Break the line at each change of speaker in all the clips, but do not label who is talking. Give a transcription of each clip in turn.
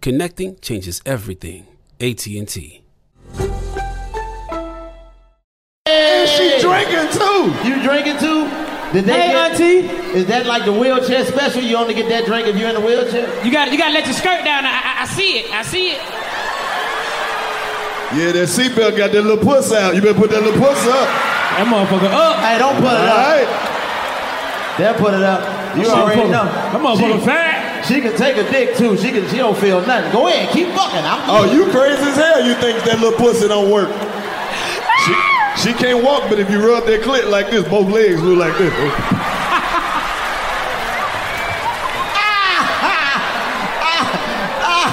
Connecting changes everything. AT&T.
And she drinking too.
You drinking too? Did they
Hey,
get,
auntie.
Is that like the wheelchair special? You only get that drink if you're in a wheelchair?
You got you got to let your skirt down. I, I, I see it. I see it.
Yeah, that seatbelt got that little puss out. You better put that little puss up.
That motherfucker up.
Hey, don't put it
All
up.
right.
They'll put it up. You already know.
That motherfucker fat.
She, she can take a dick too. She can. She don't feel nothing. Go ahead, keep fucking. I'm.
Oh, you crazy as hell. You think that little pussy don't work? She, she can't walk, but if you rub that clit like this, both legs look like this.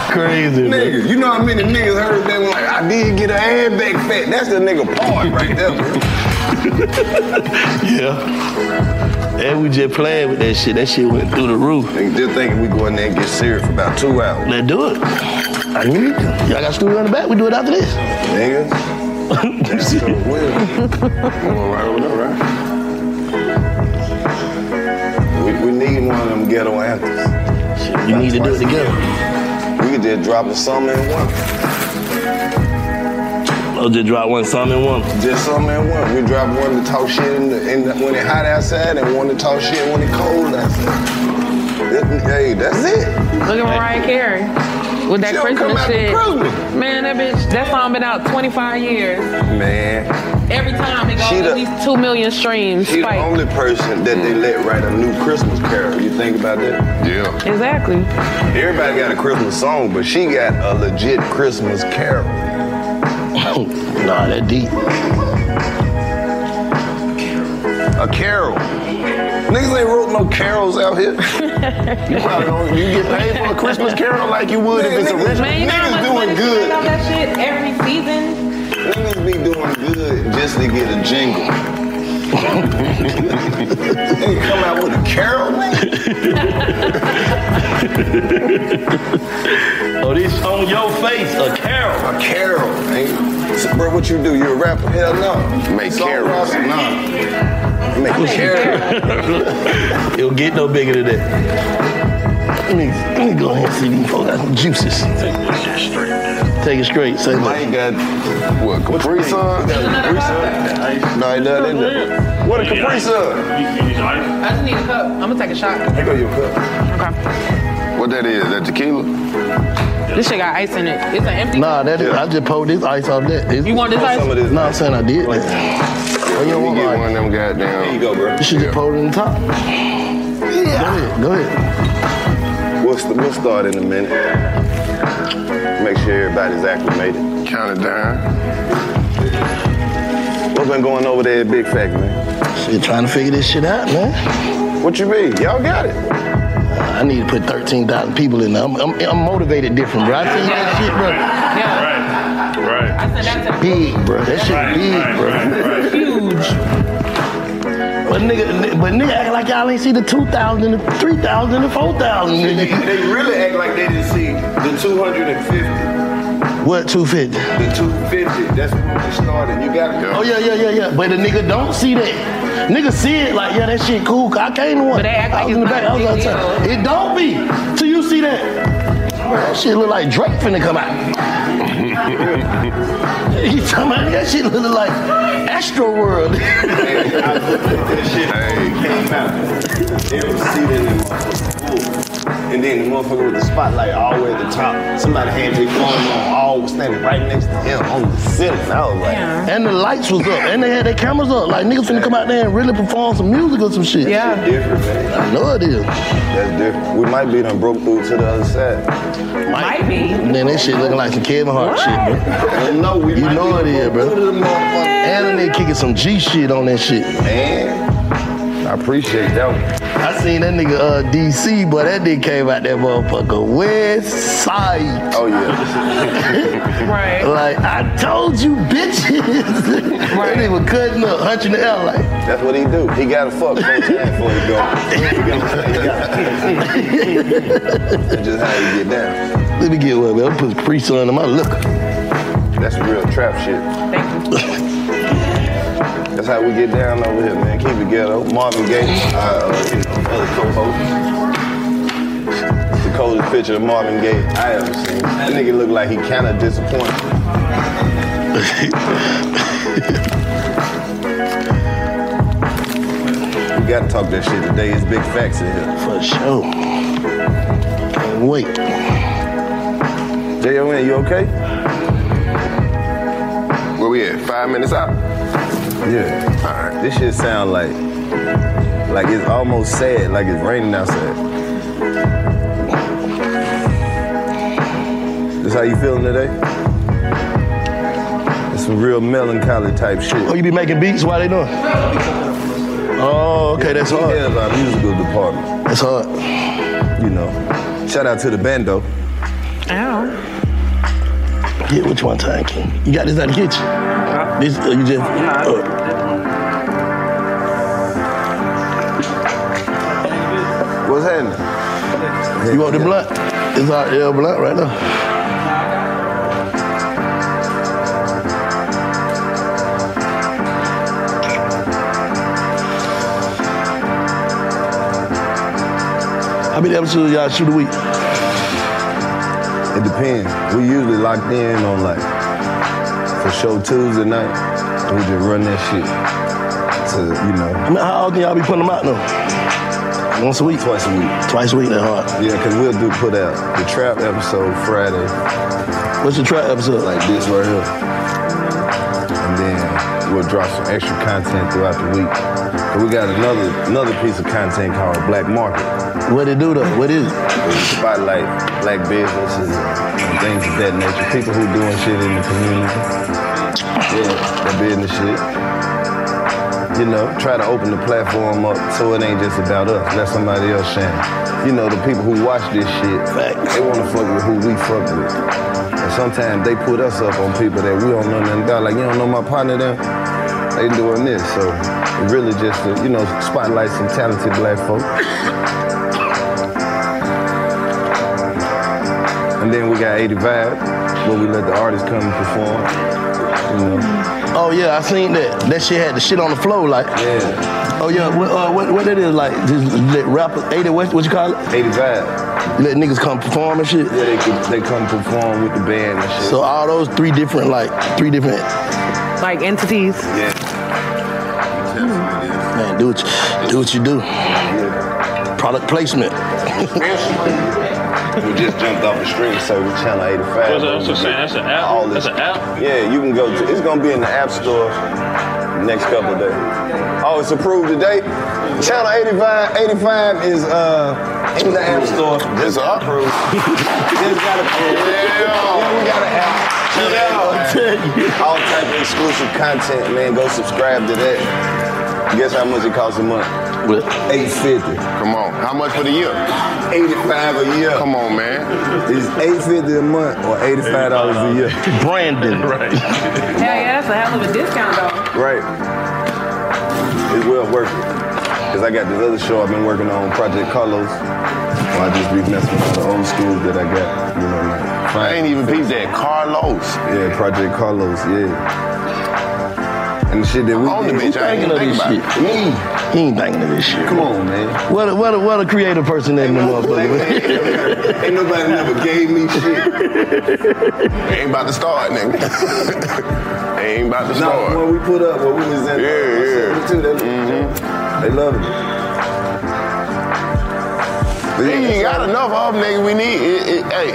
Crazy.
Nigga, you know how many niggas heard that one? Like, I did get a ass back fat. That's the nigga part right there. man.
Yeah. And we just playing with that shit. That shit went through the roof.
Niggas just thinking we go in there and get serious for about two hours.
Let's do it. I need to. Y'all got studio on the back. We do it after this.
Nigga. Down to the wheel. Going right over there, right? We, we need one of them ghetto anthems.
Shit, you need to do it together.
We could just drop a summer and one.
I'll Oh, just drop one song and one.
Just summer and one. We drop one to talk shit in the, in the, when it hot outside and one to talk shit when it cold outside. That- Hey, that's it.
Look at Mariah Carey with that
She don't come
Christmas
out
shit.
the Christmas.
Man, that bitch, that song been out 25 years.
Man.
Every time it goes
She the-
at least 2 million streams.
She
Spike.
the only person that they let write a new Christmas carol. You think about that? Yeah.
exactly.
Everybody got a Christmas song, but she got a legit Christmas carol.
nah, that deep.
A carol. Niggas ain't wrote no carols out here.
You probably don't. You get paid for a Christmas carol like you would if it's
Niggas-
original.
Man, you know how
Niggas
much
doing
money she
good.
spend on that shit every season?
Niggas be doing good just to get a jingle. they come out with a carol, nigga.
Oh, this on your face, a carol.
A carol, nigga. So, bro, what you do? You a rapper? Hell no. Make carols. No. Make carols.
It'll get no bigger than that. Let me, let me go ahead and see these folks got some juices. Take it straight. Say
I
what?
ain't got what Capri Sun. Capri Sun. No, ain't nothing. in there. What a Capri Sun.
I just need a cup. I'm gonna take a shot.
Here go your cup.
Okay.
What that is? That tequila?
This shit got ice in it. It's an empty
Nah, that is, I just poured this ice off that. It's-
You want this ice?
Some of this.
Nah, I'm saying I did. that.
Let
you
me
don't want
get
mine.
one of them goddamn. There you go, bro.
You should just pour it in the top. Go ahead, go ahead.
We'll, st- we'll start in a minute. Make sure everybody's acclimated. Count it down. What's been going over there at Big Fact, man?
Shit, trying to figure this shit out, man.
What you mean? Y'all got it.
I need to put 13,000 people in there. I'm, I'm, I'm motivated different, bro. I tell you that shit, bro.
Yeah.
Right, right,
I sent that to
Big, bro. That shit big, bro.
right, right.
huge.
But nigga, but nigga act like y'all ain't see the 2,000, the 3,000, the 4,000,
They,
nigga.
they really act like they didn't see the 250.
What 250?
The 250, that's when it started. You got
Oh yeah, yeah, yeah, yeah. But the nigga don't see that. Nigga see it like, yeah, that shit cool. 'cause I came to one.
But they act like
I was in the
it's
back.
not
I was
a big
on top. It don't be till you see that. Bro, that shit look like Drake finna come out. you talking about that shit look like Astro World.
That shit came out. They was seated in the motherfucking pool. And then the motherfucker with the spotlight all the way at the top. Somebody had their phone on, all was standing right next to him on the ceiling. I was like,
and the lights was up, and they had their cameras up. Like niggas finna come out there and really perform some music or some shit.
Yeah.
different, man.
I know it is.
That's different. We might be done broke through to the other side.
Might be.
Man, that shit looking like some Kevin Hart shit, bro.
No, we
You
might
know it
be
is,
done broke
bro.
through to the motherfucker.
And they kicking some G shit on that shit.
Man, I appreciate that one.
I seen that nigga uh, DC, but that nigga came out that motherfucker West Side.
Oh yeah.
Right.
Like I told you, bitches.
Right.
that nigga cutting up, hunching the air like.
That's what he do. He got to fuck four times before he go. He gotta- That's just how you get down.
Let me get one, man. I'm putting pre sun in my liquor.
That's real trap shit.
Thank you.
That's how we get down over here, man. Keep it ghetto. Marvin Gaye, uh, uh, you know, other co-host. The coldest picture of Marvin Gaye I ever seen. That nigga look like he kind of disappointed. we gotta talk that shit today. It's big facts in here.
For sure. Can't wait.
JON, you okay? Where we at? Five minutes out? Yeah. All right. This shit sound like, like it's almost sad, like it's raining outside. This how you feeling today? It's some real melancholy type
Oh,
shit.
you be making beats? Why they doing? Oh, okay, that's
He
hard.
heads our musical department,
That's hard.
you know. Shout out to the bando.
Ow.
Get which one time, King? You got this out of the kitchen? This, uh, you just. Uh,
What's happening?
you want the blunt? It's our L blunt right now. How many episodes y'all shoot a week?
It depends. We usually locked in on like for show Tuesday night. We just run that shit to you
I
know
mean, how often y'all be putting them out now? Once a week?
twice a week.
Twice a week, that hard.
Yeah, cause we'll do put out the trap episode Friday
What's the trap episode like?
like this right here, and then we'll drop some extra content throughout the week. But we got another another piece of content called Black Market.
What it do though? What is it?
where we Spotlight black businesses and things of that nature. People who doing shit in the community. Yeah, that business shit. you know, try to open the platform up so it ain't just about us. Let somebody else shine. You know, the people who watch this shit,
Facts.
they wanna fuck with who we fuck with. And sometimes they put us up on people that we don't know nothing about. Like, you don't know my partner them? They doing this. So it really just, to, you know, spotlight some talented black folk. And then we got 80 Vibe, where we let the artists come and perform. You know,
Oh yeah, I seen that. That shit had the shit on the flow like.
yeah.
Oh yeah, what uh, what, what that is like? Just let rappers, eighty what what you call it?
80 Vibe.
Let niggas come perform and shit.
Yeah, they, could, they come perform with the band and shit.
So all those three different like three different
Like entities.
yeah.
man, do what you, do what you do. Product placement.
We just jumped off the stream service, channel 85.
That's what I'm saying. That's an
All
app.
this-
That's an app.
Yeah, you can go to, it's gonna be in the App Store next couple of days. Oh, it's approved today? Channel 85, 85 is uh, in the App Store. It's approved. It's got approved. Yeah, we got an app. Channel 85. All type of exclusive content, man. Go subscribe to that. Guess how much it costs a month?
With
850.
Come on. How much for the year?
85 a year.
Come on, man.
It's 850 a month or $85 a year.
Brandon. right.
Yeah, yeah, that's a hell of a discount though.
Right. It's well worth it. Cause I got this other show I've been working on, Project Carlos. Where I just be messing with the old schools that I got. You know, like, I ain't even peeped that Carlos. Yeah, Project Carlos. Yeah. And the shit that we
On the
did.
bitch, I ain't even think about it.
He ain't thinking of this shit.
Come on, man.
What a, what a, what a creative person that motherfucker.
Ain't nobody never gave me shit.
ain't about to start, nigga. ain't about to
No,
start.
when we put up, when we was in
Yeah, Mm-hmm. yeah.
too, they, they love it. But yeah,
Nigga,
that's
you got
all-
enough of 'em, nigga. We need it, it- Hey,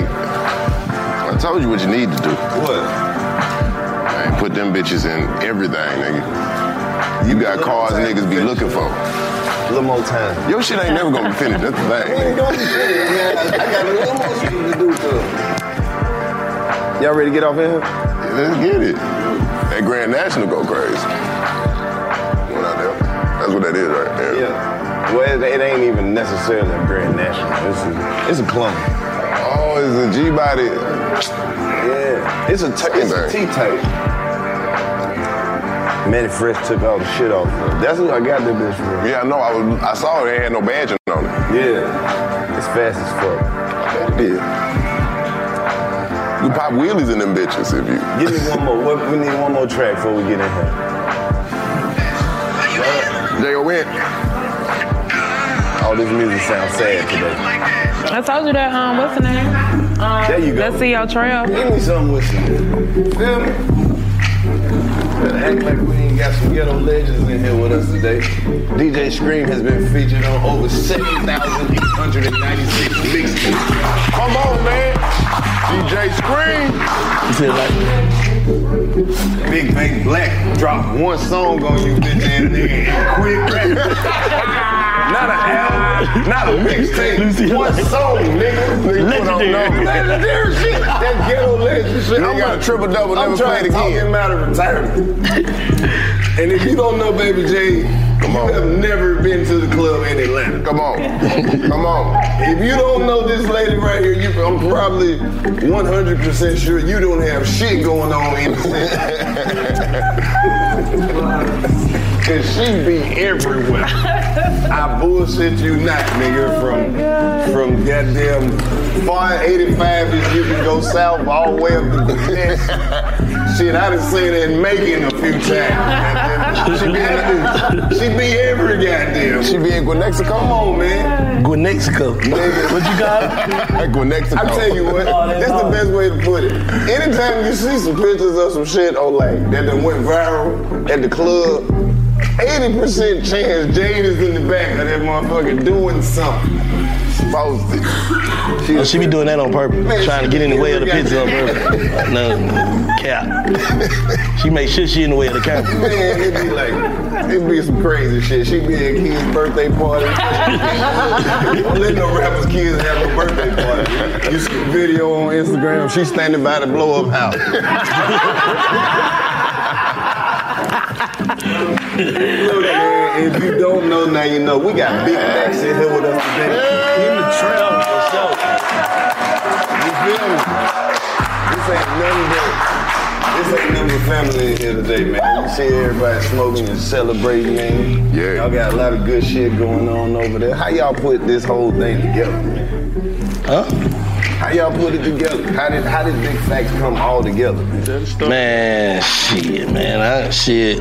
I told you what you need to do.
What?
I ain't put them bitches in everything, nigga. You got cars niggas be looking for.
A little more time.
Your shit ain't never gonna be finished. That's the thing.
We ain't
nigga.
gonna be finished, man. I got a little more shit to do to Y'all ready to get off in here?
Yeah, Let's get it. That Grand National go crazy. Went out there. That's what that is right there.
Yeah. Well, it, it ain't even necessarily a Grand National. It's a, it's a plum.
Oh, it's a G body.
Yeah. It's a, t- it's a T-type. Manny Fresh took all the shit off. of it. That's what I got that bitch for.
Yeah, I know. I was. I saw it. It had no badging on it.
Yeah. It's fast as fuck.
It did. You pop wheelies in them bitches if you.
Give me one more. What, we need one more track before we get in here.
They go in.
All this music sounds sad today.
I told you that. Um, what's the name? Um,
There you go.
Let's see your trail.
Give me something with you. Feel me? Better act like we ain't got some ghetto legends in here with us today. DJ Scream has been featured on over 7,896 mixtapes.
Come on, man. DJ Scream.
Big Bang Black dropped one song on you, bitch ass nigga, and quit Not an album, not a mixtape, one song, nigga.
Legendary.
Legendary shit. That ghetto legend shit.
Nigga
I'm
got a
a-
triple double,
I'm
never
trying
played
to talk
again.
him out of retirement. and if you don't know Baby J,
Come
you
on.
have never been to the club in Atlanta.
Come on. Come on.
If you don't know this lady right here, you, I'm probably 100% sure you don't have shit going on in Cause she be everywhere. I bullshit you not, nigga. From from goddamn 485 if you can go south all the way up to the next. Shit, I done seen it in Macon a few times. goddamn. She be, she be every goddamn.
She be in Gwinexico.
Come on, man.
Gwinexico.
Nigga.
What you got?
Gwinexico.
I tell you what, that's the best way to put it. Anytime you see some pictures of some shit on like that done went viral at the club, 80% chance Jade is in the back of that motherfucker doing something.
Posted.
Oh, she be doing that on purpose,
Man,
trying to
she-
get in the way of the pizza on purpose. No, cap. She make sure she in the way of the camera.
Man, it be like, it be some crazy shit. She be at kids' birthday party. Don't let no rappers' kids have a birthday party. You see a video on Instagram, she standing by the blow up house. Look, man, if you don't know, now you know. We got Big Max in here with us today. In the trail for sure. You feel me? This ain't nothing but, this ain't nothing but family in here today, man. You see everybody smoking and celebrating, man.
Yeah.
Y'all got a lot of good shit going on over there. How y'all put this whole thing together, man?
Huh?
How y'all put it together? How did how did Big Facts come all together?
Man, shit, man. I, shit.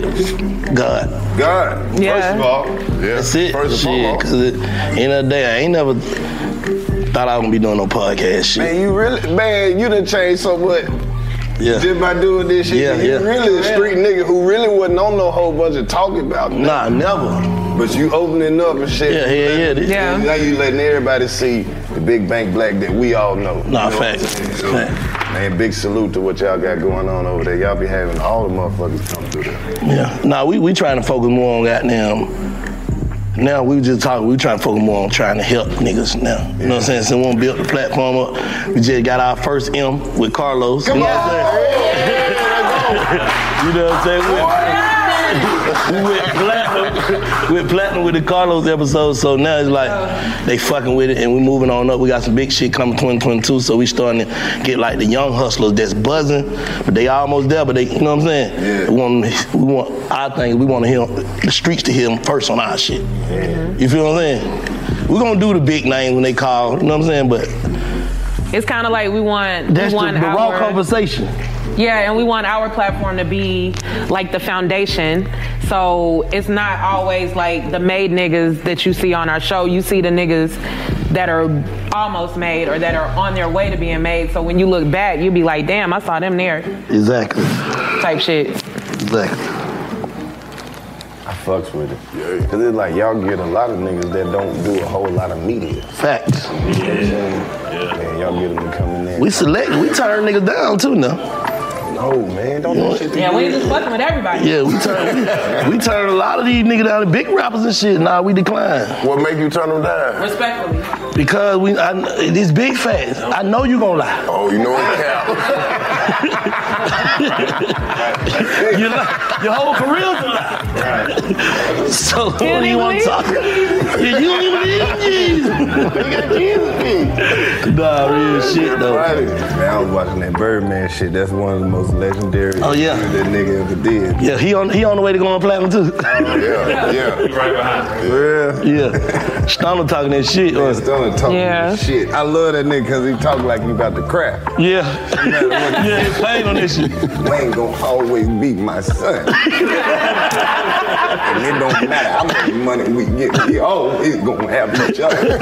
God.
God,
Yeah.
first of all,
Yeah.
That's it.
First
shit,
and
Cause
foremost.
it, end of the day, I ain't never thought I was gonna be doing no podcast shit.
man, you really, man, you done changed so much.
yeah.
Just by doing this shit,
Yeah,
you
yeah.
really a street nigga who really wasn't on no whole bunch of talking about nothing.
Nah, never.
But you opening up and shit.
Yeah, yeah, yeah. This-
Yeah.
And now you letting everybody see the big bank black that we all know. You know
Nah,
what I'm
facts.
saying? So,
Facts.
Man, big salute to what y'all got going on over there. Y'all be having all the motherfuckers come through there.
Yeah. Nah, we we trying to focus more on goddamn. Now we just talking. We trying to focus more on trying to help niggas now. You know what I'm saying? So we want to build the platform up. We just got our first M with Carlos. you know what I'm saying?
Yeah, let's go.
You know what I'm saying? We- we went platinum, went platinum with the Carlos episode, so now it's like they fucking with it, and we moving on up. We got some big shit coming 2022, so we starting to get like the young hustlers that's buzzing, but they almost there. But they, you know what I'm saying? Yeah. We want, we want our thing. We want to hear the streets to hear them first on our shit.
Mm-hmm.
You feel what I'm saying? We're gonna do the big name when they call. You know what I'm saying? But
It's kind of like we want
that's
we
the,
want
the raw
our
conversation.
yeah, and we want our platform to be like the foundation. So it's not always like the made niggas that you see on our show. You see the niggas that are almost made or that are on their way to being made. So when you look back, you be like, damn, I saw them there,
Exactly.
type shit.
Exactly.
I fucks with it. Cause it's like y'all get a lot of niggas that don't do a whole lot of media.
Facts.
Yeah. Man, y'all get them to come in there.
We select. We turn niggas down too now.
No, man, don't do shit to
Yeah, we
you.
ain't just fucking with everybody.
Yeah, we turn. we turn a lot of these niggas down. The big rappers and shit. Nah, we decline
What make you turn them down?
Respectfully.
because we. I, it's big facts. I know you gonna lie.
Oh, you know it cap.
You lie. Your whole career's a lie. So what do you
even
want to
believe
talk? Yeah, you don't even believe
Look at Jesus.
in Jesus. Nah, real shit though.
Right.
Man, I was watching that Birdman shit. That's one of the most legendary
Oh, yeah.
things that nigga ever did.
Yeah, he on he on the way to going platinum too.
Yeah, yeah.
Right behind.
Yeah.
Yeah, Stunner talking that shit.
Man,
uh,
Stunner talking
Yeah.
shit. I love that nigga because he talk like he about to cry.
Yeah,
No matter what
yeah, he played on that shit.
Wayne gonna always be my son. and it don't matter how much money we get, we always gonna have each other. Dude,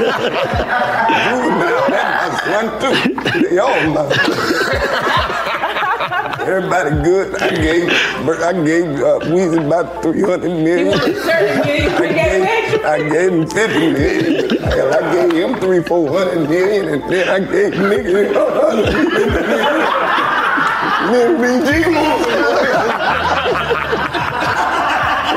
now that's my son too. They all love me. Everybody good. I gave, I gave uh, Weezy about 300 million. I gave, I gave him 50 million. Hell, I gave him three, 400 million, and then I gave niggas 100 million. Little BG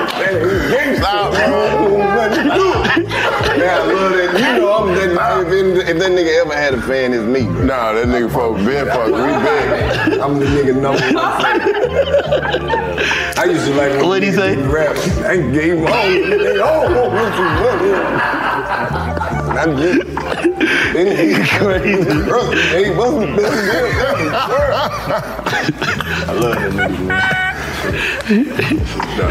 Stop, bro.
Yeah, I love that. You know, I'm that, if, if that nigga ever had a fan, it's me. bro.
Nah, that nigga fuck been fucked. We big.
I'm the nigga number one. fan. I used to like when
What'd he
niggas
say?
do Rap. I gave them all. They all want what you want. yeah. And I did. Then he crazy. Bro, they wasn't the best deal ever. I love that nigga. man.
Nah,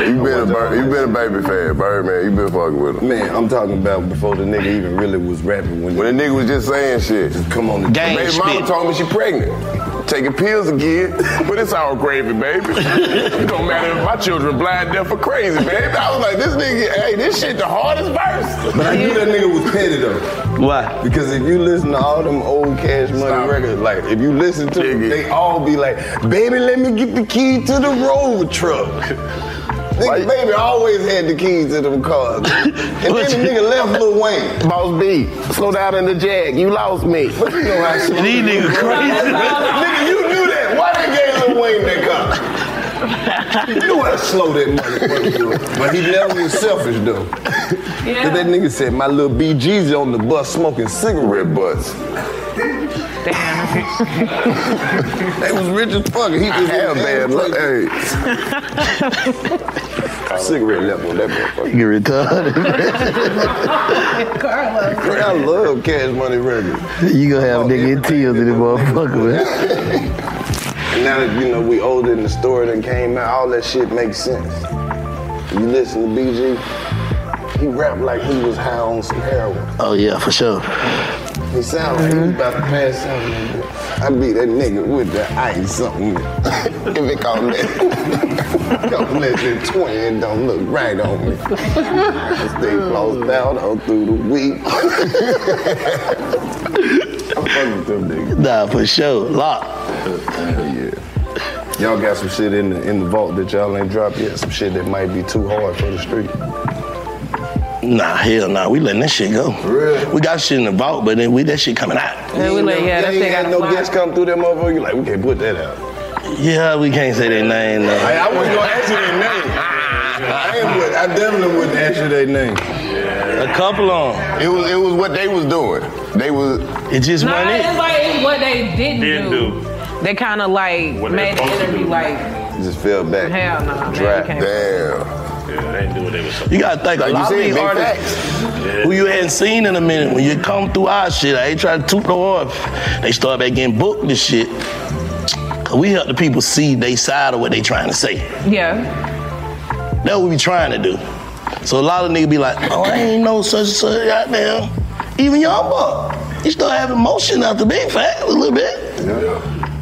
you been a bir- you been a baby fan, Birdman. You been fucking with him.
Man, I'm talking about before the nigga even really was rapping when
When
the
the nigga was just saying shit.
come on the
Gang
Baby
spit.
mama told me she pregnant. Taking pills again, but it's all gravy, baby. It don't matter if my children blind, deaf, or crazy, baby. I was like, this nigga, hey, this shit the hardest verse.
But I knew that nigga was petty though.
Why?
Because if you listen to all them old Cash Money
Stop.
records, like if you listen to them,
Nigga.
they all be like, "Baby, let me get the key to the Rover truck." Nigga, baby always had the keys to them cars. And then the nigga left Lil Wayne.
Boss B, slow down in the jag. You lost me.
But you know how shit.
These niggas crazy.
nigga, you knew that. Why they gave Lil Wayne that car? You knew how slow that money was. But he never was selfish though. Cause that nigga said, "My little BG's on the bus smoking cigarette butts."
Damn.
They was rich as fuck. He just
Hell, man. Look, hey.
cigarette left on that motherfucker.
You retarded.
Man, I love Cash Money Records.
You gonna
Oh,
have a nigga in tears in the motherfucker, man.
And now that you know we older and the story that came out, all that shit makes sense. You listen to BG, he rapped like he was high on some heroin.
Oh yeah, for sure.
He sounded like he was about to pass out. I beat that nigga with the ice something. if it call that, don't let the twin don't look right on me. I stay closed out all through the week. I'm fucking with them niggas.
Nah, for sure. Lock.
Yeah. Y'all got some shit in the in the vault that y'all ain't dropped yet. Some shit that might be too hard for the street.
Nah, hell nah. We letting that shit go.
Really?
We got shit in the vault, but then we that shit coming out.
Yeah, we like, yeah, that
you
shit
ain't had
got
no guests come through that motherfucker. You like, we can't put that out.
Yeah, we can't say their name though.
Hey, I wasn't gonna ask you their name. I ain't would. I definitely wouldn't ask you their name.
A couple on.
It was it was what they was doing. They was
It just
Nah,
wasn't
it's
it.
like it's what they didn't,
Didn't do.
They kind of like
What they
made the
supposed to
interview
do.
like
just fell back.
Hell no, man, you
Dry.
can't.
Damn.
Yeah, they do what they was supposed
You gotta think a
Like you
lot of
said,
these
big
artists who you hadn't seen in a minute. When you come through our shit, I ain't trying to toot no off. They start back getting booked and shit. 'Cause We help the people see they side of what they trying to say.
Yeah.
That's what we trying to do. So a lot of niggas be like, oh, I ain't know such and such, goddamn. Even Young Buck, he start having motion after big fact a little bit.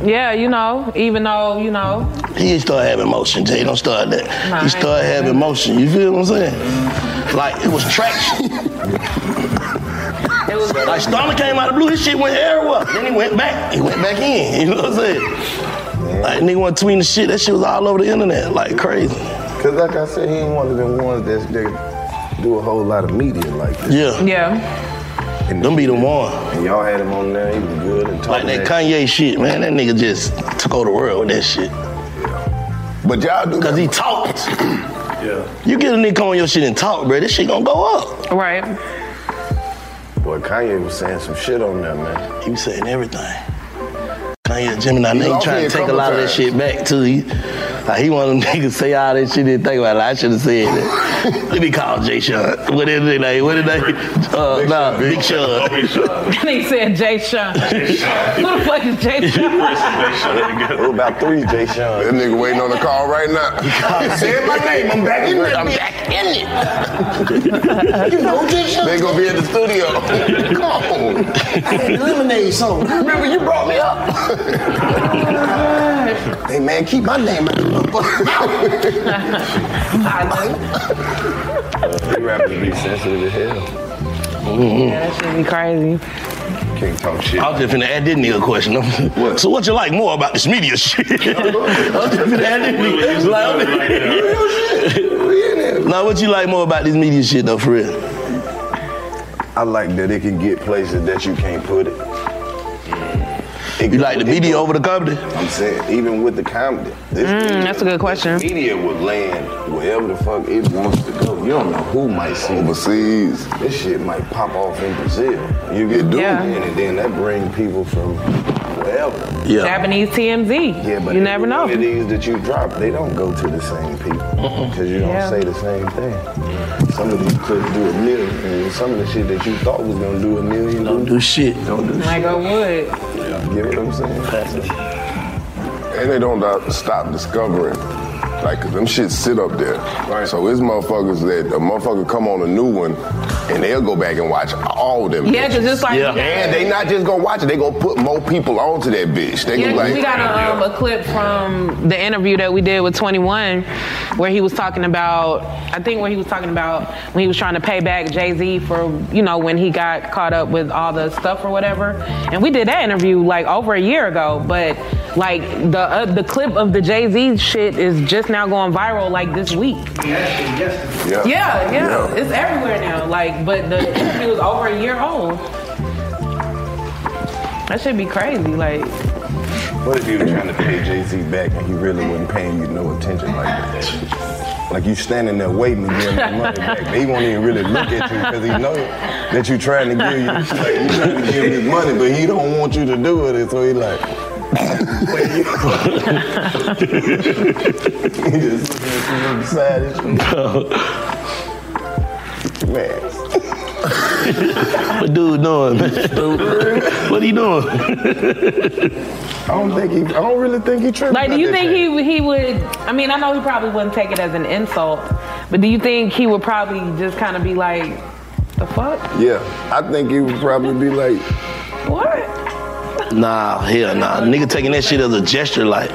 Yeah, you know, even though, you know,
He ain't start having motion. Jay don't start that.
Nah, I
he
ain't
start having motion. You feel what I'm saying? Like it was traction. like Stunner came out of the blue, his shit went everywhere. Then he went back. He went back in. You know what I'm saying? Like nigga went tweeting the shit. That shit was all over the internet, like crazy.
Cause like I said, he ain't one of them ones that's that do a whole lot of media like that.
Yeah.
Yeah.
And
them be the one.
And y'all had him on there. He was good and
Like
talking.
that Kanye shit, man. That nigga just took over the world with that shit.
But y'all do
Cause he talked.
Yeah.
You get a nigga on your shit and talk, bro. This shit gonna go up.
Right.
Boy, Kanye was saying some shit on there, man.
He was saying everything. Kanye Gemini,
He
now he
lost me
trying
a
to take a
couple
lot of that
times.
shit back too. He, like, he want them niggas say all that shit and think about it. I should have said that. Let me call Jay Sean. What is it? Like, what is that? Uh, nah, Big Sean.
he said Jay Sean. Who the fuck is Jay Sean?
It was about three, Jay Sean.
That nigga waiting on the call right now. He said my name. I'm back in that
I'm
bitch.
back in it.
You know this shit. They gonna be at the studio. Come on.
Lemonade song.
Remember you brought me up. hey man, keep my name out of the
They rappers be sensitive as hell.
Yeah,
Mm-hmm.
that should be crazy.
Can't talk shit.
I was just finna add this nigga a question.
What?
So what you like more about this media shit? I was just finna add this nigga. Like, I'm-
We in there.
Now, what you like more about this media shit though, for real?
I like that it can get places that you can't put it. It
You
go-
like the
it
media
go-
over the comedy?
I'm saying, even with the comedy. This media-
Mm, that's a good question.
Media would land wherever the fuck it wants to go. You don't know who might see it.
Overseas.
This shit might pop off in Brazil. You get
It do.
Yeah.
and then that bring people from wherever.
Yeah.
Japanese TMZ.
Yeah, but
you never
every
know.
One of these that you drop, they don't go to the same people because you don't
Yeah.
say the same thing. Some of these could do a million, and some of the shit that you thought was gonna do a million
Don't do shit.
Don't do
Like I would.
shit. Get what I'm saying? That's-
And they don't do- stop discovering. Like, 'cause them shit sit up there. So it's motherfuckers that a motherfucker come on a new one and they'll go back and watch all them. bitches.
Yeah, because it's like,
Yeah.
And they not just gonna watch it, they gonna put more people onto that bitch. They
Yeah,
gonna
'cause
like,
we got a, um, a clip from the interview that we did with 21, where he was talking about, I think where he was talking about when he was trying to pay back Jay Z for, you know, when he got caught up with all the stuff or whatever. And we did that interview like over a year ago, but like the uh, the clip of the Jay Z shit is just now going viral like this week.
yeah.
Yeah, yeah, it's everywhere now. Like, but the interview was over a year old. That should be crazy. Like.
What if you were trying to pay Jay Z back and he really wasn't paying you no attention like that? Like you standing there waiting to give him the money back. They won't even really look at you because he know that you trying to give you, like, you trying to give him his money, but he don't want you to do it. And so he like, he just beside his man.
What dude doing? what he doing?
I don't think he. I don't really think he tripping.
Like, do
about
you
that
think
shit.
he would- he would? I mean, I know he probably wouldn't take it as an insult, but do you think he would probably just kind of be like, "The fuck?
Yeah, I think it would probably be like,
What?"
Nah, hell nah. Nigga taking that shit as a gesture, like.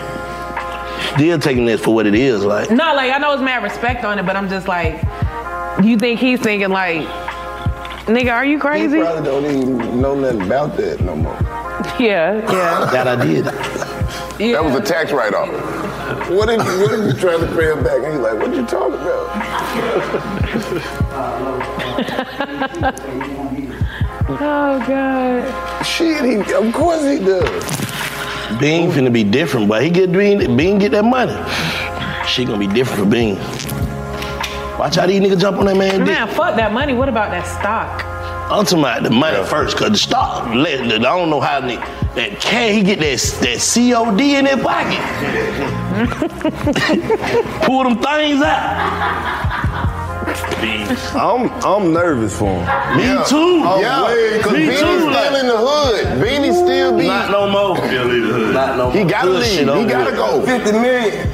Still taking that for what it is, like.
No, like I know it's mad respect on it, but I'm just like, you think he's thinking like, "Nigga, are you
He
crazy?"
probably don't even know nothing about that no more.
Yeah, yeah.
That I did.
yeah.
that was a tax write off.
What if what if you trying to pay him back and he's like, what you talking about?
oh god.
Shit, he of course he does.
Bean finna be different, but he get Bean, Bean get that money. She gonna be different for Bean. Watch how these niggas jump on that man dick.
Man, fuck that money. What about that stock?
I'm talking about the money first, cause the stock. let- I don't know how they, that can he get that that COD in his pocket? Pull them things out.
I'm I'm nervous for him.
Me too.
Oh,
Yeah.
wait, 'cause
Me
Beanie's
too.
still in the hood. Beanie still be.
Not no more. Not no
He
more.
gotta
Good shit
leave. He
over
gotta
with.
go. Fifty million.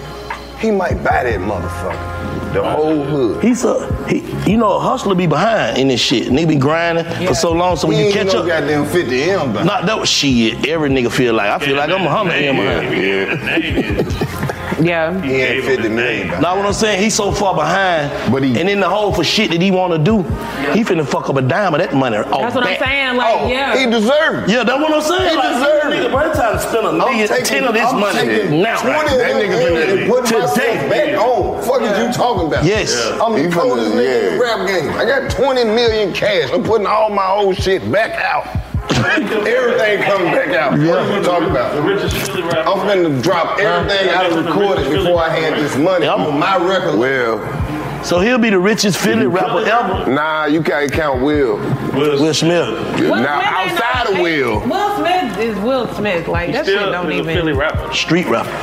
He might buy that motherfucker. The whole hood.
He's a he. You know, a hustler be behind in this shit. Nigga be grinding for so long, so when
He
you
ain't
catch
no
up,
goddamn fifty M. back.
not that shit. Every nigga feel like I feel like I'm a hundred M behind.
Yeah.
He ain't fifty million. back.
Now what I'm saying, he's so far behind, but he, and in the hole for shit that he want to do, he finna fuck up a dime of that money. off
That's what I'm
Oh, that.
saying. Like, yeah.
He deserved it.
Yeah, that's what I'm saying.
He
like,
deserved
nigga,
it.
by the time to spend a million, ten of this
I'm
money
taking
now.
20 of
That
them
nigga
and
finna-
putting myself
today.
back on. Fuck is you talking about?
Yes.
I'm
He
the coldest
finna-
nigga in the
yeah.
rap game. I got 20 million cash. I'm putting all my old shit back out. everything coming back out. What are you talking about? I'm finna drop everything I done recorded before I had this money.
Yep.
on my record.
Well,
So he'll be the richest Philly rapper ever.
nah, you can't count Will.
Will Smith.
Now
Will Smith ain't
outside
no-
of Will,
Will Smith is Will Smith. Like that shit don't
he's a
even.
Philly rapper.
Street rapper.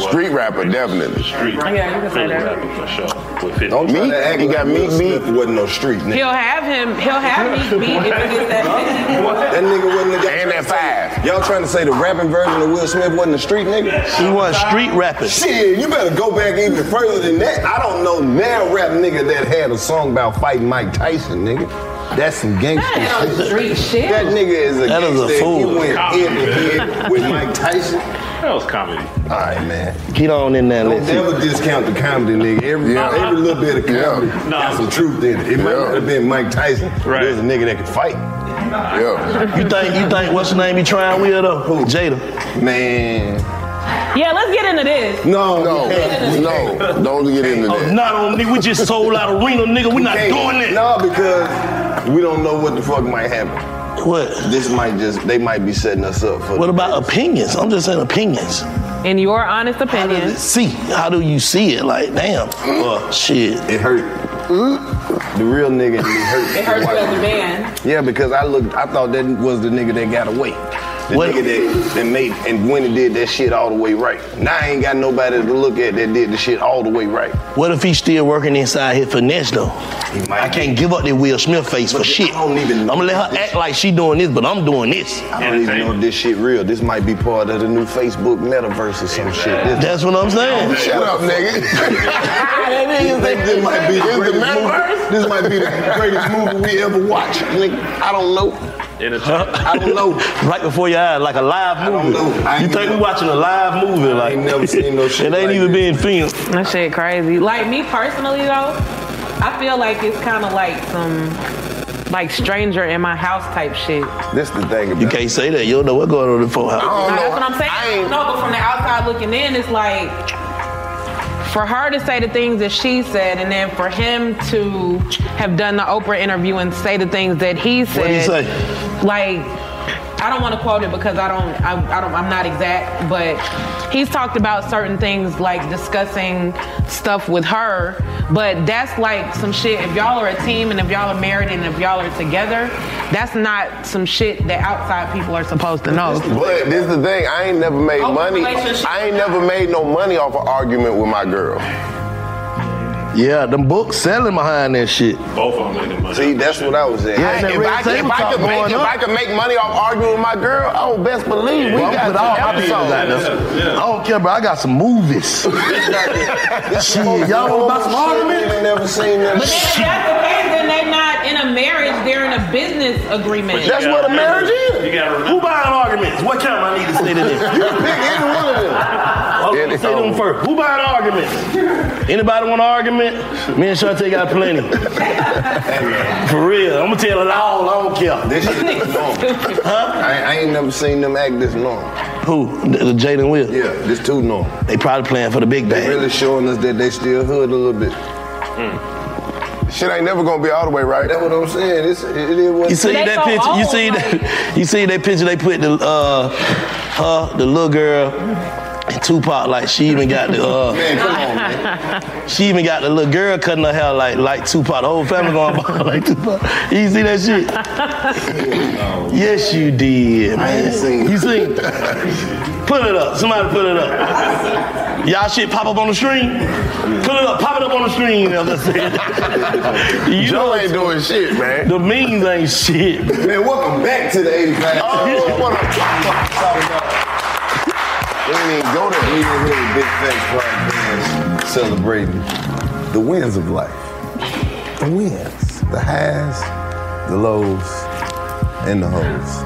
street rapper definitely.
Street.
Yeah, you can say
Philly
that.
rapper for sure. With 50.
Don't try
Meek?
to act
He
like
got
Will
Meek
Smith wasn't no street nigga.
He'll have him. He'll have me beat if he gets that.
That nigga wasn't the guy.
And that five.
Y'all trying to say the rapping version of Will Smith wasn't a street nigga?
He was street rapping.
Shit, you better go back even further than that. I don't know now rap nigga that had a song about fighting Mike Tyson, nigga. That's some gangster
That ain't no
shit.
street shit.
That nigga is a
That is a
gangster. He
fool.
went head to head with Mike Tyson.
That was comedy.
All right, man.
Get on in there, and
Don't
let's see.
never discount the comedy, nigga. Every,
Yeah.
every little bit of comedy
Yeah.
got some truth in it. It might
Yeah.
not have been Mike Tyson, but
Right.
there's a nigga that could fight.
Yeah.
You think you think what's the name he trying with though? Who? Jada.
Man.
Yeah, let's get into this.
No,
No,
we can't. We can't.
no, don't get into
Oh,
that.
not on nigga. We just sold out arena, nigga. We not
Can't.
doing that.
No, because we don't know what the fuck might happen.
What?
This might just, they might be setting us up for
What about opinions? I'm just saying opinions.
In your honest
How does
opinion,
it see? How do you see it? Like, damn. Well, shit.
It hurt. The real nigga, it hurt.
it hurts you as a man.
Yeah, because I looked, I thought that was the nigga that got away. The
What-
nigga that, that made, and when he did that shit all the way right. Now I ain't got nobody to look at that did the shit all the way right.
What if he's still working inside his finesse though?
He might
I
be.
can't give up that Will Smith face for
But
shit.
I don't even know
I'm gonna let her act like she doing this, but I'm doing this.
I don't even know if this shit real. This might be part of the new Facebook metaverse or some shit. This,
That's what I'm saying.
Shut up, nigga.
This- this might be the
Is the
greatest movie.
metaverse?
This might be the greatest movie we ever watched. Nigga, I don't know.
In the top.
I don't know.
right before your eyes, like a live
don't
movie.
know. I
You
ain't
think we
never-
watching a live movie? Like
ain't never seen no shit
It ain't
like
even
this.
being filmed.
That shit crazy. Like me personally though, I feel like it's kind of like some like stranger in my house type shit.
This the thing about
You can't say that. You don't know what's going on in the folk house.
Oh,
Like,
no,
that's what I'm saying.
I ain't-
No, but from the outside looking in, it's like for her to say the things that she said, and then for him to have done the Oprah interview and say the things that he said.
What'd he say?
Like. I don't want to quote it because I don't, I, I don't, I'm not exact, but he's talked about certain things like discussing stuff with her, but that's like some shit. If y'all are a team and if y'all are married and if y'all are together, that's not some shit that outside people are supposed to know.
But this is the thing, I ain't never made
Open
money.
relationship.
I ain't never made no money off an argument with my girl.
Yeah, them books selling behind that shit.
Both of them making money.
See, that's what I was at.
Yeah,
I-
and that
if,
red
I, could- if
table
I
talk
could
going
make, if
up.
I could make money off arguing with my girl, oh, best believe we
Well,
got
I'm gonna put all my
some
business out
episodes.
there. I don't care, bro. I got some movies. shit, y'all want about some
You
argument?
ain't never seen
But
that.
then if that's the case, then they're not in a marriage, they're in a business agreement.
That's what a marriage is.
You gotta
Who
remember.
buying arguments? What kind I need to say to
You
them?
can pick any one of them.
I'm gonna say them first. Who buying arguments? Anybody want an argument? Me and Shantae got plenty. For real. I'm gonna tell it all. I don't care.
This shit is normal. I, I ain't never seen them act this normal.
Who? The, the Jaden Will.
Yeah, this too normal.
They probably playing for the big
They
bag.
really showing us that they still hood a little bit.
Hmm.
Shit ain't never gonna be all the way right.
That's what I'm saying. It's, it, it is what
You see
They
that
so
picture? you
old,
see that? You see that picture they put the uh, her, the little girl, And Tupac, like she even got the uh,
Man, come on,
she even got the little girl cutting her hair like like Tupac. The whole family going by like Tupac. You see that shit? yes, you did. Man. I ain't seen. You seen? put it up. Somebody put it up. Y'all shit pop up on the screen. Put it up. Pop it up on the screen. I'm just saying. you know ain't doing shit, man. The memes ain't shit.
Man, welcome back to the 85. Oh, what a talking about. We didn't even go there. We didn't hear the Big Facts Podcast celebrating the wins of life. The wins. The highs, the lows, and the hoes.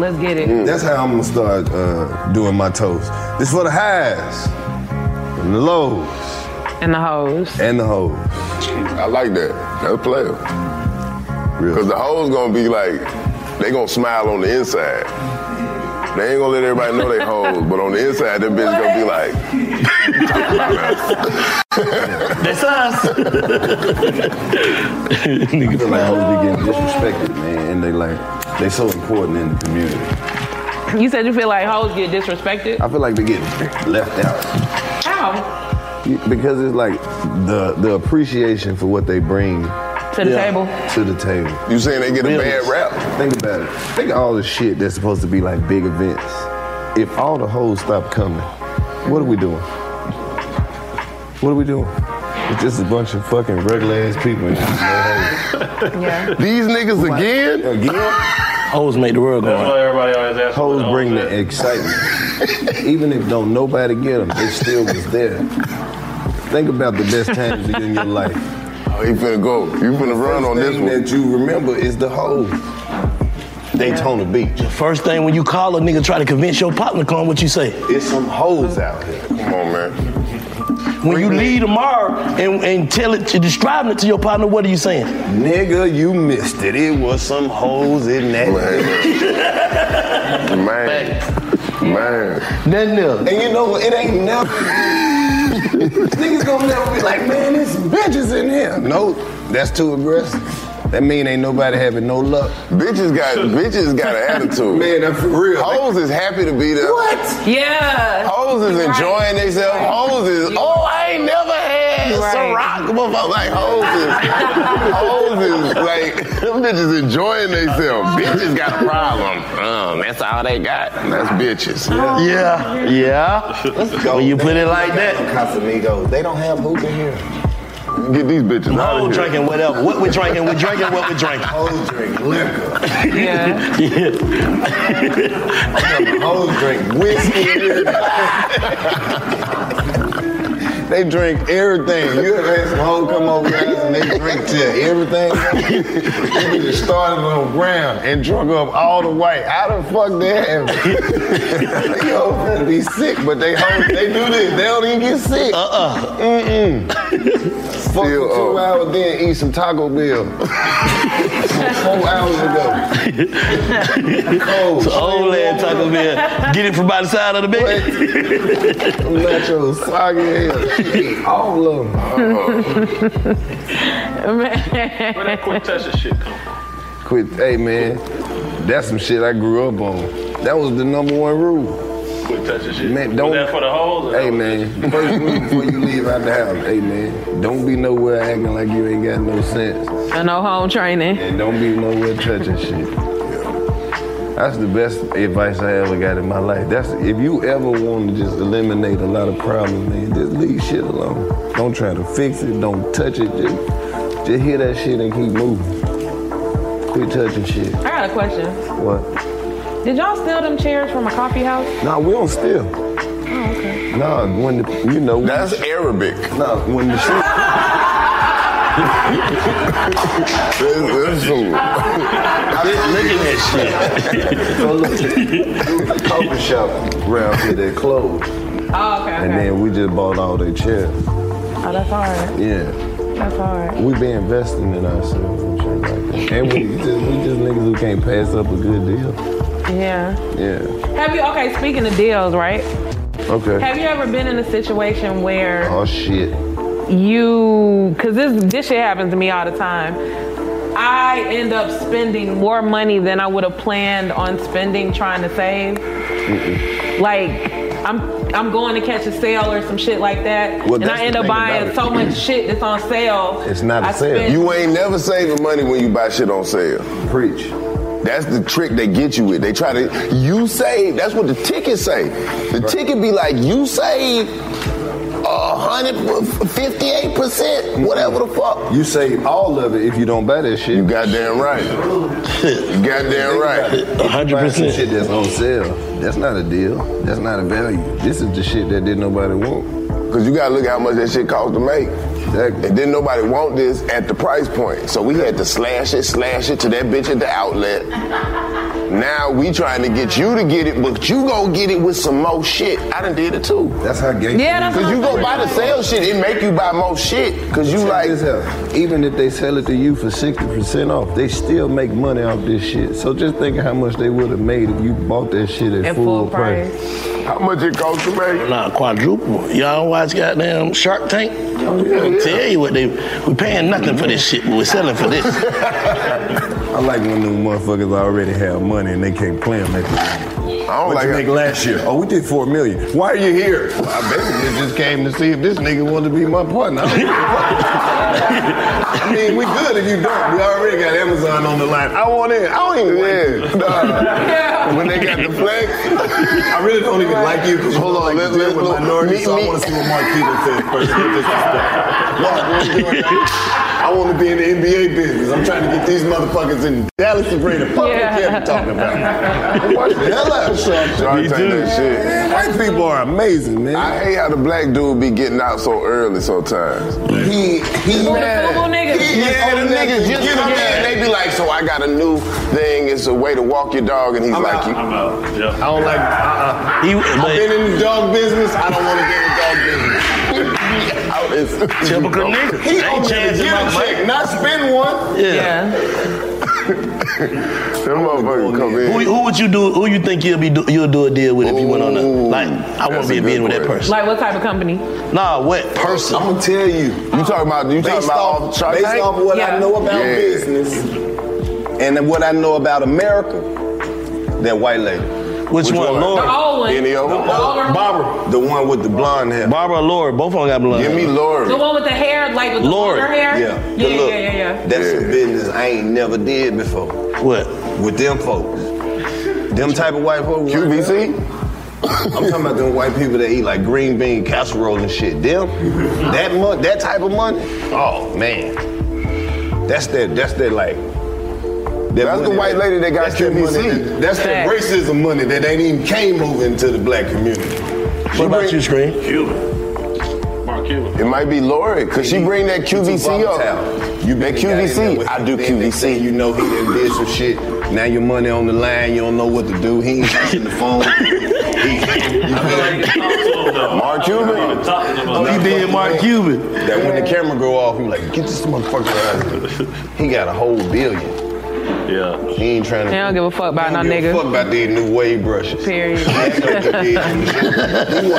Let's get it.
That's how I'm gonna start uh, doing my toast. This for the highs, and the lows,
and the hoes,
and the hoes.
I like that. That's player. Because the hoes gonna be like, they gonna smile on the inside. They ain't gonna let everybody know they hoes, but on the inside, that bitch gonna be like,
That's us.
I feel like hoes be getting disrespected, man, and they like they so important in the community.
You said you feel like hoes get disrespected.
I feel like they get left out
How?
because it's like the the appreciation for what they bring
To the table.
to the table.
You saying they get a
Really.
bad rap?
Think about it. Think of all the shit that's supposed to be like big events. If all the hoes stop coming, what are we doing? What are we doing? It's just a bunch of fucking regular ass people and just no hoes.
These niggas again?
Again?
Hoes make the world
go
That's why everybody always asks.
Hoes bring the excitement. Even if don't nobody get them, it still was there. Think about the best times in your life.
Oh, you finna go. You finna run on this one.
that you remember is the hoes. Daytona Beach.
First thing when you call a nigga, try to convince your partner to come. What you say?
It's some hoes out here.
Come on, man.
When you leave tomorrow and, and tell it to describe it to your partner, what are you saying?
Nigga, you missed it. It was some hoes in that.
Man. Man. Man.
Nothing else.
And you know what? It ain't never. Niggas gonna never be like, man, there's some bitches in here. No, that's too aggressive. That mean ain't nobody having no luck.
Bitches got bitches got an attitude.
Man, that's for real.
Hoes is happy to be there.
What?
Yeah.
Hoes is enjoying themselves. Hoes is, oh, I ain't never had
Right.
some rock. motherfucker. Like, hoes is, hoes is, like, them bitches enjoying themselves. Bitches got a problem. Um, that's all they got. That's bitches.
Yeah, yeah. When you put it like that,
Casamigos, they don't have hookah here.
Get these bitches out
hoes
of here.
drinking whatever. What we drinking, we drinking what we drinking.
Hoes drink liquor.
Yeah.
Hoes drink whiskey. they drink everything. You ever had some hoes come over here and they drink till everything? they just started on the ground and drunk up all the way. How the fuck they have? Yo, better be sick, but they hoes, they do this. They don't even get sick.
Uh-uh.
Mm-mm. Fuck
Still
for two
up.
hours, then eat some Taco Bell. Four hours ago. Cold.
So old lad Taco Bell. Get it from by the side of the bed.
Nachos, soggy hell. She ate All of them.
Uh-huh.
Where that quick touch of shit come from?
Quit. Hey, man. That's some shit I grew up on. That was the number one rule.
Quick touch of shit.
Man,
Was
don't-
that for the hoes? or
Hey,
that was
man. First rule before you leave out the house. Hey, man. Don't be nowhere acting like you ain't got no sense.
I know home training.
And don't be nowhere touching shit. That's the best advice I ever got in my life. That's if you ever want to just eliminate a lot of problems, man, just leave shit alone. Don't try to fix it. Don't touch it. Just, just hear that shit and keep moving. Quit touching shit.
I got a question.
What?
Did y'all steal them chairs from a coffee house?
Nah, we don't steal. Oh, okay. Nah, when the, you know when-
That's Arabic.
nah when the shit.
That's, that's some-
Look at that shit.
So look, it was a coffee shop around here that closed,
Oh, okay.
and then we just bought all their chairs.
oh, that's hard.
Yeah.
That's hard.
We be investing in ourselves and shit like that. And we just, we just niggas who can't pass up a good deal.
Yeah.
Yeah.
Have you okay? Speaking of deals, right?
Okay.
Have you ever been in a situation where
Oh shit.
you because this this shit happens to me all the time i end up spending more money than i would have planned on spending trying to save like I'm I'm going to catch a sale or some shit like that,
Well,
and
that's
I end
the
up
thing
buying
about
so
it.
much shit that's on sale.
It's not
a
a
I sale. spent-
You ain't never saving money when you buy shit on sale. Preach. That's the trick they get you with. They try to you save. That's what the ticket say. The ticket uh-huh. be like you save a hundred fifty-eight percent, whatever the fuck.
You save all of it if you don't buy that shit. You
goddamn right. You goddamn right.
hundred percent. Shit that's on sale. That's not a deal. That's not a value. This is the shit that didn't nobody want.
Cause you gotta look at how much that shit cost to make. And then nobody want this at the price point. So we had to slash it, slash it to that bitch at the outlet. Now we trying to get you to get it, but you gonna get it with some more shit. I done did it too. That's how gay.
Yeah, that's
Cause
what
you
I'm
go
saying.
buy the sale shit, it make you buy more shit. Cause you
Check
like
this out. even if they sell it to you for sixty percent off, they still make money off this shit. So just think how much they would have made if you bought that shit at, full, price.
How much it cost to make?
Nah, quadruple. Y'all watch goddamn Shark Tank?
Oh,
I tell you what they we paying nothing for this shit, but we're selling for this.
I like when them motherfuckers already have money and they can't plan make it.
I don't like
you
it.
make last year. Oh, we did four million. Why are you here? I basically just came to see if this nigga wanted to be my partner. I don't give a fuck. I mean, we good if you don't. We already got Amazon on the line. I want in. I don't even yeah.
When they got the flex, I
really don't even like you.
Hold on, let's let, let, minorities, so I want to see what Mark Cuban says first. I want to be in the NBA business. I'm trying to get these motherfuckers in Dallas to bring the fuck yeah. I'm talking about. Watch the hell out of Shark Tank. Me too.
Man, White people are amazing, man.
I hate how the black dude be getting out so early sometimes. He he
Fool niggas.
He- yeah, the niggas just come in and they be like, so I got a new thing. It's a way to walk your dog, and he's like, you. I'm out. I don't like. Uh-uh.
He,
I've been in the dog business. I don't want to get in the dog business. Out is-
Typical nigga.
He
Ain't
only get
changing my
a check,
mind.
not spend one. Them motherfuckers come in.
Who, who would you do? Who you think you'll be do, you'll do a deal with if you went on a like? I won't
that's
be
a
a being
good
with that
question.
person.
Like what type of company?
Nah, what person?
I'm gonna tell you. You talking about you talking
Based
about
off-
off, Shark
based
Tank?
off what I Yeah. know about
business and then what I know about America.
That white lady.
Which, one? Laura?
The old one.
Any of
The
them?
older one.
Barbara.
The one with the blonde hair.
Barbara Laura. Both of them got blonde.
Give me
The
Lori.
one with the hair, like with the
Lori.
longer hair.
Yeah.
Yeah,
Good
yeah,
look.
yeah, yeah.
That's a business I ain't never did before.
What?
With them folks. Them type of white folks.
QVC?
I'm talking about them white people that eat like green bean casserole and shit. Them, that month, that type of money. Oh man, that's that. That's that like. that
That's the
money
white
that-
lady that got
that's that money
QVC.
that- that's that
Facts.
racism money that ain't even came over into the black community.
What about you, Screen?
Cuban. Mark Cuban.
It might be Lori, cause she bring that QVC up.
You
That
been
QVC,
I do QVC. You know he done did some shit. Now your money on the line. You don't know what to do. He ain't answering the phone.
Mark Cuban.
He did Mark Cuban. That when the camera go off, he like, get this motherfucker out of here. He got a whole billion.
Yeah.
He ain't trying to.
They don't give a fuck about
He
no
don't give a
nigga.
Fuck about these new wave brushes.
Period.
He one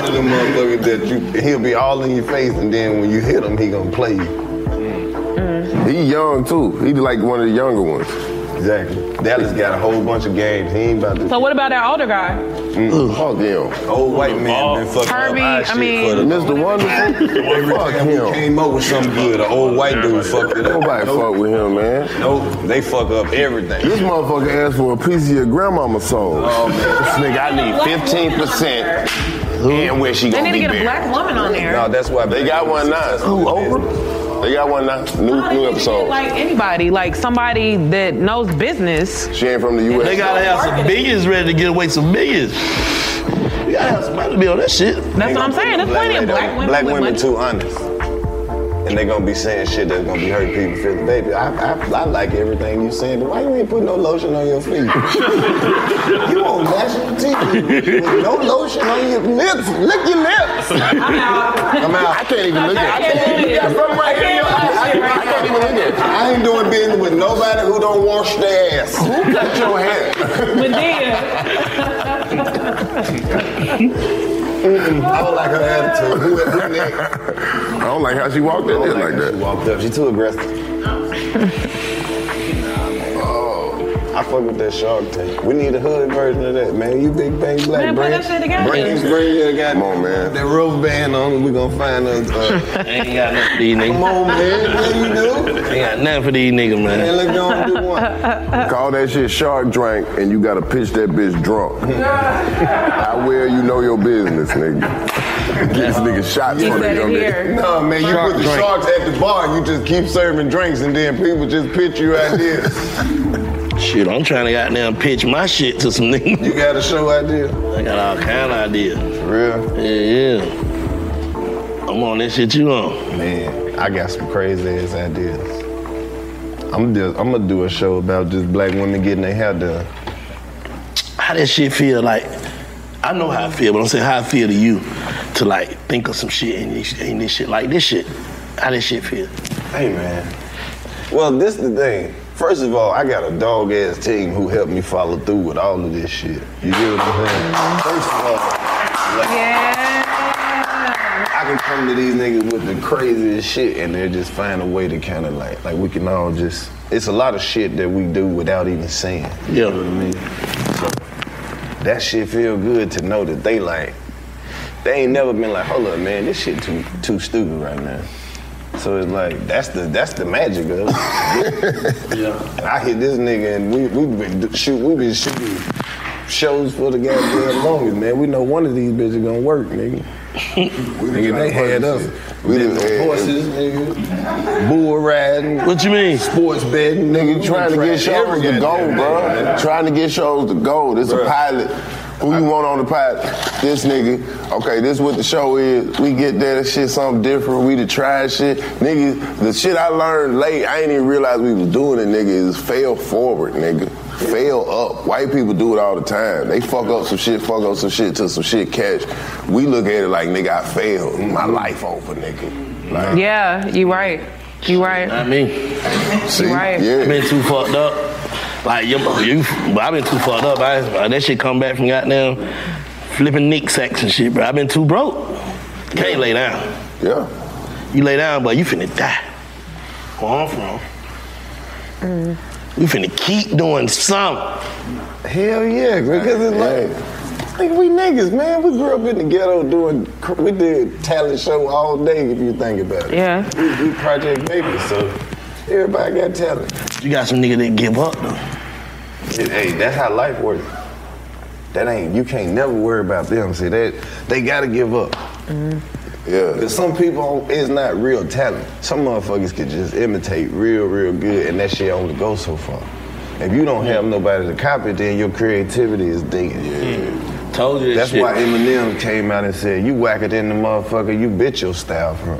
of them motherfuckers that you, he'll be all in your face, and then when you hit him, he gonna play you.
Mm-hmm.
He young too. He like one of the younger ones.
Exactly. Dallas got a whole bunch of games. He ain't about to.
So what about that older guy?
Mm, Fuck him.
Old white man been fucking
Herbie,
up our
Oh, I
shit
mean-
for the
Mr. Wonderful.
Every
fuck
time we
him.
came up with something good, an old white dude fucked it up.
Nobody fuck with him, man.
Nope, they fuck up everything. Oh,
This motherfucker asked for a piece of your grandmama's soul. This nigga, I need 15%. And where she
They need
gonna
to
be
get a
buried.
black woman on there.
No, that's why
They got one now. Who, Oprah? They got one now. New, new episode.
Like anybody, like somebody that knows business.
She ain't from the U.S.
They gotta have some billions ready to get away some millions. You gotta have somebody to be on that shit.
That's what I'm saying. There's plenty of black women.
Black
with
women
money.
too honest. And they gonna be saying shit that's gonna be hurting people's feelings. Baby, I, I, I like everything you saying, but why you ain't put no lotion on your feet? you on national TV with no lotion on your lips. Lick your lips.
I'm out.
I'm out.
I can't even look at
I can't
it.
believe
You got
it.
something right
I
here in your eye. I
can't
can't- I can't even look at it.
I ain't doing business with nobody who don't wash their ass. Who cut your hair?
Medea.
I don't like her attitude. Who is who next?
I don't like how she walked in there like
She
that.
walked up. She too aggressive.
Oh. I fuck with that Shark Tank. We need a hood version of that, man. You Big Bang Black.
Man, put
bring,
that shit together.
Bring, bring your goddamn. Come on, man. That rubber band on. We gonna find us. Uh,
ain't got nothing for these niggas.
Come on, Oh, man. What you do?
Ain't got nothing for these niggas, man.
Man, let's go and do one.
Call that shit shark drink, and you gotta pitch that bitch drunk. How well you know your business, nigga. Get this nigga shots for that young nigga.
No, man, you put the sharks at the bar and you just keep serving drinks and then people just pitch you ideas.
Shit, I'm trying to goddamn pitch my shit to some niggas.
You got a show idea?
I got all kind of ideas.
For real?
Yeah, yeah. I'm on that shit you on.
Man, I got some crazy ass ideas. I'm just, I'm gonna do a show about just black women getting their hair done.
How that shit feel like? I know how I feel, but I'm saying how I feel to you to like think of some shit and this, and this shit like this shit. How this shit feel?
Hey man. Well, this the thing. First of all, I got a dog ass team who helped me follow through with all of this shit. You get what I'm saying? First of all, like, I can come to these niggas with the craziest shit and they'll just find a way to kind of like, like we can all just, it's a lot of shit that we do without even saying.
Yeah.
You know what I mean? So that shit feel good to know that they like, they ain't never been like, hold up, man, this shit too too stupid right now. So it's like that's the that's the magic of it. And I hit this nigga, and we we've been do- shoot we've been shooting shows for the goddamn longest, man. We know one of these bitches gonna work, nigga. nigga, they had us.
We
Them
done had-
horses, nigga. Bull riding.
What you mean?
Sports betting, nigga.
Trying to get shows to go, bro. Trying to get shows to go. This a pilot. Who you want on the pilot? This nigga. Okay, this what the show is. We get there, that shit something different. We the try shit. Nigga, the shit I learned late, I ain't even realize we was doing it, nigga, is fail forward, nigga. Fail up. White people do it all the time. They fuck up some shit, fuck up some shit till some shit catch. We look at it like, nigga, I failed. Mm, My life over, nigga. Like,
Yeah, you right. You right.
Not me.
see?
right.
I
Yeah.
been too fucked up. Like you, you but I been too fucked up. I, that shit come back from goddamn flipping Nick sacks and shit, bro. I been too broke. Can't lay down.
Yeah.
You lay down, but you finna die. Where I'm from. You finna keep doing something.
Hell yeah, because it's like, nigga, we niggas, man. We grew up in the ghetto doing, cr- we did talent show all day if you think about it.
Yeah.
We, we Project Baby, so everybody got talent.
You got some nigga that give up though.
It- hey, that's how life works. That ain't, you can't never worry about them. See, that they gotta give up.
Yeah.
Mm-hmm.
Cause some people is not real talent. Some motherfuckers can just imitate real, real good, and that shit only goes so far. If you don't have nobody to copy, then your creativity is dead.
Told you that
That's
shit.
why Eminem came out and said, "You whacker than the motherfucker you bitch your style from."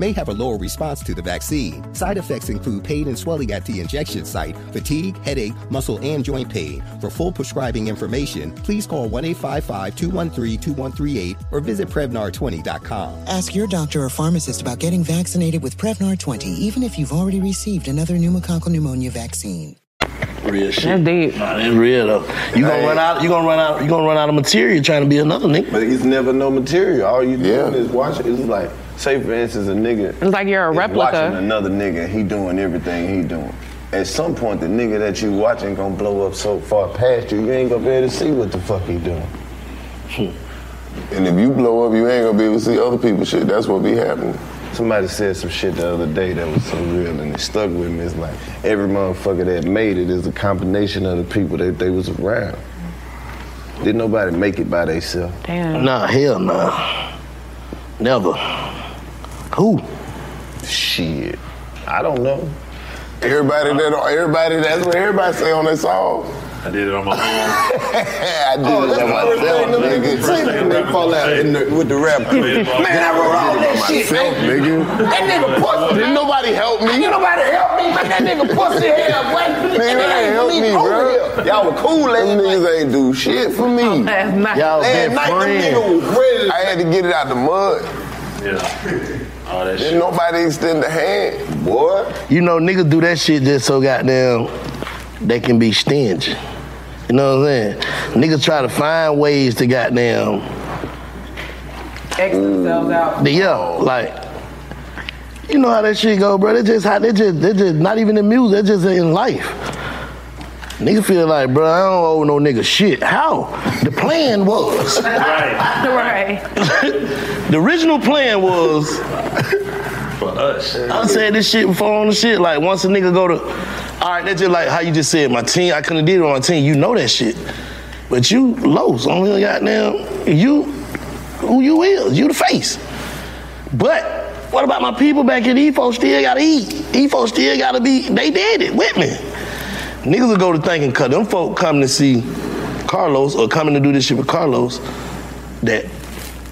may have a lower response to the vaccine. Side effects include pain and swelling at the injection site, fatigue, headache, muscle, and joint pain. For full prescribing information, please call 1 855 213 2138 or visit Prevnar20.com.
Ask your doctor or pharmacist about getting vaccinated with Prevnar 20, even if you've already received another pneumococcal pneumonia vaccine.
Real shit. That's deep. Nah, that's real though. You gonna run out. You gonna run out. You gonna run out of material trying to be another nigga.
But it's never no material. All you doing is watching. It's like, say for instance, a nigga. It's
like you're a
Watching
replica.
another nigga, he doing everything he doing. At some point, the nigga that you watching gonna blow up so far past you, you ain't gonna be able to see what the fuck he doing. Hmm.
And if you blow up, you ain't gonna be able to see other people's shit. That's what be happening.
Somebody said some shit the other day that was so real and it stuck with me. It's like every motherfucker that made it is a combination of the people that they was around. Did nobody make it by themselves?
Damn.
Nah, hell nah. Never. Who?
Shit. I don't know.
Everybody that everybody that's what everybody say on that song.
I did it on my own.
I did
Oh,
it
that's the
on my
first
cell,
thing them
nigga.
niggas say when
they fall out in the- with the rap.
Man, I wrote all that shit. Myself, nigga.
That nigga pussy.
Didn't nobody help me.
Ain't nobody help me, man. That nigga pussy hell, boy. And
Man,
it
ain't
ain't
help
me
me,
over
bro. Y'all were cool last niggas ain't do shit for me.
Last night.
Y'all
Last
been
night, them
friends.
niggas was ready.
I had to get it out the mud.
Yeah. All that
Didn't
shit.
nobody extend a hand, boy.
You know, niggas do that shit just so goddamn they can be stingy. You know what I'm saying? Niggas try to find ways to goddamn.
X themselves out.
The yeah, like you know how that shit go, bro. They just how they just they just not even in music, they just in life. Nigga feel like, bro, I don't owe no nigga shit. How? The plan was.
right.
the original plan was
For us.
I said this shit before on the shit. Like once a nigga go to, all right, that's just like how you just said my team. I couldn't deal with my team. You know that shit, but you low. So only goddamn you, who you is. You the face. But what about my people back in E4 still gotta eat? E folks still gotta be, they did it with me. Niggas will go to thinking, cause them folk coming to see Carlos or coming to do this shit with Carlos, that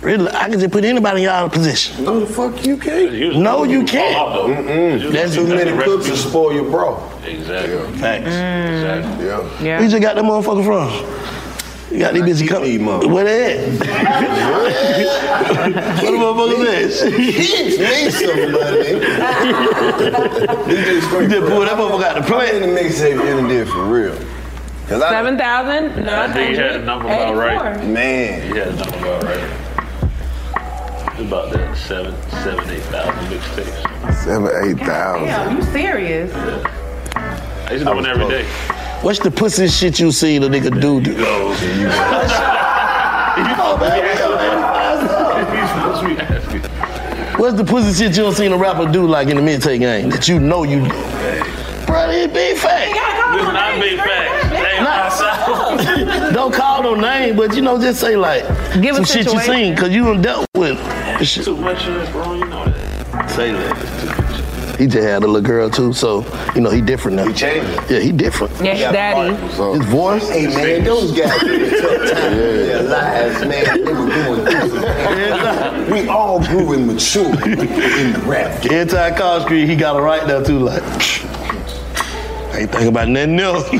really, I can just put anybody in y'all position.
No, the fuck you can't.
No, you can't.
Mm-mm.
That's
Too many cooks to spoil your bro.
Exactly.
Facts.
Exactly.
Yeah.
Where you just got that motherfucker from? You got these bitches coming. Where they at? Where the motherfuckers at?
He needs some money. you just straight.
just pulled that motherfucker out the
I'm in
plane.
the mixtape internet for real. Cause I,
Seven thousand. No,
I think you had the number about right.
man,
You had the number about right. It's About that seven, seven, eight thousand mixtapes.
Seven, eight thousand.
Damn, you serious?
I used to do one every day.
What's the pussy shit you seen a nigga do?
You go. You
Oh,
supposed to be asking.
What's the pussy shit you done seen a rapper do like in the mid take game that you know you Bro, they big fat.
This is not big facts. Hey, outside.
Don't call no name, but you know, just say like
Give a
some shit you
situation.
seen, cause you done dealt with this shit.
Too much of this wrong, you know that.
Say that. He just had a little girl too, so you know he different now.
he changed.
Yeah, he different.
Yes,
Yeah,
daddy.
His voice.
Hey man, those guys in a tough time in their lives, man. They were going through some things. We all grew and matured in the rap. game.
Every time I call Street, he got it right there too, like. I ain't thinking about nothing else.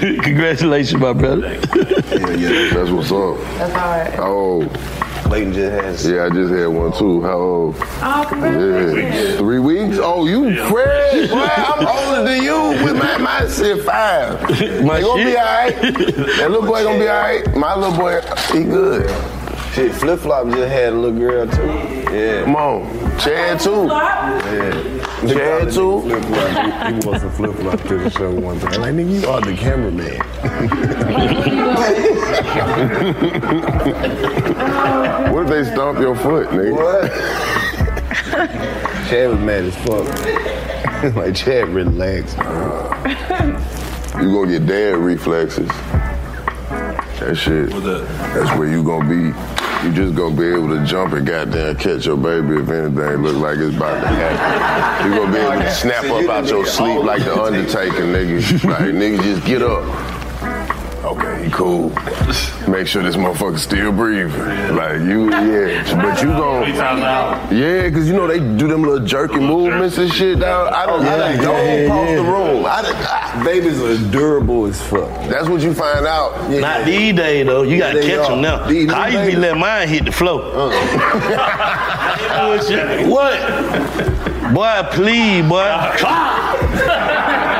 Congratulations, my brother.
Yeah, that's what's up.
That's all right.
How old?
Clayton just has
Yeah, I just had one too. How old?
Oh, congratulations.
Yeah. Three weeks? Oh, you fresh, boy. I'm older than you. With my, my shit five.
My
they gonna
shit.
be all right. That little boy gonna be all right. My little boy, he good.
shit. Flip Flop just had a little girl too. Yeah,
Come on. Chad too.
yeah.
Chad too.
Flip Flop, he, he wants a Flip Flop to the show one time. Like nigga, you are the cameraman.
What if they stomp your foot, nigga?
What? Chad was mad as fuck. like Chad, relax.
You gonna get dad reflexes. That shit.
What's that?
That's where you gonna be. You just gonna be able to jump and goddamn catch your baby if anything look like it's about to happen. You gonna be able to snap up out your sleep like the Undertaker, nigga. Like nigga, just get up.
okay, cool. Make sure this motherfucker still breathing. Like you, yeah. But you gon'
Three times out.
Yeah, cause you know they do them little jerky movements and shit. dawg. I don't, I
Yeah,
don't go
yeah,
across
yeah.
the room. I, done- I, babies are durable as fuck. That's what you find out.
Not these days though. You gotta
They are.
catch them now.
These
I
new
used to be
days.
letting mine hit the floor. what? Boy, please, boy.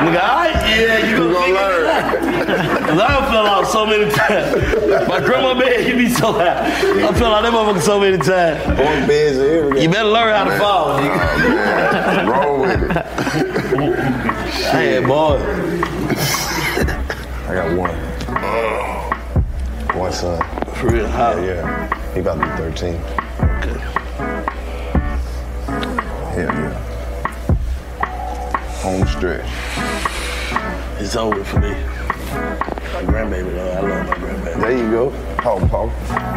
Nigga, I, yeah, you gonna, learn. Cause I fell out so many times. My grandma bed hit me so high. I fell out that motherfucker so many times. beds You better learn how to fall, nigga.
Roll with it.
I had boys.
I got one. One son. For real? How? Yeah, yeah. He about to be 13.
Hell yeah. Home stretch.
It's over for me. My grandbaby, though. I love my grandbaby.
There you go. Paw paw.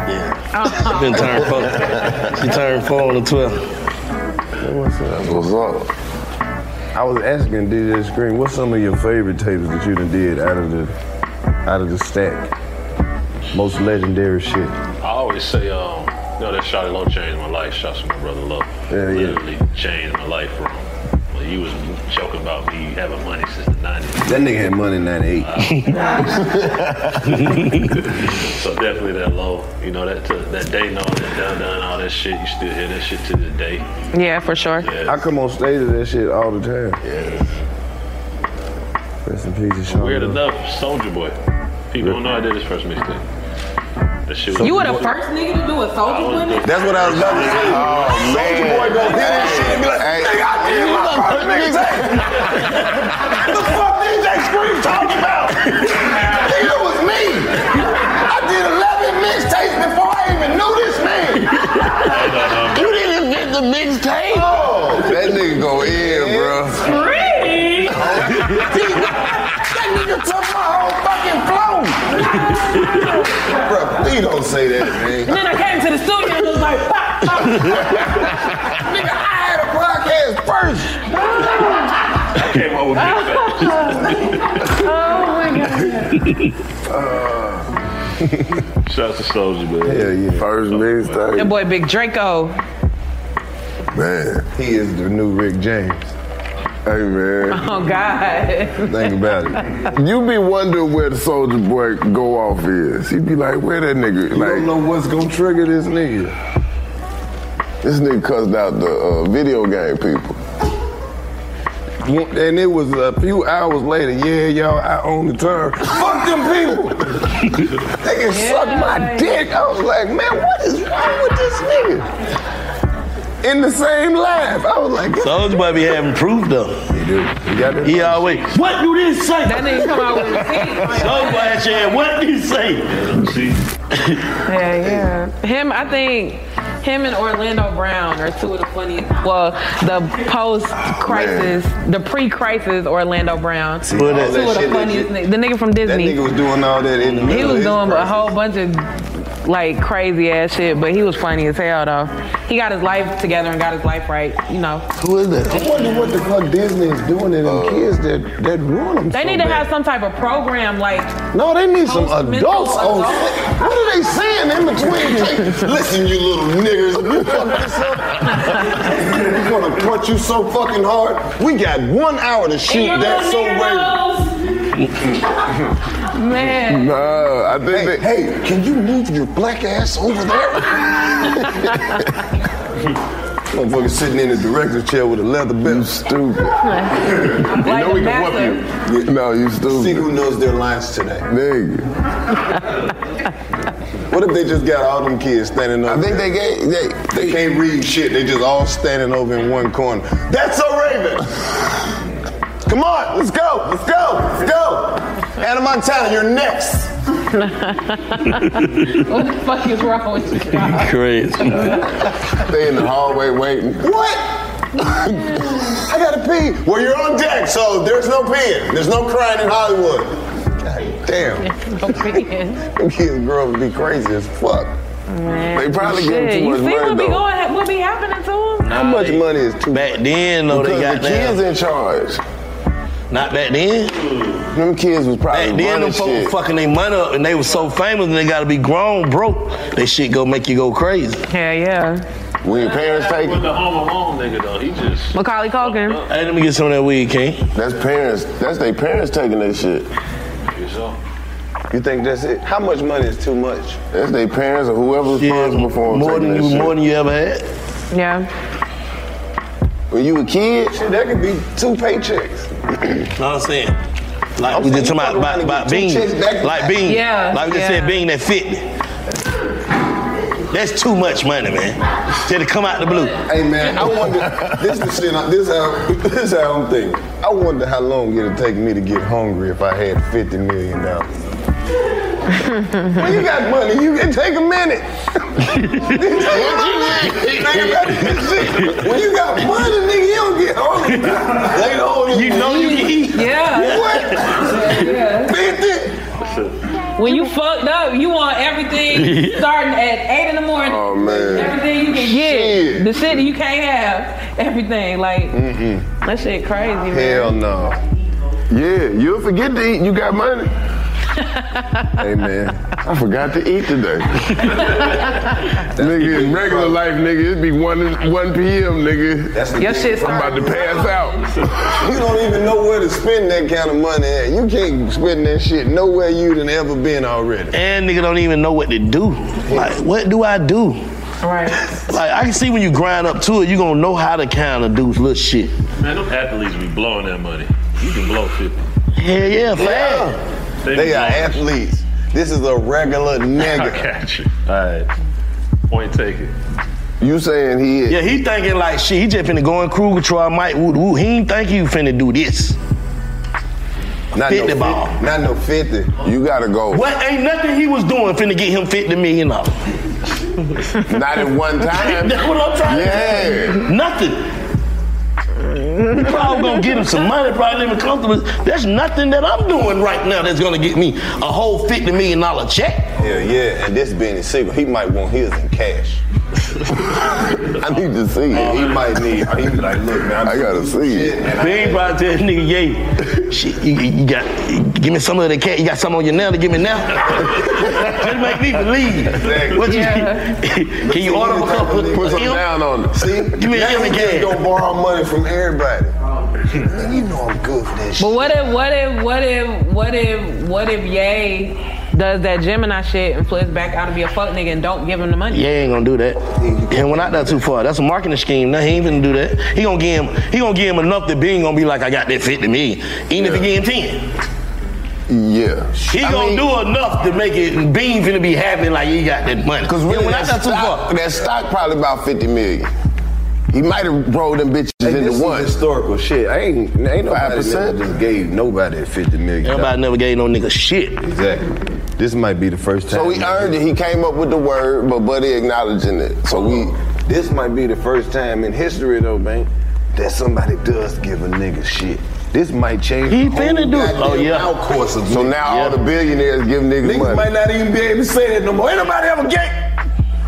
Yeah. She been turned four. She turned four on the 12th.
What's up? What's up? I was asking DJ Screen, what's some of your favorite tapes that you done did out of the out of the stack? Most legendary shit.
I always say, um, you know, that Shotty Low changed my life. Shots from my brother Love.
Yeah, yeah.
Literally changed my life from. Well, you was joking about me having money since the 90s.
That nigga had money in 98.
So definitely that low. You know, that to, that day know that down down all that shit. You still hear that shit to this day.
Yeah, for sure.
I come on stage to that shit all the time. Yeah. Rest in peace, to Sean.
Weird enough, Soldier Boy. People don't know I did his first mixtape. That shit was
You were the first nigga to do a soldier boy.
That's what I was about to say.
Oh,
man. Boy gonna hit his shit and be like,
nigga, I
did my first
the fuck DJ Scream talking about? Nigga, that was me. I did 11 mixtapes before I even knew this man. you didn't get the mixtape? Oh, that nigga go in, bro.
Scream?
that nigga took my whole fucking flow. bro, please don't say that, man.
Then I came to the studio and was like, pop, pop.
Nigga, I had a podcast first.
I came over Shout out to Soldier Boy.
Hell yeah. First mixtape.
That boy Big Draco.
Man, he is the new Rick James. Hey man,
Oh God.
think about it. You be wondering where the Soldier Boy go off is. He be like, where that nigga? You like, don't know what's gonna trigger this nigga. This nigga cussed out the uh, video game people.
And it was a few hours later, yeah, y'all, I own the turn. Fuck them people! they can suck my dick. I was like, man, what is wrong with this nigga? In the same life. I was like,
Soldier Boy be having proof though. He do. He got it. He always. What do this say? That
nigga come out with a
Soldier Boy had your head, What do you say?
Yeah, yeah. Him, I think him and Orlando Brown are two of the funniest. Well, the post-crisis, the pre-crisis Orlando Brown.
See,
two
all
of
that
the
shit that
funniest.
you-
niggas. the nigga from
that
Disney.
nigga was doing all that in the middle
he
of
was
his
doing a
crisis.
whole bunch of like crazy ass shit, but he was funny as hell though. He got his life together and got his life right, you know.
Who is that? Uh, I wonder what the fuck Disney is doing to them kids that, that ruin them
They
so
need to
bad.
have some type of program like
No, they need some
Post-mental
adults on.
adult.
What are they saying in between? takes? Listen, you little niggers, if you fuck this up, we're gonna punch you so fucking hard. We got one hour to shoot that so right.
Man.
Nah, I think
hey, hey, can you move your black ass over there? Motherfucker sitting in the director's chair with a leather belt.
stupid.
you
know we can whoop you. No, you stupid.
See who knows their lines today.
Nigga.
What if they just got all them kids standing over? I think
they gave, they,
they can't read shit. They just all standing over in one corner. That's a raven. Come on, let's go, let's go, let's go. Anna Montana, you're next.
what the fuck is wrong with you?
Crazy.
they in the hallway waiting.
What? I gotta pee. Well, you're on deck, so there's no peeing. There's no crying in Hollywood. God damn. Them kids grow up to be crazy as fuck.
Man,
They probably
shit.
getting too
you
much
see
money,
what be
though.
going, what be happening to him?
How much money is too
Back then though,
Because
they got
the
that.
kids in charge.
Not back then.
Them kids was probably
Back then,
running
them folks
shit.
fucking their money up, and they was so famous, and they gotta be grown broke. That shit go make you go crazy.
Yeah, yeah.
When your parents take
With the home alone nigga though, he just
Macaulay Culkin.
Hey, let me get some of that weed, King.
That's parents. That's their parents taking that shit.
You think that's it? How much money is too much?
That's their parents or whoever's responsible for them
more
taking
than
that
you,
shit.
more than you ever had.
Yeah.
When you a kid, shit, that could be two paychecks.
know what I'm saying? Like we just talking about, about, about
Two
Bean.
chicks back to
Like
back.
Bean.
Yeah,
Like we just
yeah.
said, Bean at 50. That's too much money, man. Said to come out the blue.
Hey man, I wonder. this the shit. I, this uh, how this how I'm thinking. I wonder how long it'd take me to get hungry if I had fifty million dollars. when you got money, you can take a minute. It take a minute. Think about this shit. when you got money, nigga, you don't get hungry. They don't
You know you can eat.
Yeah.
What? Fifty?
When you fucked up, you want everything starting at eight in the morning.
Oh man.
Everything you can get, the shit that you can't have, everything like
Mm-mm.
that shit crazy, man.
Hell no. Yeah, you'll forget to eat. You got money. hey man, I forgot to eat today. nigga, in regular life, nigga, it'd be one one p.m. Nigga,
That's the Your thing. shit
I'm about to pass out.
You don't even know where to spend that kind of money at. You can't spend that shit nowhere you done ever been already.
And nigga don't even know what to do. Like, what do I do?
Right.
Like I can see when you grind up to it, you gonna know how to kind of do little shit.
Man, them athletes be blowing that money. You can blow 50.
Hell yeah, fam.
They, are athletes. This is a regular nigga.
I got you. All right. Point taken.
You saying he is.
Yeah, he thinking like shit, he just finna go in Kruger, try Mike Wood Woo. He ain't think he finna do this.
Not
50
no
ball.
Not no 50.
You gotta go.
What ain't nothing he was doing finna get him $50 million. Not
at one time.
That's what I'm trying to
Yeah.
say. Nothing. We probably gonna get him some money, probably even comfortable. There's nothing that I'm doing right now that's gonna get me a whole $50 million check.
Yeah, yeah, and this being his secret, he might want his in cash.
I need to see it.
He might need, he be like, look, man, I'm
I gotta see it.
Big probably tell this nigga, yeah, shit, you, you- you got, you- give me some of the cat. You got some on your nail to give me now. Just make me believe. What you, can you order a couple?
Put some down on it.
See?
Give me a
now
M
he
again.
just don't borrow money from everybody. Man, you know I'm good for that shit.
But what if, what if, what if, what if, what if Ye does that Gemini shit and flips back out to be a fuck nigga and don't give him the money?
Yeah, ain't gonna do that. He went out there too far. That's a marketing scheme. No, he ain't finna do that. He gonna give him. He gonna give him enough that Bing gonna be like, I got that fit to me. Even if he give him ten,
Yeah.
he gonna do enough to make it. Bean finna be happy like he got that money.
Cause really,
He went
that,
out there too
stock,
far.
that stock probably about 50 million. He might have rolled them bitches
Hey,
into
this
one.
is historical shit. I ain't, ain't nobody
5%?
never just gave nobody fifty million.
Everybody never gave no nigga shit.
Exactly. This might be the first time.
So he earned it. He came up with the word, but Buddy acknowledging it. So we.
This might be the first time in history, though, man, that somebody does give a nigga shit. This might change.
He
the whole
finna do it.
goddamn
Oh, yeah.
Outcourse of
So
niggas.
now all
Yeah.
the billionaires give niggas,
Niggas
money.
might not even be able to say that no more. Ain't nobody ever gay.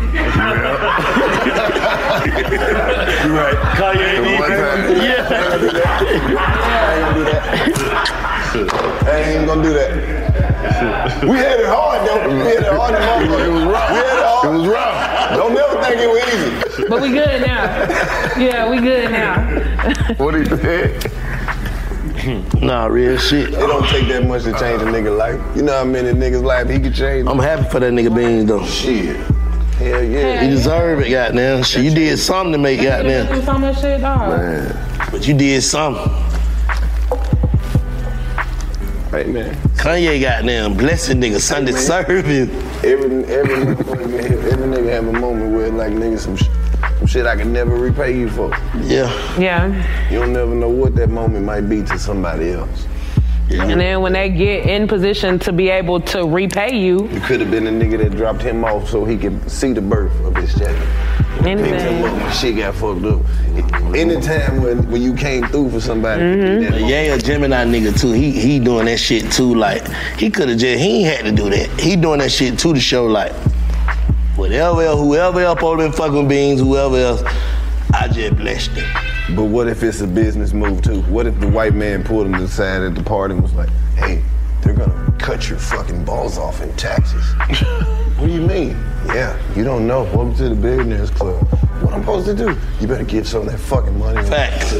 You right. Kanye
The
need
one
that.
time-
I ain't even gonna do that. We had it hard though. We had it hard, motherfucker. It was rough. We had it hard. It was rough. Don't never think it was easy.
But we good now. Yeah, we good now.
What he said?
Nah, real shit.
It don't take that much to change a nigga life. You know how many niggas life he could change.
I'm happy for that nigga Bean though.
Shit. Hell yeah.
You deserve it, goddamn. Shit, you did something to make goddamn.
Do so much shit, dog.
But you did something.
Hey man.
Kanye goddamn blessing nigga Sunday service.
Every every motherfucker, every nigga have a moment where like nigga some sh- some shit I can never repay you for.
Yeah.
Yeah.
You don't never know what that moment might be to somebody else.
And then when they get in position to be able to repay you,
You could have been the nigga that dropped him off so he could see the birth of his child. Picked him up
anything.
when shit got fucked up. Anytime when, when you came through for somebody, that moment.
Yeah, a Gemini nigga too. He he doing that shit too. Like he could have just he ain't had to do that. He doing that shit too to show like whatever else, whoever else all them fucking beans, whoever else, I just blessed them.
But what if it's a business move too? What if the white man pulled him to the side at the party and was like, hey, they're gonna cut your fucking balls off in taxes. what do you mean? Yeah, you don't know. Welcome to the Billionaires Club. What I'm supposed to do? You better give some of that fucking money.
Facts.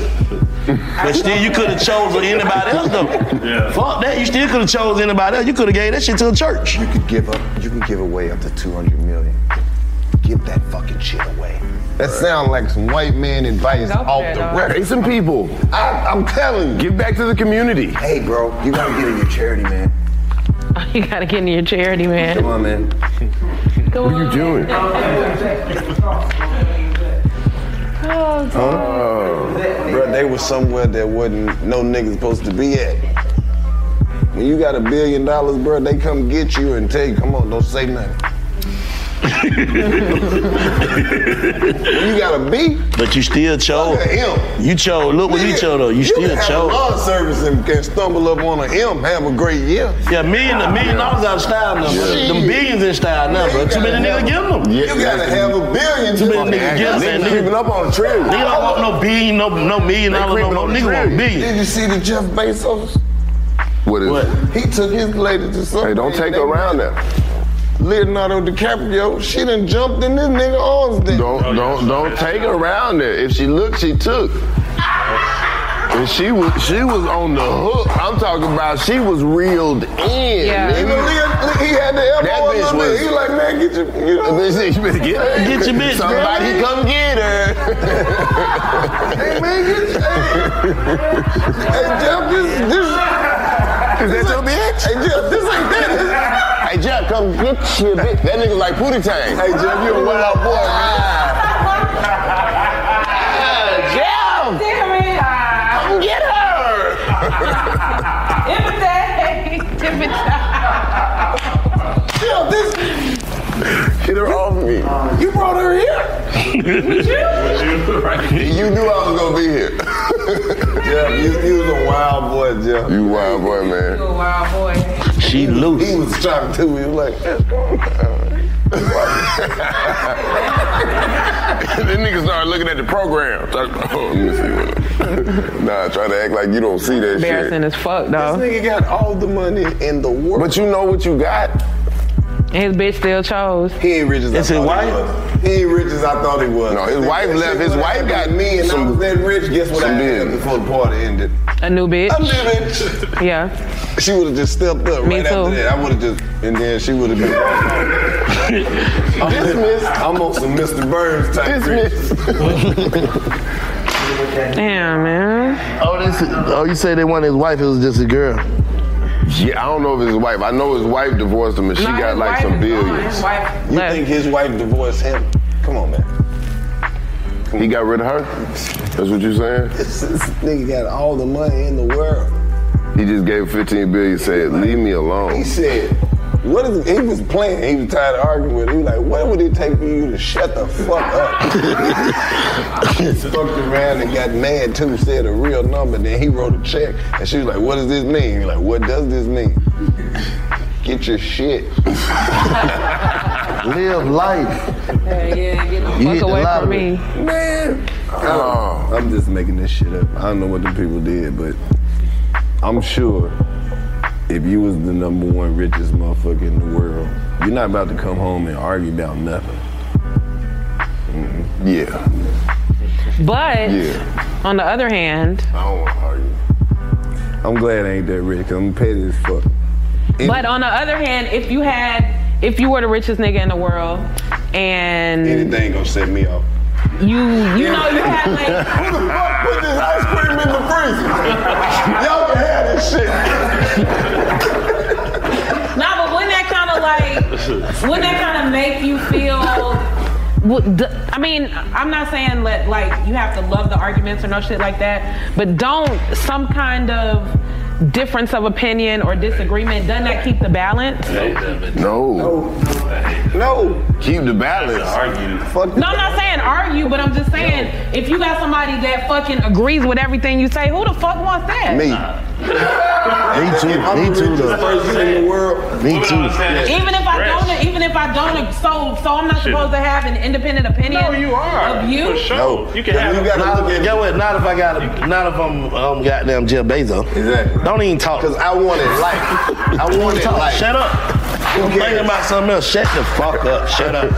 But still, you could have chosen anybody else though.
Yeah.
Fuck that. You still could have chose anybody else. You could have gave that shit to a church.
You could give up. You can give away up to 200 million. Give that fucking shit away. That sound like some white man advice off the record.
Pay some people.
I, I'm telling you.
Give back to the community.
Hey, bro, you gotta get in your charity, man.
You gotta get into your charity, man.
Come on, man.
What are you doing?
Oh,
Huh? Bro, they was somewhere that wasn't no niggas supposed to be at. When you got a billion dollars, bro, they come get you and tell you, come on, don't say nothing. you got a B?
But you still chose.
Look at him.
You chose. Look what you chose though. You, still
can have a lawn
chose.
service and can stumble up on an M, have a great year.
Yeah, million, a million dollars out of style now. bro.
Shit.
Them billions in style now, bro.
You
Too many
gotta
niggas
have-
give them.
You gotta have a billion.
Too
just-
many niggas give them.
Niggas keeping up on a trillion.
Nigga don't want no billion, no no million
They
dollars, no
creeping
no
on the
nigga want
trillion.
billion.
Did you see the Jeff Bezos?
What is it?
He took his lady to some.
Hey, don't take her around there.
Leonardo DiCaprio, she done jumped in this nigga arms then.
Oh,
Don't don't don't take her around there. If she looked, she took. And she was she was on the hook. I'm talking about she was reeled in.
Yeah.
nigga.
Even Leo- he had the elbow
That
on
bitch
her
was.
neck. He like, man, get your, you know.
Bitch, you better get her.
Get your bitch,
Somebody
man.
come get her.
hey man, get your, hey, hey Jeff, this, this.
Is that your bitch?
Hey Jeff, this ain't that.
hey Jeff, come get your bitch. That nigga like Pootie Tang.
Hey Jeff, you a wet out boy.
Jeff, come get her.
Jeff, this,
Get her off me.
you brought her here.
You knew I was gonna be here.
Jeff, you, you was a wild boy, Jeff.
You wild boy, man.
Wow, boy.
She
He
loose.
was shocked too. He was like, "That's going on."
then niggas started looking at the program. Talk about, oh, let me see what. nah, try to act like you don't see that
Embarrassing
shit.
as fuck, though.
This nigga got all the money in the world.
But you know what you got.
His bitch still chose.
He ain't rich as
That's
I
his
thought he
wife?
was. He ain't rich as I thought he was.
No, his
If
wife
that
left.
shit
His
would've
wife
happened
got
to me, and I
some-
was that rich. Guess what
some
I had
bills.
before the party ended?
A new
A
bitch.
new bitch.
Yeah.
She would have just stepped up
Me
right
too.
after that. I would have just, and then she would have been dismissed. I'm on some Mr. Burns type.
Damn, man.
Oh, this. Oh, you say they want his wife? It was just a girl.
Yeah, I don't know if his wife. I know his wife divorced him, and she
No,
got
his
like
wife
some
is gone.
billions.
His wife
You
left.
think his wife divorced him? Come on, man.
He got rid of her. That's what you saying?
This, this nigga got all the money in the world.
He just gave 15 billion. Said, "Leave me alone."
He said, "What is?" He was playing. He was tired of arguing with. Him. He was like, "What would it take for you to Mm, shut the fuck up?" he fucked around and got mad too. Said a real number. Then he wrote a check, and she was like, "What does this mean?" He like, "What does this mean?" Get your shit. Live life,
Yeah, yeah. Get the
You
fuck
hit the
away from
lottery.
me.
man. I don't- I'm just making this shit up. I don't know what the people did, but I'm sure if you was the number one richest motherfucker in the world, you're not about to come home and argue about nothing. Mm-hmm.
Yeah,
But
yeah.
on the other hand,
I don't want to argue.
I'm glad I ain't that rich, i I'm petty as fuck.
but on the other hand, if you had, if you were the richest nigga in the world, and
Anything gonna set me off.
you, you know, you had like.
Who the fuck put this ice cream in the freezer? Y'all can have this shit.
Nah, but wouldn't that kind of like, wouldn't that kind of make you feel? Would- d- I mean, I'm not saying let like you have to love the arguments or no shit like that, but don't some kind of difference of opinion or disagreement doesn't that keep the balance?
Hate that bitch.
No.
No,
Keep the balance.
Argue.
fuck
No, I'm not saying argue, but I'm just saying if you got somebody that fucking agrees with everything you say, who the fuck wants that?
me.
too. Me too.
the
Though.
first in the world.
Me too.
Even if I don't, even if I don't, so so I'm not
Shit.
supposed to have an independent opinion. No, you are of you.
No,
you gotta look at.
Get what? Not if I got. Not if I'm. Um, goddamn Jeff Bezos.
Exactly.
Don't even talk. Cause
I want it like. I want it like.
Shut up. I'm thinking about something else. Shut the fuck up. Shut up.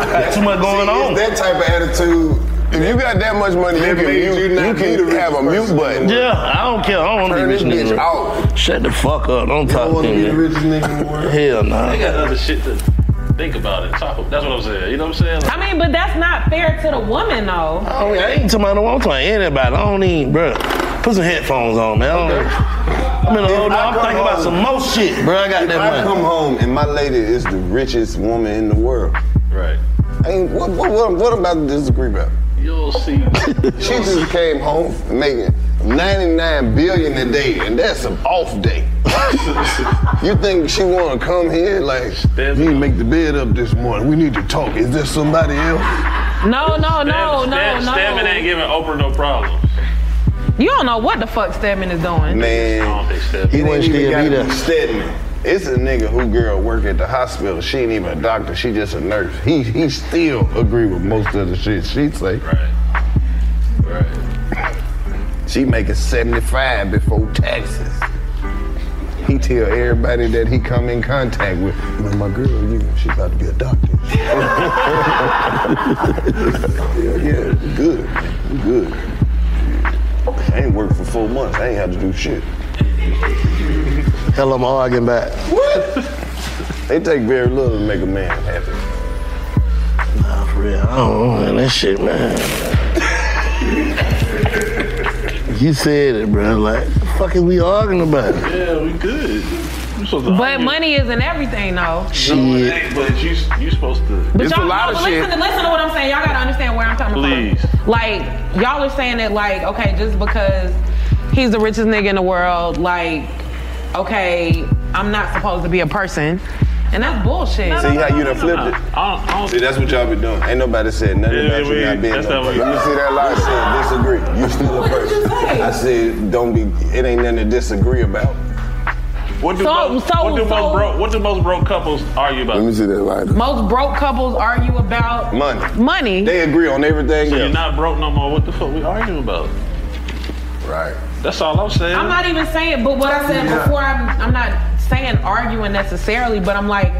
I got too much going
See,
on.
it's That type of attitude.
If you got that much money, you
That
can,
means
mute,
you
you,
not
can
the
have a mute button.
Yeah, I don't care. I don't want to
Turn
be rich
this
nigga. in the
bitch
world. Shut the fuck up. Don't talk to me. Hell nah.
They got other shit to think about and talk about. That's what I'm saying. You know what I'm saying?
I mean, but that's not fair to the woman, though.
I, mean, I ain't talking about no I'm talking to anybody. I don't need, bruh. Put some headphones on, man. I don't, I'm in a whole I'm thinking about some more shit, bro. I got
if
that
I
money.
come home and my lady is the richest woman in the world.
Right.
I ain't, what, what, what, what I'm about to disagree about?
You'll see.
she just came home making 99 billion a day, and that's an off day. you think she wanna come here like, you need to make the bed up this morning. We need to talk. Is there somebody else?
No, no, no,
Stam-
no,
Stam- Stammen ain't
no.
giving Oprah no problem.
You don't know what the fuck Stedman is doing.
Man, he wouldn't even got Stedman. It's a nigga who girl work at the hospital. She ain't even a doctor. She just a nurse. He he still agree with most of the shit she say. Right. Right. She making seventy five before taxes. He tell everybody that he come in contact with. You know my girl, you she about to be a doctor. yeah, yeah, you good, you good. I ain't worked for four months. I ain't had to do shit.
Hell, I'm arguing back.
What? they take very little to make a man happy.
Nah, for real. I don't know, man. That shit, man. you said it, bro. Like, the fuck is we arguing about?
Yeah, we good. You supposed to
But
argue.
money isn't everything, though.
No, it ain't, but you you supposed to.
But y'all, no, but listen, to, listen to what I'm saying. Y'all gotta understand where I'm coming
Please.
from. Like y'all are saying that, like, okay, just because he's the richest nigga in the world, like, okay, I'm not supposed to be a person, and that's bullshit.
see how you done flipped it? see, that's what y'all be doing. Ain't nobody said nothing
Yeah,
about you
we-
not being
that's
no
not what
person.
we-
You see that lie said disagree. You still a person. I said don't be. It ain't nothing to disagree about.
What do, most, what do most broke what do most broke couples argue about?
Let me see that lighter.
Most broke couples argue about
Money.
money.
They agree on everything.
So you're not broke no more. What the fuck we arguing about?
Right.
That's all I'm saying.
I'm not even saying, but what I said
Yeah.
before, I'm, I'm not saying arguing necessarily, but I'm like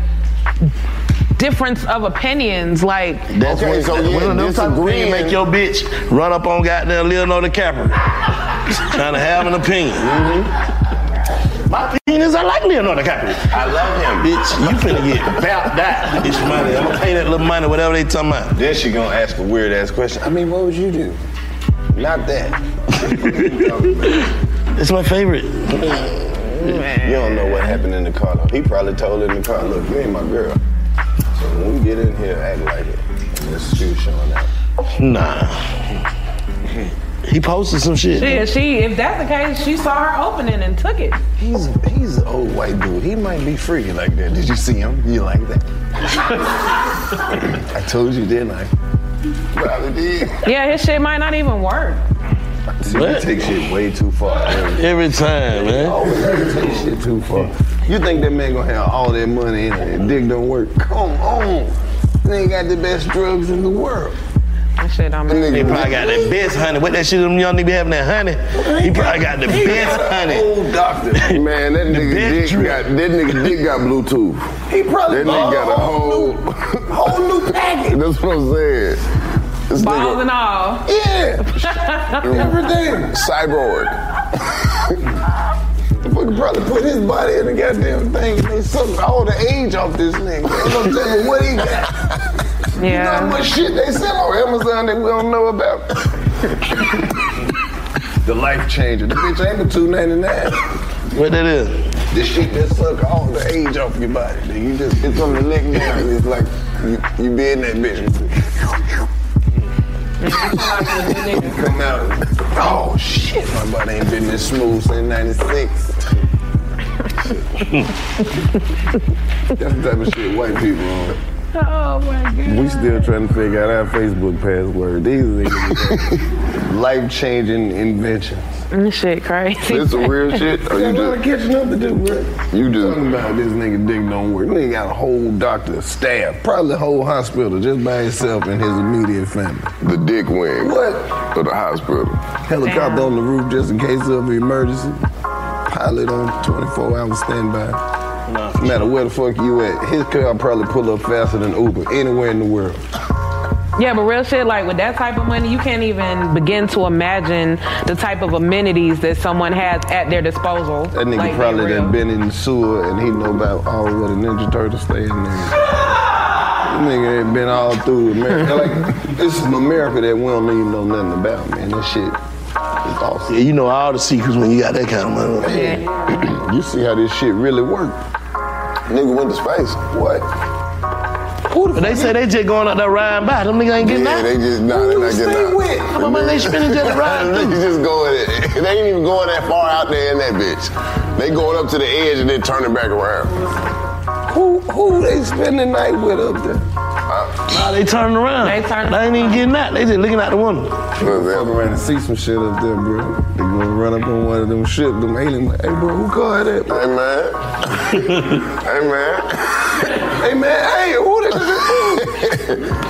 difference of opinions, like.
That's when so yeah, disagreeing make your bitch run up on goddamn Leonardo DiCaprio, trying to have an opinion. My opinions are like Leonardo DiCaprio. I
love him,
bitch. You finna get about that with this money. I'm gonna pay that little money, whatever they talking about.
Then she gonna ask a weird ass question. I mean, what would you do? Not that.
It's my favorite.
You don't know what happened in the car though. He probably told her in the car, look, you ain't my girl. So when we get in here, act like it. And this shoe showing out.
Nah. He posted some shit.
She, she, if that's the case, she saw her opening and took it.
He's he's an old white dude. He might be freaky like that. Did you see him? You like that? I told you, didn't I? Probably did.
Yeah, his shit might not even work.
See, you
What?
take shit way too far.
Every time, man.
Always take shit too far. You think that man gonna have all that money and that dick don't work? Come on. They ain't got the best drugs in the world.
That shit don't
matter.
He probably got the best honey. What that shit them young nigga be having that honey? He probably got the best honey.
Old doctor.
Man, that nigga dick got that nigga dick got Bluetooth.
He probably
that nigga
bought
got
a
a whole
whole new package.
That's what I'm saying. This
Balls
nigga-
and all.
Yeah. Everything.
Cyborg.
The fucker probably put his body in the goddamn thing and they sucked all the age off this nigga. They don't tell me what he got. You know how
Yeah.
much shit they sell on Amazon that we don't know about. the life changer. The bitch ain't the 299.
What that is?
This shit that suck all the age off your body. nigga. You just it's on the neck down. and It's like you, you be in that bitch. You come out. Oh shit, my body ain't been this smooth since '96. That's the type of shit white people on.
Oh my God.
We still trying to figure out our Facebook password. These are life changing inventions.
This shit crazy.
This some real shit. Or you
Yeah,
just
we're
catching up to do, You just talking about this nigga dick don't work. Nigga got a whole doctor staff, probably whole hospital just by himself and his immediate family. The dick wing. What? Of the hospital. Helicopter on the roof just in case of an emergency. Pilot on 24 hour standby. No matter where the fuck you at, his car probably pull up faster than Uber anywhere in the world.
Yeah, but real shit, like with that type of money, you can't even begin to imagine the type of amenities that someone has at their disposal.
That nigga
Like,
probably done been in the sewer and he know about all what a Ninja Turtle stay in there. That nigga ain't been all through America. like, this is America that we don't even know nothing about, man. That shit is awesome.
Yeah, you know all the secrets when you got that kind of money.
you see how this shit really work. Nigga went to space. What?
But they say they just going out there riding by. Them niggas ain't getting
Yeah,
out.
they just nah, they not getting out.
with? How about they spinning just riding
They
through?
just going. They ain't even going that far out there in that bitch. They going up to the edge and then turning back around. Who who they spend the night with up there?
Nah, they turning around. They turn. They ain't even getting out. They just looking out the window.
Fuck around and see some shit up there, bro. They gonna run up on one of them ship, them aliens. Like, hey, bro, who car that? Hey, man. hey, man. hey, man. Hey, who the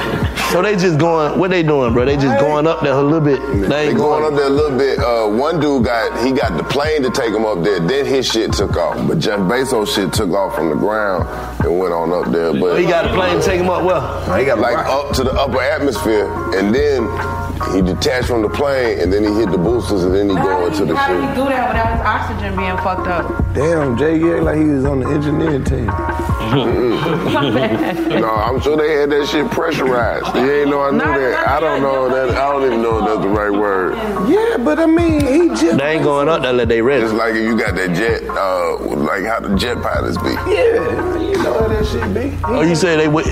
So they just going. What they doing, bro? They just going up there a little bit. They
They
ain't
going
going.
up there a little bit. Uh, one dude got he got the plane to take him up there. Then his shit took off, but Jeff Bezos shit took off from the ground and went on up there. But
He got a plane to take him up. Well,
he got like up to the upper atmosphere, and then he detached from the plane, and then he hit the boosters, and then he go into the
How do you
shit.
do that without his oxygen being fucked up?
Damn, Jay, you act like he was on the engineering team.
Mm-mm.
no,
I'm sure they had that shit pressurized. You ain't know I knew that. I don't know that. I don't even know if that's the right word.
Yeah, but I mean, he just.
They ain't going up there like they ready.
It's like if you got that jet, uh, like how the jet pilots be.
Yeah, you know how that shit be.
Oh, you say they wait.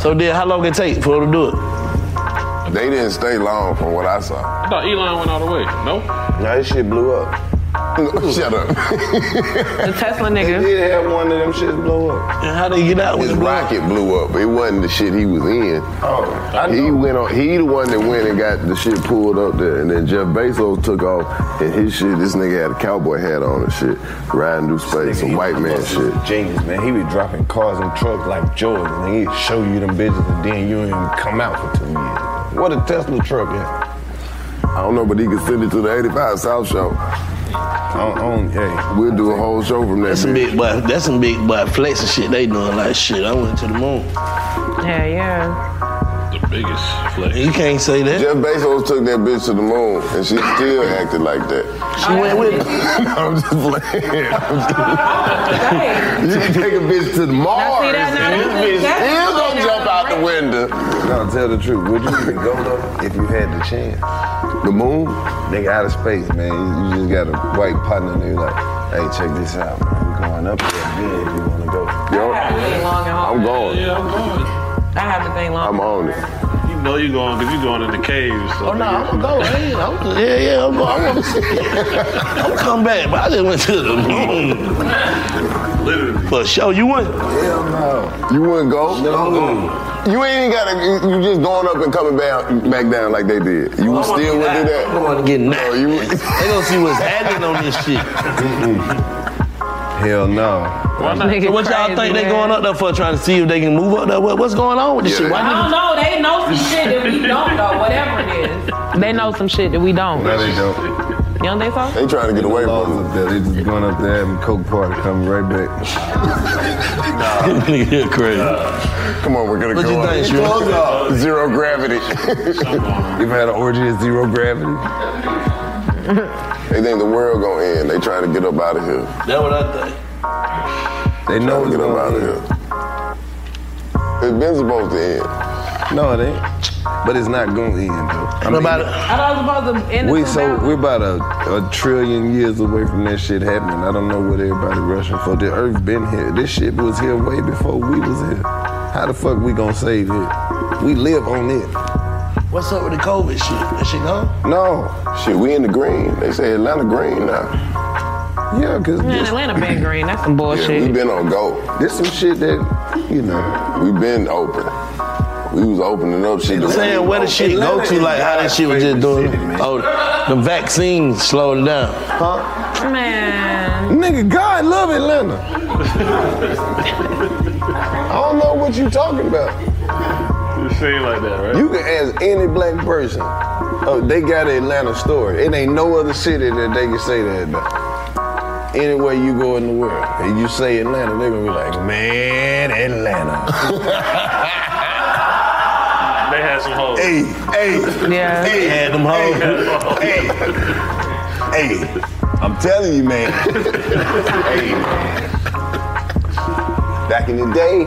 So then, how long it take for them to do it?
They didn't stay long from what I saw.
I thought Elon went all the way. No.
Nah, this shit blew up. Shut up.
the Tesla nigga.
They did have one of them shits blow up.
And how they get out?
His rocket blew up. It wasn't the shit he was in. Oh, he went on. He the one that went and got the shit pulled up there, and then Jeff Bezos took off and his shit. This nigga had a cowboy hat on and shit, riding through space, some white man shit.
Genius, man. He be dropping cars and trucks like Jordan, and he'd show you them bitches, and then you ain't even come out for two years. What a Tesla truck is.
I don't know, but he could send it to the 85 South Show.
On, hey,
we'll do a whole show from that.
That's some big boy. That's some big boy flex and shit. They doing like shit. I went to the moon.
Yeah, yeah.
The biggest flex.
You can't say that.
Jeff Bezos took that bitch to the moon, and she still acted like that.
She went with it.
I'm just playing. I'm just- you can take a bitch to the Mars.
see, that- now
and
that's-
this bitch
that's-
still gonna jump out the window.
No, tell the truth. Would you even go though if you had the chance? The moon? Nigga, out of space, man. You you just got a white partner, and you're like, hey, check this out, man. We're going up there good if you want to go.
Think long and hard.
I'm going.
Yeah, I'm going.
I have to think long.
I'm on it.
You know you going because you going in the caves. So
Oh no, I'm gonna go. Hey, I'm, yeah, yeah, I'm going. I'm gonna, I'm come back, but I just went to the moon. Literally. For sure, you went.
Hell no.
You wouldn't go? You ain't even gotta, you, you just going up and coming back, back down like they did. You
I wanna
still
get
wouldn't do that?
out. I wanna get
no, you would-
They gonna see what's happening on this shit.
Hell no.
Why
not? Nigga
So what y'all
crazy,
think they
man.
going up there for? Trying to see if they can move up there. What, what's going on with this
Yeah,
shit?
they-
Why
I
niggas
don't know. They know some shit that we don't know, whatever it is. They know some shit that we don't.
No, they don't.
You don't think so?
They trying to get away from
Laws up there. They just going up there having coke party, coming right back.
Nigga, crazy.
it. Come on, we're gonna
What
go
you
up.
think, Shrew?
Close up. Zero gravity.
You ever had an orgy at zero gravity?
they think the world gonna end. They trying to get up out of here.
That's what I think.
They know
Trying to
it's
get up
gonna
out of here.
end.
It's been supposed to end.
No, it ain't. But it's not gonna end though. I mean,
I thought it was supposed to end
we
the
so we're about a, a trillion years away from that shit happening. I don't know what everybody rushing for. The Earth been here. This shit was here way before we was here. How the fuck we gonna save it? We live on it.
What's up with the COVID shit? That shit gone?
No.
Shit, we in the green. They say Atlanta green now.
Yeah, because
Man, Atlanta been green. That's some bullshit.
we've been on go. There's some shit that you know we've been open. We was opening up shit.
I'm
that
saying
we
where the
was
shit go
open.
to, like how that shit was just doing. Oh, the vaccine slowed it down. Huh?
Man.
Nigga, God love Atlanta.
I don't know what you talking about.
It seemed like that, right?
You can ask any black person. Oh, they got an Atlanta story. It ain't no other city that they can say that about. Anywhere you go in the world, and you say Atlanta, they gonna be like, man, Atlanta.
They had some hoes.
hey, hey,
yeah.
hey,
had them hoes.
Hey, hey, hey, I'm telling you, man. hey, man. Back in the day,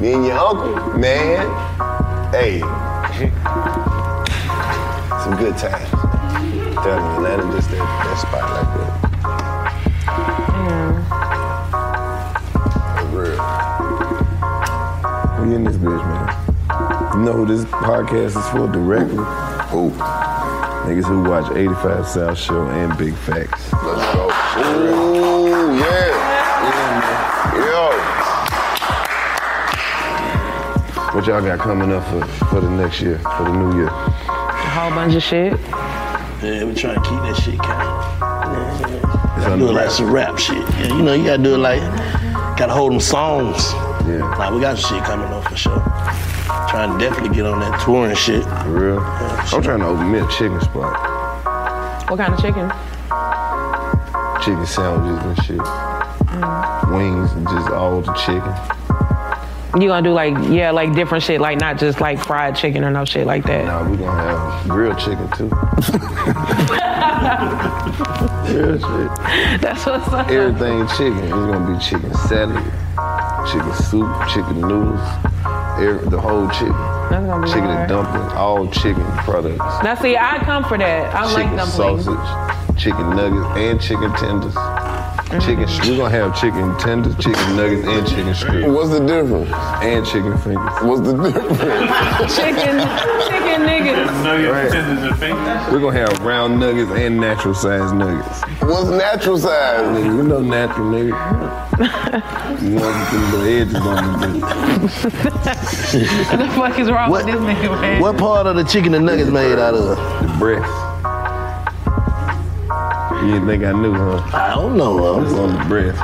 me and your uncle, man. Hey, some good times. Tell me, Atlanta just that, that spot like that. For real. We in this bitch, man. You know who this podcast is for directly? Who? Niggas who watch 85 South Show and Big Facts.
Let's go. Ooh, yeah. Yo.
What y'all got coming up for, for the next year, for the new year?
A whole bunch of shit.
Yeah, we trying to keep that shit kind of.
on
Do
the
it like
rap.
some rap shit. Yeah, you know, you gotta do it like, gotta hold them songs. Yeah. Nah, we got some shit coming up for sure. Trying to definitely get on that touring shit.
For real? I'm trying to open me a chicken spot.
What kind of chicken?
Chicken sandwiches and shit.
Mm.
Wings and just all the chicken.
You gonna do like yeah, like different shit, like not just like fried chicken or no shit like that.
Nah, we gonna have grilled chicken too. Real shit.
That's what's up.
Everything chicken. It's gonna be chicken salad, chicken soup, chicken noodles, every, the whole chicken.
That's gonna be
chicken
hard.
and dumplings, all chicken products.
Now see, I come for that. I like
chicken
them.
sausage, chicken nuggets, and chicken tenders. Chicken, we're gonna have chicken tenders, chicken nuggets, and chicken strips.
What's the difference?
And chicken fingers.
What's the difference?
Chicken, chicken niggas.
Right.
fingers.
We're gonna have round nuggets and natural size nuggets.
What's natural size?
Nigga, you know natural nigga. you want them little edges on them
what the fuck is wrong
What-
with this nigga, man?
What part of the chicken and nuggets made out of?
The breast. You didn't think I knew, huh?
I don't know.
It's
huh?
on the breast.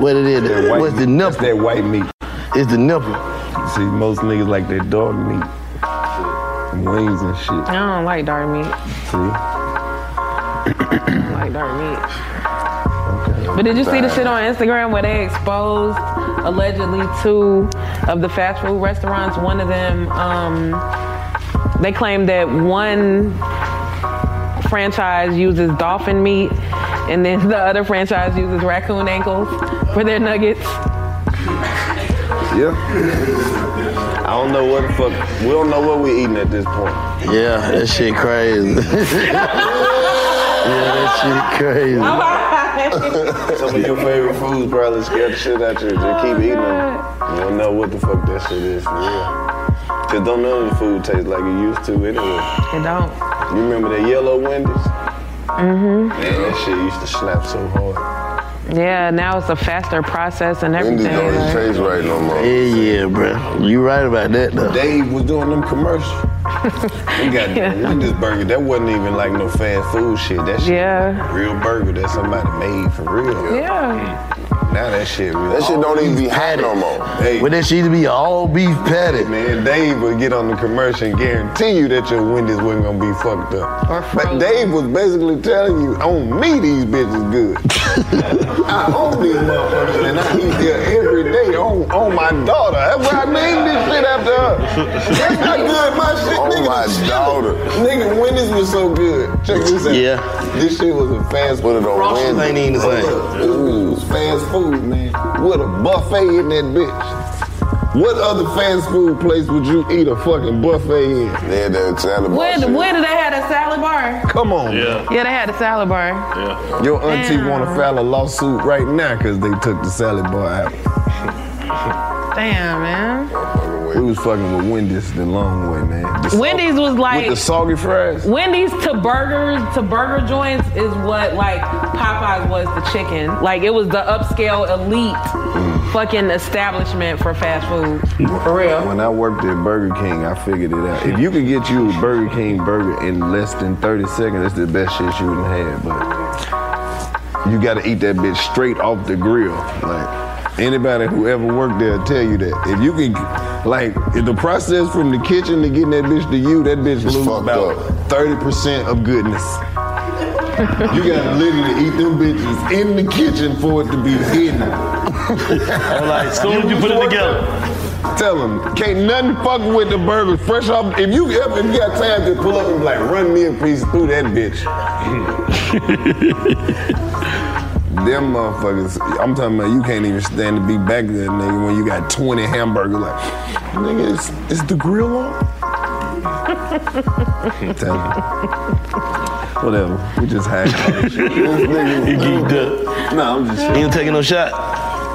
What it is?
That white
What's the
meat.
nipple?
That's that white meat.
It's the nipple.
See, most niggas like that dog meat. And wings and shit.
I don't like dark meat.
See?
I don't like dark meat. But did you see the shit on Instagram where they exposed allegedly two of the fast food restaurants? One of them, um, they claimed that one franchise uses dolphin meat, and then the other franchise uses raccoon ankles for their nuggets.
Yeah. I don't know what the fuck. We don't know what we eating at this point.
Yeah, that shit crazy. yeah, that shit crazy.
Some of your favorite foods probably scared the shit out you. Just keep eating them. You don't know what the fuck that shit is for real. Cause don't none of the food taste like it used to anyway.
It don't.
You remember that yellow Wendy's? Mm-hmm. Man, that shit used to slap so hard.
Yeah, now it's a faster process and
Indies
everything.
don't even
like-
taste right no more.
Yeah, yeah, bro. You right about that though.
Dave was doing them commercials. We got Wendy's burger. That wasn't even like no fast food shit. That shit
Yeah.
real burger that somebody made for real.
Yeah.
Now that shit real.
That shit don't even be hot no more.
Hey,
But that shit to be all beef patty.
Man, Dave would get on the commercial and guarantee you that your Wendy's wasn't gonna be fucked up.
Or
But
frozen.
Dave was basically telling you, on me these bitches good. I own these motherfuckers and I eat here every day on, on my daughter. That's why I named this shit after her. That's how good my shit,
Oh
nigga.
my daughter.
Nigga, Wendy's was so good. Check this out.
Yeah.
This shit was a fast
Put it on
Frosties
Wendy's.
ain't even the same.
Ooh, fast food, man. What a buffet in that bitch. What other fast food place would you eat a fucking buffet in?
Yeah, that salad bar
When,
shit.
when did they have a salad bar?
Come on.
Yeah,
Yeah, they had a salad bar.
yeah.
Your auntie
Damn.
want to file a lawsuit right now because they took the salad bar out.
Damn, man.
Motherfucker
way. We was fucking with Wendy's the long way, man. The
Wendy's was like
with the soggy fries.
Wendy's to burgers to burger joints is what like Popeyes was to chicken. Like it was the upscale elite
Mm.
fucking establishment for fast food. For real.
When I worked at Burger King, I figured it out. If you can get you a Burger King burger in less than 30 seconds, that's the best shit you can have. But you gotta eat that bitch straight off the grill. Like anybody who ever worked there will tell you that. If you can like if the process from the kitchen to getting that bitch to you, that bitch lose about 30% of goodness. You gotta literally eat them bitches in the kitchen for it to be hidden. like,
soon as you put it together.
Tell them, can't nothing fuck with the burger fresh off. If you ever if you got time to pull up and be like, run me a piece through that bitch. Them motherfuckers, I'm talking about you can't even stand to be back there, nigga, when you got 20 hamburgers. Like, nigga, is, is the grill on? I'm telling you. Whatever. We just had this nigga.
You geeked
up. No, I'm just.
You ain't taking no shot?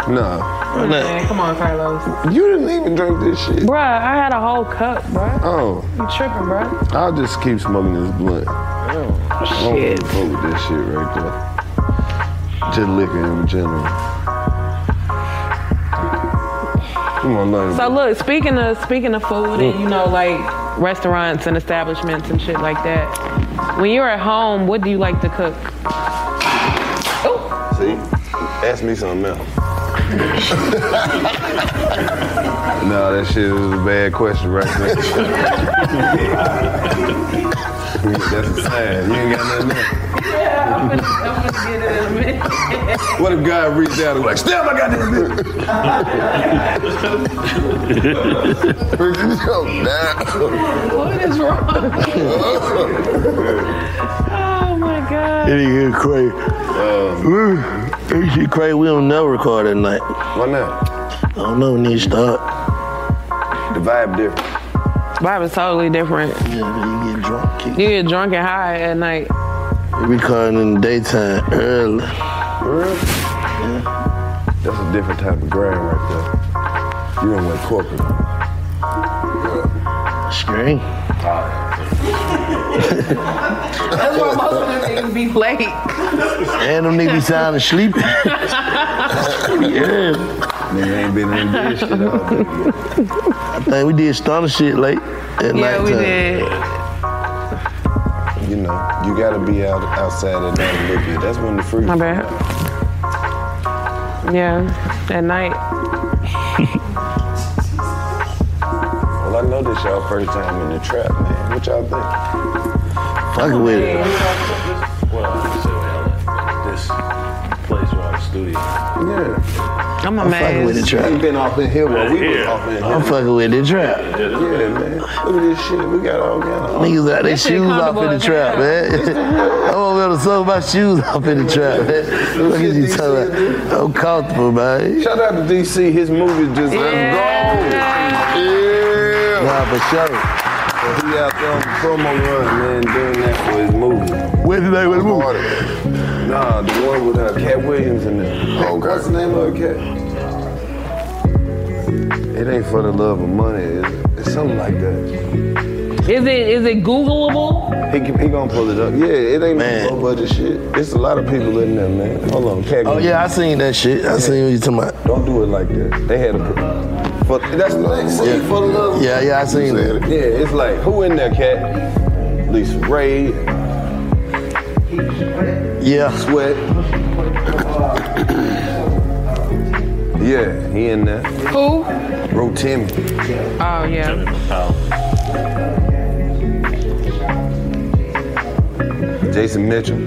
No.
Man, come on, Carlos.
You didn't even drink this shit.
Bruh, I had a whole cup, bruh.
Oh,
You tripping, bruh.
I'll just keep smoking this blunt. I
Shit.
don't Oh, fuck with this shit right there. Just liquor in general. Come on, let
So look, speaking of speaking of food
Mm.
and you know like restaurants and establishments and shit like that. When you're at home, what do you like to cook?
See? Ask me something else.
No, that shit is a bad question right there. That's a sign. You ain't got nothing there.
I'm gonna, get it in a minute.
What if God reached out and was like, Steph, I got this bitch. Yo, damn.
What is wrong? oh my god.
It ain't crazy.
Uh,
Um, crazy. We don't never record at night.
Why not?
I don't know. Need to start.
The vibe different.
Vibe is totally different.
Yeah, you get drunk.
You get drunk and high at night.
We recording in the daytime early.
That's a different type of grind right there. You done went corporate.
Screen.
That's why most of them niggas be late.
And them niggas sounding sleepy. yeah.
Nigga ain't been in this shit all day.
I think we did stunner shit late at
Yeah,
nighttime.
we did.
You know, you gotta be out outside at night a little bit. That's when the fruit.
My bad. Yeah, at night.
Well, I know this y'all first time in the trap, man. What y'all think?
Fuck with it.
Well, I said, well, this place where I'm studio.
Yeah.
I'm
I'm fucking with the
amazed.
trap.
Ain't been off in here while we was
Yeah.
off in here.
I'm fucking with the trap.
Yeah, this
Yeah, man. Look at this shit. We got all kind of.
Niggas out their
This shit
shoes off in
comfortable
the
as
trap,
hell.
man. I'm over there to sew my shoes off in the trap, man. What is you talking about? I'm comfortable, man.
Shout out to DC. His movie just
Yeah.
Yeah.
Nah, for sure.
He out there on the promo run, man, doing that for his movie.
Where's the name of the movie?
Nah, the one with uh, Cat Williams in there. Okay. What's the name of the cat? It ain't for the love of money. It's, it's something like that.
Is it is it Googleable?
He, he gonna pull it up. Yeah, it ain't
Man.
no low budget shit. It's a lot of people in there, man. Hold on, Cat.
Oh, yeah, I seen that shit. I seen what you talking about.
Don't do it like that. They had a. For, that's the thing. See,
Yeah.
for the love.
Yeah, yeah, I seen it.
Yeah, it's like who in there, Cat? Lisa Ray,
Yeah.
Sweat. yeah, he in there.
Who?
Rotem.
Oh yeah.
Jason Mitchell.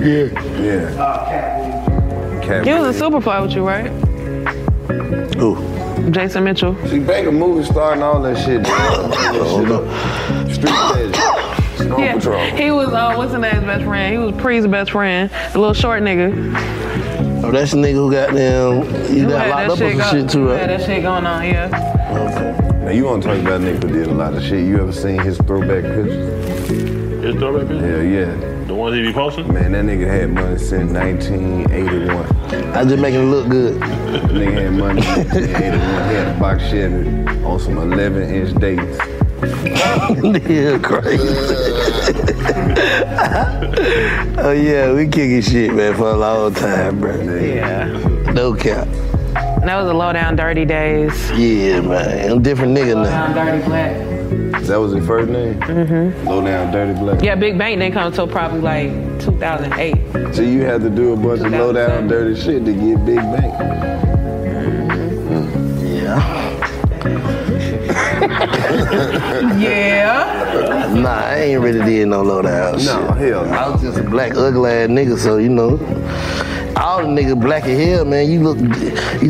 Yeah. Yeah. Cat
He was a superfly with you, right?
Who?
Jason Mitchell.
She bang a movie star and all that shit. oh, Street legend. Storm Patrol.
He was uh, what's his name's best friend? He was Pre's best friend, the little short nigga.
Oh, that's the nigga who got them. He
Who
got
had
locked up on some
go-
shit, too,
who
right?
had that shit going on, yeah.
Now you wanna talk about a nigga who did a lot of shit. You ever seen his throwback pictures?
This throwback bitch?
Yeah, yeah.
The ones he be posting?
Man, that nigga had money since 1981.
I I'm just making it look good.
Nigga had money. He had, one- he had a box Chevy on some 11 inch dates.
Nigga crazy. oh yeah, we kicking shit, man, for a long time, bro. Yeah. No cap.
That was a low down dirty days.
Yeah, man. I'm different nigga now.
Down dirty black.
That was his first name? Mm-hmm. Low down dirty black.
Yeah, Big Bang didn't come until probably like 2008.
So you had to do a bunch of low down dirty shit to get big bank.
yeah.
Nah, I ain't really did no lowdown shit.
No, hell no.
I was just a black, ugly ass nigga, so you know. All the niggas black as hell, man. You look, you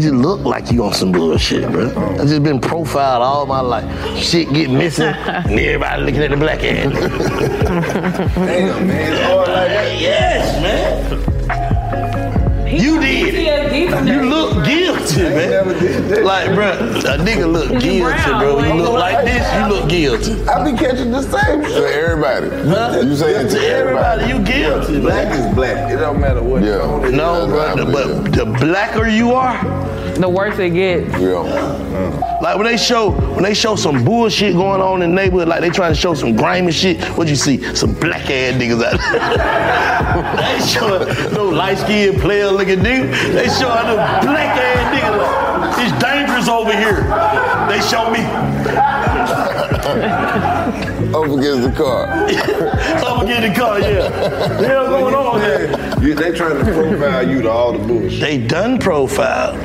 just look like you on some bullshit, bro.
Uh-huh.
I just been profiled all my life. Shit get missing, and everybody looking at the black ass. Damn, man, it's hard like that. Yes, man. You did it. You look guilty, man. Like, bro, a nigga look guilty, bro. You look like this, you look guilty.
I be catching the same shit.
To everybody. You saying to everybody.
You guilty,
Black is black. It don't matter what.
Yeah.
No, but the, but the blacker you are,
the worse it gets.
Yeah. Like when they show when they show some bullshit going on in the neighborhood, like they trying to show some grimy shit. What you see? Some black ass niggas out. there. they showing no light skinned player looking nigga. They showing the black ass niggas. like, It's dangerous over here. They show me
Up against the car.
up against the car. Yeah. The hell going on there?
You, they trying to profile you to all the bullshit.
They done profiled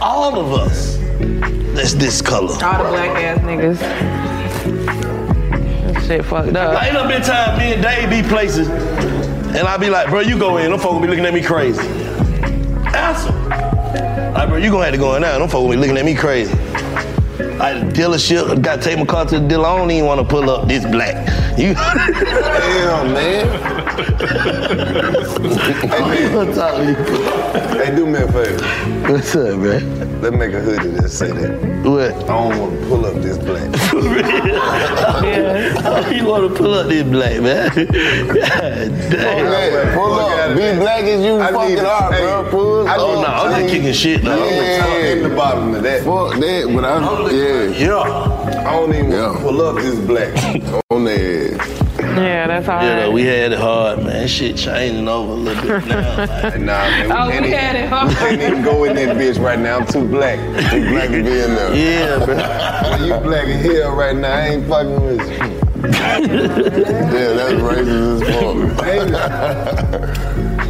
all of us. That's this color.
All the black ass niggas. That shit fucked up.
Like, ain't no been time me and Dave be places, and I be like, bro, you go in. Them folks gonna be looking at me crazy. Answer. Like, bro, you gonna have to go in now. Them folks gonna be looking at me crazy. Like, the dealership, got to take my car to the dealer. I don't even want to pull up this black. You. Damn, man.
Hey, do me a favor.
What's up, man?
Let's make a hoodie that say that.
What? I
don't want to pull up this black.
you want to pull up this black, man? God damn.
Hey, pull up. Be black as you fucking are, bro. Pull
I oh, no, I'm just kicking shit, though.
Yeah.
the bottom of that.
Fuck that, but I, yeah.
Yeah.
I don't even want
Yeah.
to pull up this black.
On the edge.
Yeah, that's all.
You know, we had it hard, man. Shit changing over a little bit now.
nah, man.
Oh, we
can't even-
had it hard.
We can't even go in that bitch right now. I'm too black.
Too black to be in there.
Yeah, bro.
you black as hell right now. I ain't fucking with you.
Yeah, that's racist as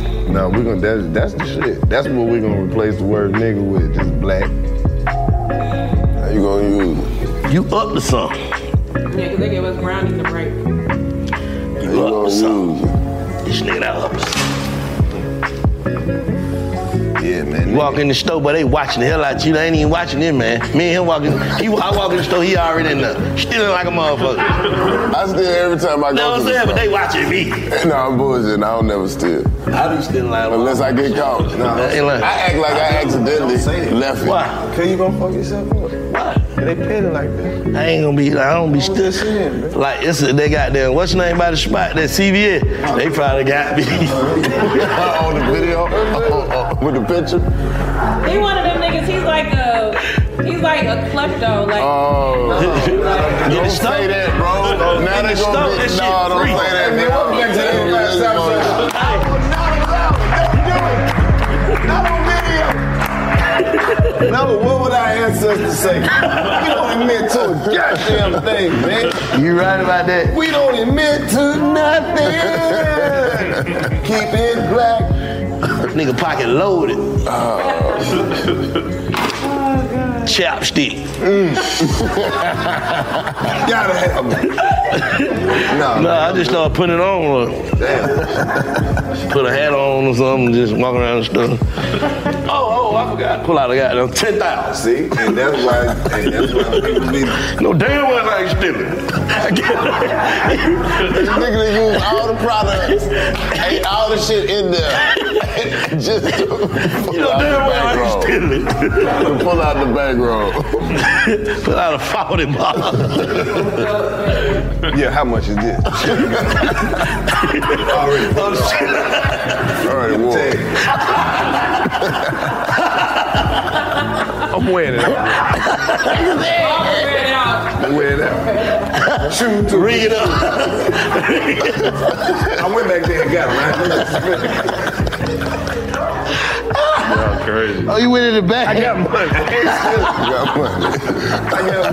fuck.
No, we gonna that's that's the shit. That's what we gonna replace the word nigga with. Just black.
How you gonna use it?
You up to something.
Yeah, 'cause they gave us brownies to break.
How you gonna use it?
This nigga that up to something.
Yeah, man.
You walk in the store, but they watching the hell out you. They ain't even watching it, man. Me and him walking. He, I walk in the store, he already in there, stealing like a motherfucker.
I steal every time I go
You know what
to the
I'm saying? But
store.
they watching me.
No, I'm bullshitting. I don't never steal.
I do stealing like a
Unless I get caught.
Nah, ain't lying.
I act like I accidentally
Don't say that.
left it.
Why?
Cause you gonna fuck yourself up.
Why?
They paid it like that.
I ain't gonna be. I don't be
I'm just
stealing.
saying, man.
Like it's a, they got them. What's your name by the spot? That CVS. They probably got me.
on the video with the picture.
He one of them niggas. He's like a, he's like a klepto. Like
Oh,
Get
don't
it stuck.
say that, bro. Now
Get
they
it
gonna
stuck.
be
That shit
nah. Don't
free.
say that.
Hey, man, I'm back to the last episode. Not on video. Now, what would our ancestors say? We don't admit to a goddamn thing, man.
You right about that?
We don't admit to nothing. Keep it black.
Nigga pocket loaded.
Oh.
Chapstick.
Mm, Gotta have it. No,
No, I just started putting it on. Like, Put a hat on or something, just walk around and stuff. Oh, oh, I forgot. Pull out a goddamn 10,000.
See, and that's why, and that's why people be. This
No damn well I ain't stealing.
Nigga, they use all the products, ain't all the shit in there, just to
You
pull
know
out the
damn well I ain't
bankroll.
stealing.
To pull out the bankroll.
Put out a 40 bottle.
Yeah, how much is this? Already.
Oh, shit.
All right, war.
I'm wearing it out. I'm wearing it out. Shoot to ring it up. I went back there and got
Y'all crazy.
Oh, you went in the back? I got money.
I
got money.
I got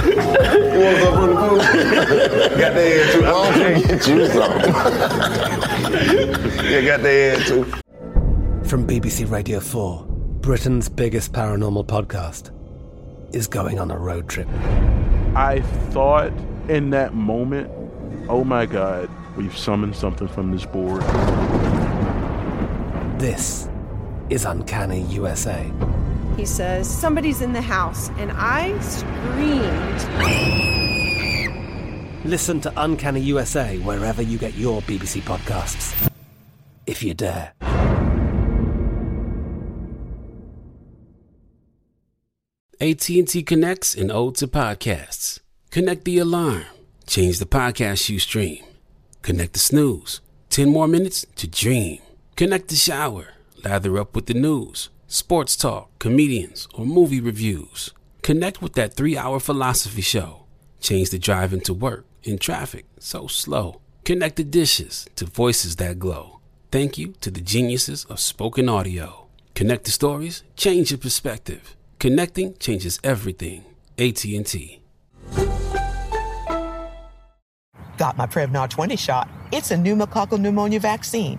money. You want some from the food? Got that ass too. I don't think
Get you something.
Yeah, got that ass too.
From BBC Radio 4, Britain's biggest paranormal podcast is going on a road trip.
I thought in that moment, oh my God, we've summoned something from this board.
This is Uncanny USA.
He says, Somebody's in the house. And I screamed.
Listen to Uncanny USA wherever you get your BBC podcasts, if you dare.
AT&T connects an ode to podcasts. Connect the alarm. Change the podcast you stream. Connect the snooze. 10 more minutes to dream. Connect the shower. Lather up with the news, sports talk, comedians, or movie reviews. Connect with that three hour philosophy show. Change the drive into work in traffic so slow. Connect the dishes to voices that glow. Thank you to the geniuses of spoken audio. Connect the stories, change your perspective. Connecting changes everything. AT&T.
Got my Prevnar 20 shot. It's a pneumococcal pneumonia vaccine.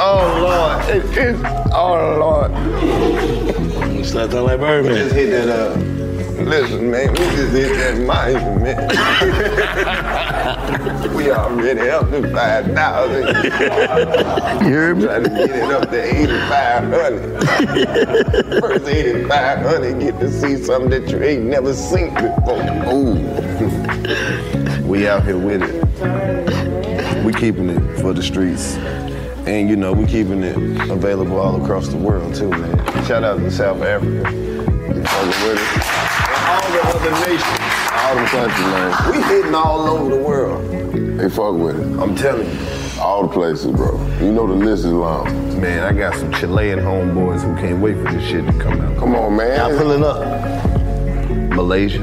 oh Lord. It is oh Lord.
Slept on like Birdman.
Just hit that up.
uh, Listen, man, we just hit that mic, man. we already up to 5,000. you hear me? Trying to get it up to 8,500. First 8,500, get to see something that you ain't never seen before. Ooh.
We out here with it. We keeping it for the streets. And you know, we keeping it available all across the world too, man. Shout out to South Africa. You fucking with us. And all the other nations.
All the country, man.
We hitting all over the world.
They fuck with it. I'm telling you. All the places, bro. You know the list is long.
Man, I got some Chilean homeboys who can't wait for this shit to come out.
Come on, man.
Y'all pulling up. Malaysia.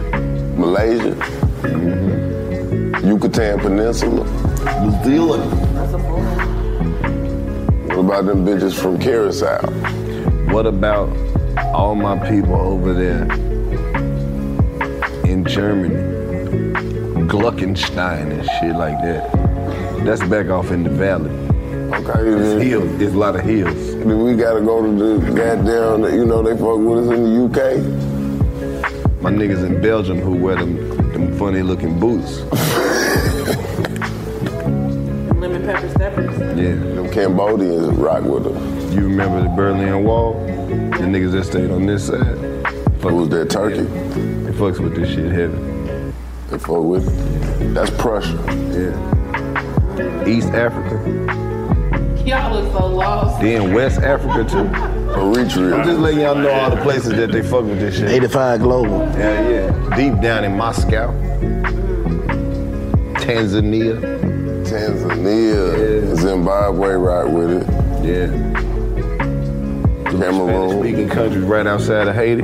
Malaysia.
Mm-hmm.
Yucatan Peninsula. New Zealand. What about them bitches from Carousel?
What about all my people over there in Germany? Gluckenstein and shit like that. That's back off in the valley.
It's hills. It's a lot of hills. We gotta go to the goddamn. You know they fuck with us in the UK.
My niggas in Belgium who wear them, them funny looking boots.
Lemon pepper steppers.
Yeah.
Them Cambodians rock with them.
You remember the Berlin Wall? The niggas that stayed on this side.
Fuck was that Turkey?
They fucks with this shit heavy.
They fuck with it. That's Prussia.
Yeah. East Africa.
Y'all look so lost.
Then West Africa too.
Eritrea.
I'm just letting y'all know all the places that they fuck with this shit.
85 Global.
Yeah, yeah. Deep down in Moscow. Tanzania.
Tanzania. Zimbabwe rock with it.
Yeah.
Cameroon.
Speaking countries right outside of Haiti.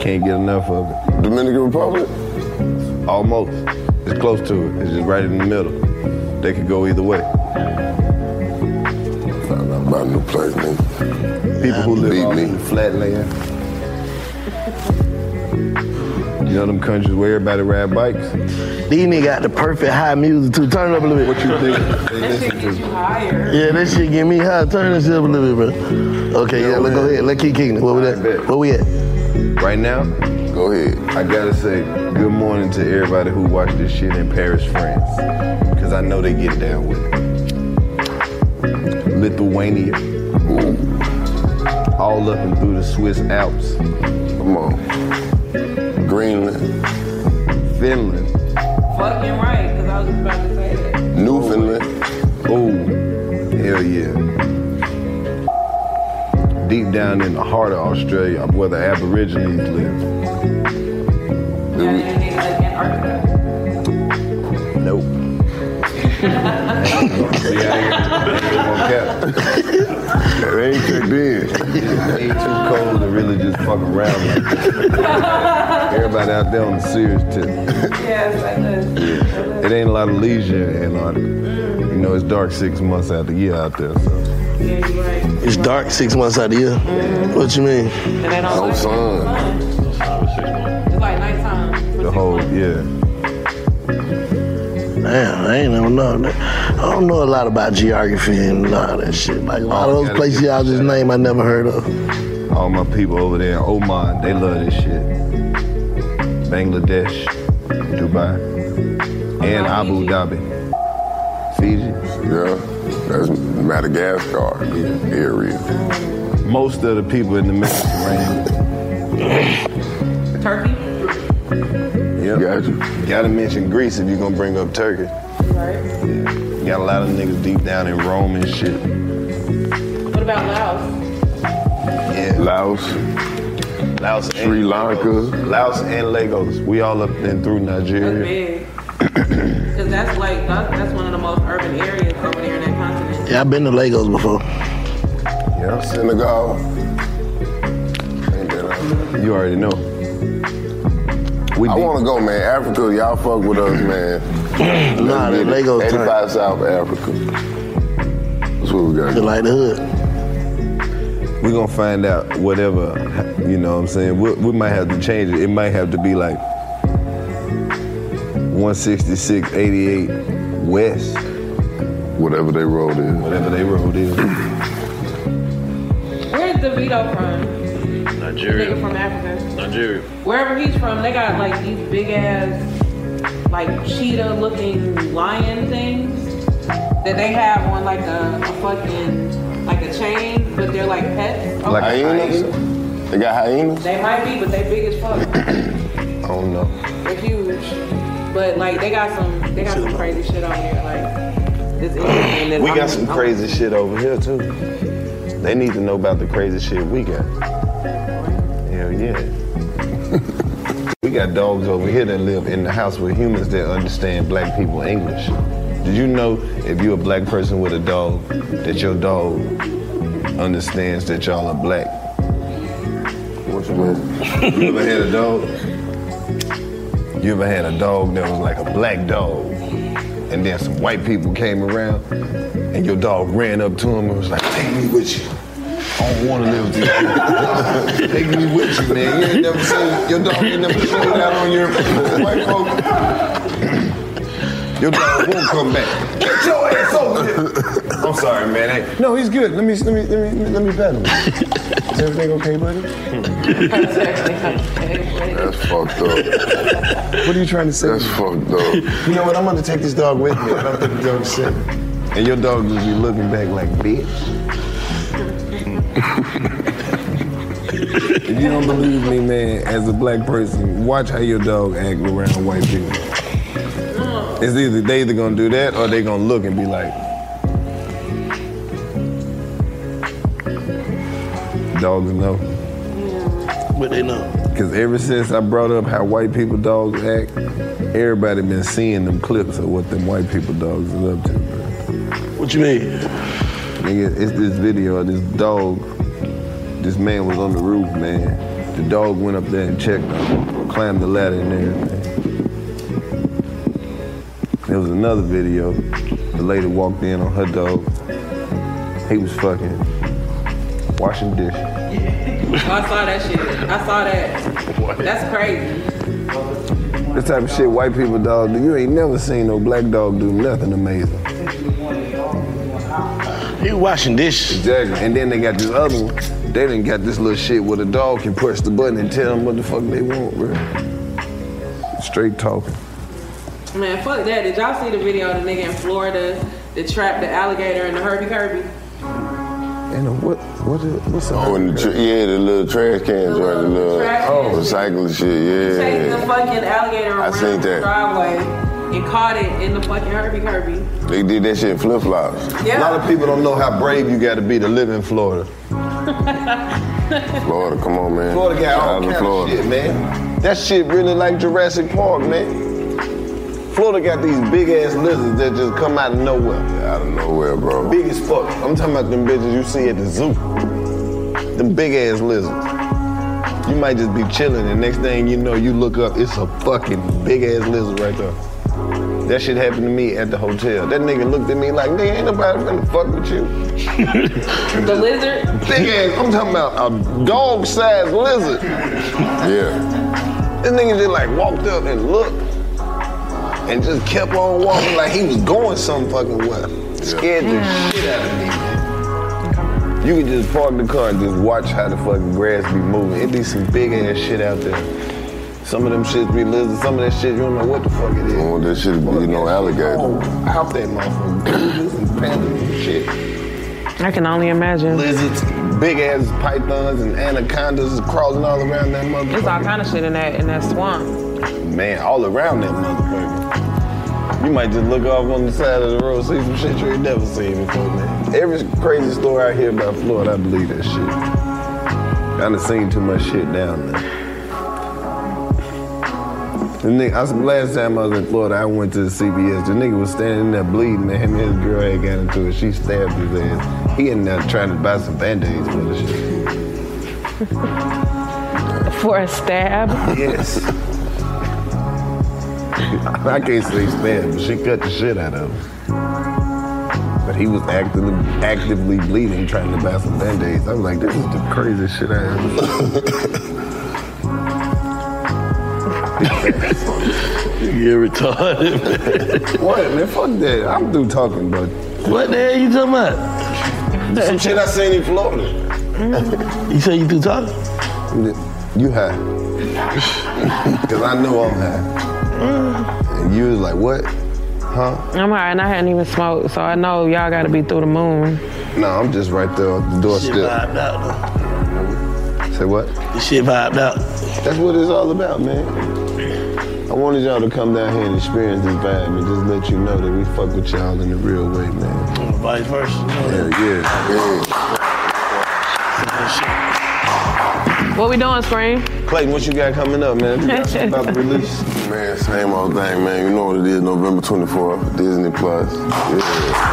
Can't get enough of it.
Dominican Republic?
Almost. It's close to it. It's just right in the middle. They could go either way.
Found out about a new place, nigga.
People who live
Beat
off
me.
in the flatland. You know them countries where everybody ride bikes?
These niggas got the perfect high music too. Turn it up a little bit.
What you think? They
That shit
listen to
Yeah, that shit get me high. Turn this shit up a little bit, bro. Okay, yeah, let's go ahead. Let's keep kicking it. Where we at? Where we at?
Right now,
go ahead.
I gotta say good morning to everybody who watched this shit in Paris, France, because I know they get down with it. Lithuania, all up and through the Swiss Alps.
Come on, Greenland,
Finland,
Fucking right, because I was just about to say that.
Newfoundland.
Oh, hell yeah. Deep down in the heart of Australia, where the Aborigines live. Nope.
That ain't kicked
in. Ain't too cold to really just fuck around. Like that. Everybody out there on the serious tip.
Yes, I did.
It ain't a lot of leisure in Antarctica. You know, it's dark six months out of the year out there, so.
It's dark six months out of the year. What you mean?
they don't
No
like
sun.
It's like nighttime.
The whole, yeah.
Damn, I ain't never know. that. I don't know a lot about geography and a lot of that shit. Like a lot of those places y'all just name I never heard of.
All my people over there in Oman, they love this shit. Bangladesh, Dubai, and Abu Dhabi. Fiji.
Yeah, that's Madagascar area.
Most of the people in the Mediterranean.
Turkey.
Yep. Got you. Gotta mention Greece if you're gonna bring up Turkey. Yeah. Got a lot of niggas deep down in Rome and shit.
What about Laos?
Yeah. Laos. Laos Sri Lanka. Laos and Lagos. We all up and through
That's
Nigeria.
big. Because that's like, that's, that's one of the most urban areas over there in that continent.
Yeah, I've been to Lagos before.
Yeah.
Senegal. Ain't that out.
You already know.
I want to go, man. Africa, y'all fuck with us, man.
Nah,
Let's
that
get it.
Lagos turn.
85 South Africa. That's what we got.
Feel like the hood.
We're gonna find out whatever, you know what I'm saying? We, we might have to change it. It might have to be like 166, 88 West.
Whatever they roll is.
Whatever they roll is.
Where's DeVito from?
Nigeria.
Nigga from Africa.
Nigeria.
Wherever he's from, they got like these big ass, like cheetah looking lion things that they have on like a, a fucking, like a chain, but they're like pets.
Like hyenas? They got hyenas?
They might be, but they big as fuck.
I don't know.
They're huge. But like they got some, they got some crazy shit on here. Like this Indian that
We
I'm-
got some
I'm-
crazy shit over here too. They need to know about the crazy shit we got. Hell yeah. we got dogs over here that live in the house with humans that understand black people English. Did you know if you're a black person with a dog, that your dog understands that y'all are black? What you mean? You ever had a dog? You ever had a dog that was like a black dog? And then some white people came around and your dog ran up to him and was like, take me with you. I don't want to live with you. Take me with you, man. You ain't never seen, your dog ain't never showed out on your white folk. Your dog won't come back. Get your ass over here. I'm sorry, man. Hey, No, he's good. Let me let me let me let me pet him. Is everything okay, buddy?
That's fucked up.
What are you trying to say? That's
fucked up.
You know what? I'm gonna take this dog with me. and I'm gonna dog sit. And your dog just be looking back like, bitch. if you don't believe me, man, as a black person, watch how your dog act around white people. It's either they either gonna do that or they gonna look and be like, dogs know.
But they know.
Cause ever since I brought up how white people dogs act, everybody been seeing them clips of what them white people dogs is up to.
What you mean?
Nigga, it's this video of this dog. This man was on the roof, man. The dog went up there and checked on him, climbed the ladder and everything. There was another video. The lady walked in on her dog. He was fucking washing dishes.
I saw that shit. I saw that. That's crazy.
This type of shit white people dog do. You ain't never seen no black dog do nothing amazing.
He washing dishes.
Exactly. And then they got this other one. They done got this little shit where the dog can push the button and tell them what the fuck they want, bro. Straight talking.
Man, fuck that. Did y'all see the video of the nigga in Florida that trapped the alligator in the Herbie Kirby?
And uh, what what is, what's up?
Oh, and the tr- yeah, the little trash cans, right? The little oh. recycling shit,
Chased the
yeah.
fucking alligator
I
around
seen
the
that.
driveway and caught it in the fucking Herbie Kirby.
They did that shit in flip flops.
Yeah.
A lot of people don't know how brave you got to be to live in Florida.
Florida, come on, man.
Florida got
Shout out
all
to
kinds
Florida.
of shit, man. That shit really like Jurassic Park, man. Florida got these big ass lizards that just come out of nowhere.
Out of nowhere, bro.
Big as fuck. I'm talking about them bitches you see at the zoo. Them big ass lizards. You might just be chilling, and next thing you know, you look up, it's a fucking big ass lizard right there. That shit happened to me at the hotel. That nigga looked at me like, nigga, ain't nobody finna fuck with you.
the lizard?
Big ass, I'm talking about a dog sized lizard.
Yeah.
This nigga just like walked up and looked and just kept on walking like he was going some fucking way. Scared the shit out of me, man. You can just park the car and just watch how the fucking grass be moving. It be some big ass shit out there. Some of them shits be lizards, some of that shit you don't know what the fuck it is.
Well, that shit be no alligator.
Out that motherfucker. Lizards and pandas and shit.
I can only imagine.
Lizards, big ass pythons and anacondas is crawling all around that motherfucker.
There's all kind of shit in that in that swamp.
Man, all around that motherfucker. You might just look off on the side of the road, see some shit you ain't never seen before, man. Every crazy story I hear about Florida, I believe that shit. I done seen too much shit down there. The nigga, I, was- last time I was in Florida, I went to the CBS. The nigga was standing there bleeding, and him and his girl had got into it. She stabbed his ass. He in there trying to buy some band-aids for the shit.
For a stab?
Yes. I can't say stabbed, but she cut the shit out of him. But he was actively, actively bleeding, trying to buy some band-aids. I was like, this is the craziest shit I
You get retarded,
ever. what, man? Fuck that. I'm through talking, but
What the hell you talking about?
some shit I seen in Florida.
You say you do talking?
You high? Cause I know I'm high. And you was like, what? Huh?
I'm alright, and I hadn't even smoked, so I know y'all gotta be through the moon.
No, I'm just right there on the
Shit
doorstep.
vibed out.
Say what?
This shit vibed out.
That's what it's all about, man. I wanted y'all to come down here and experience this vibe and just let you know that we fuck with y'all in the real way, man.
Vice versa. you know
Yeah,
that.
yeah, yeah.
What we doing, Scream?
Clayton, what you got coming up, man? You got something about to release?
Man, same old thing, man. You know what it is, November 24th, Disney Plus. Yeah.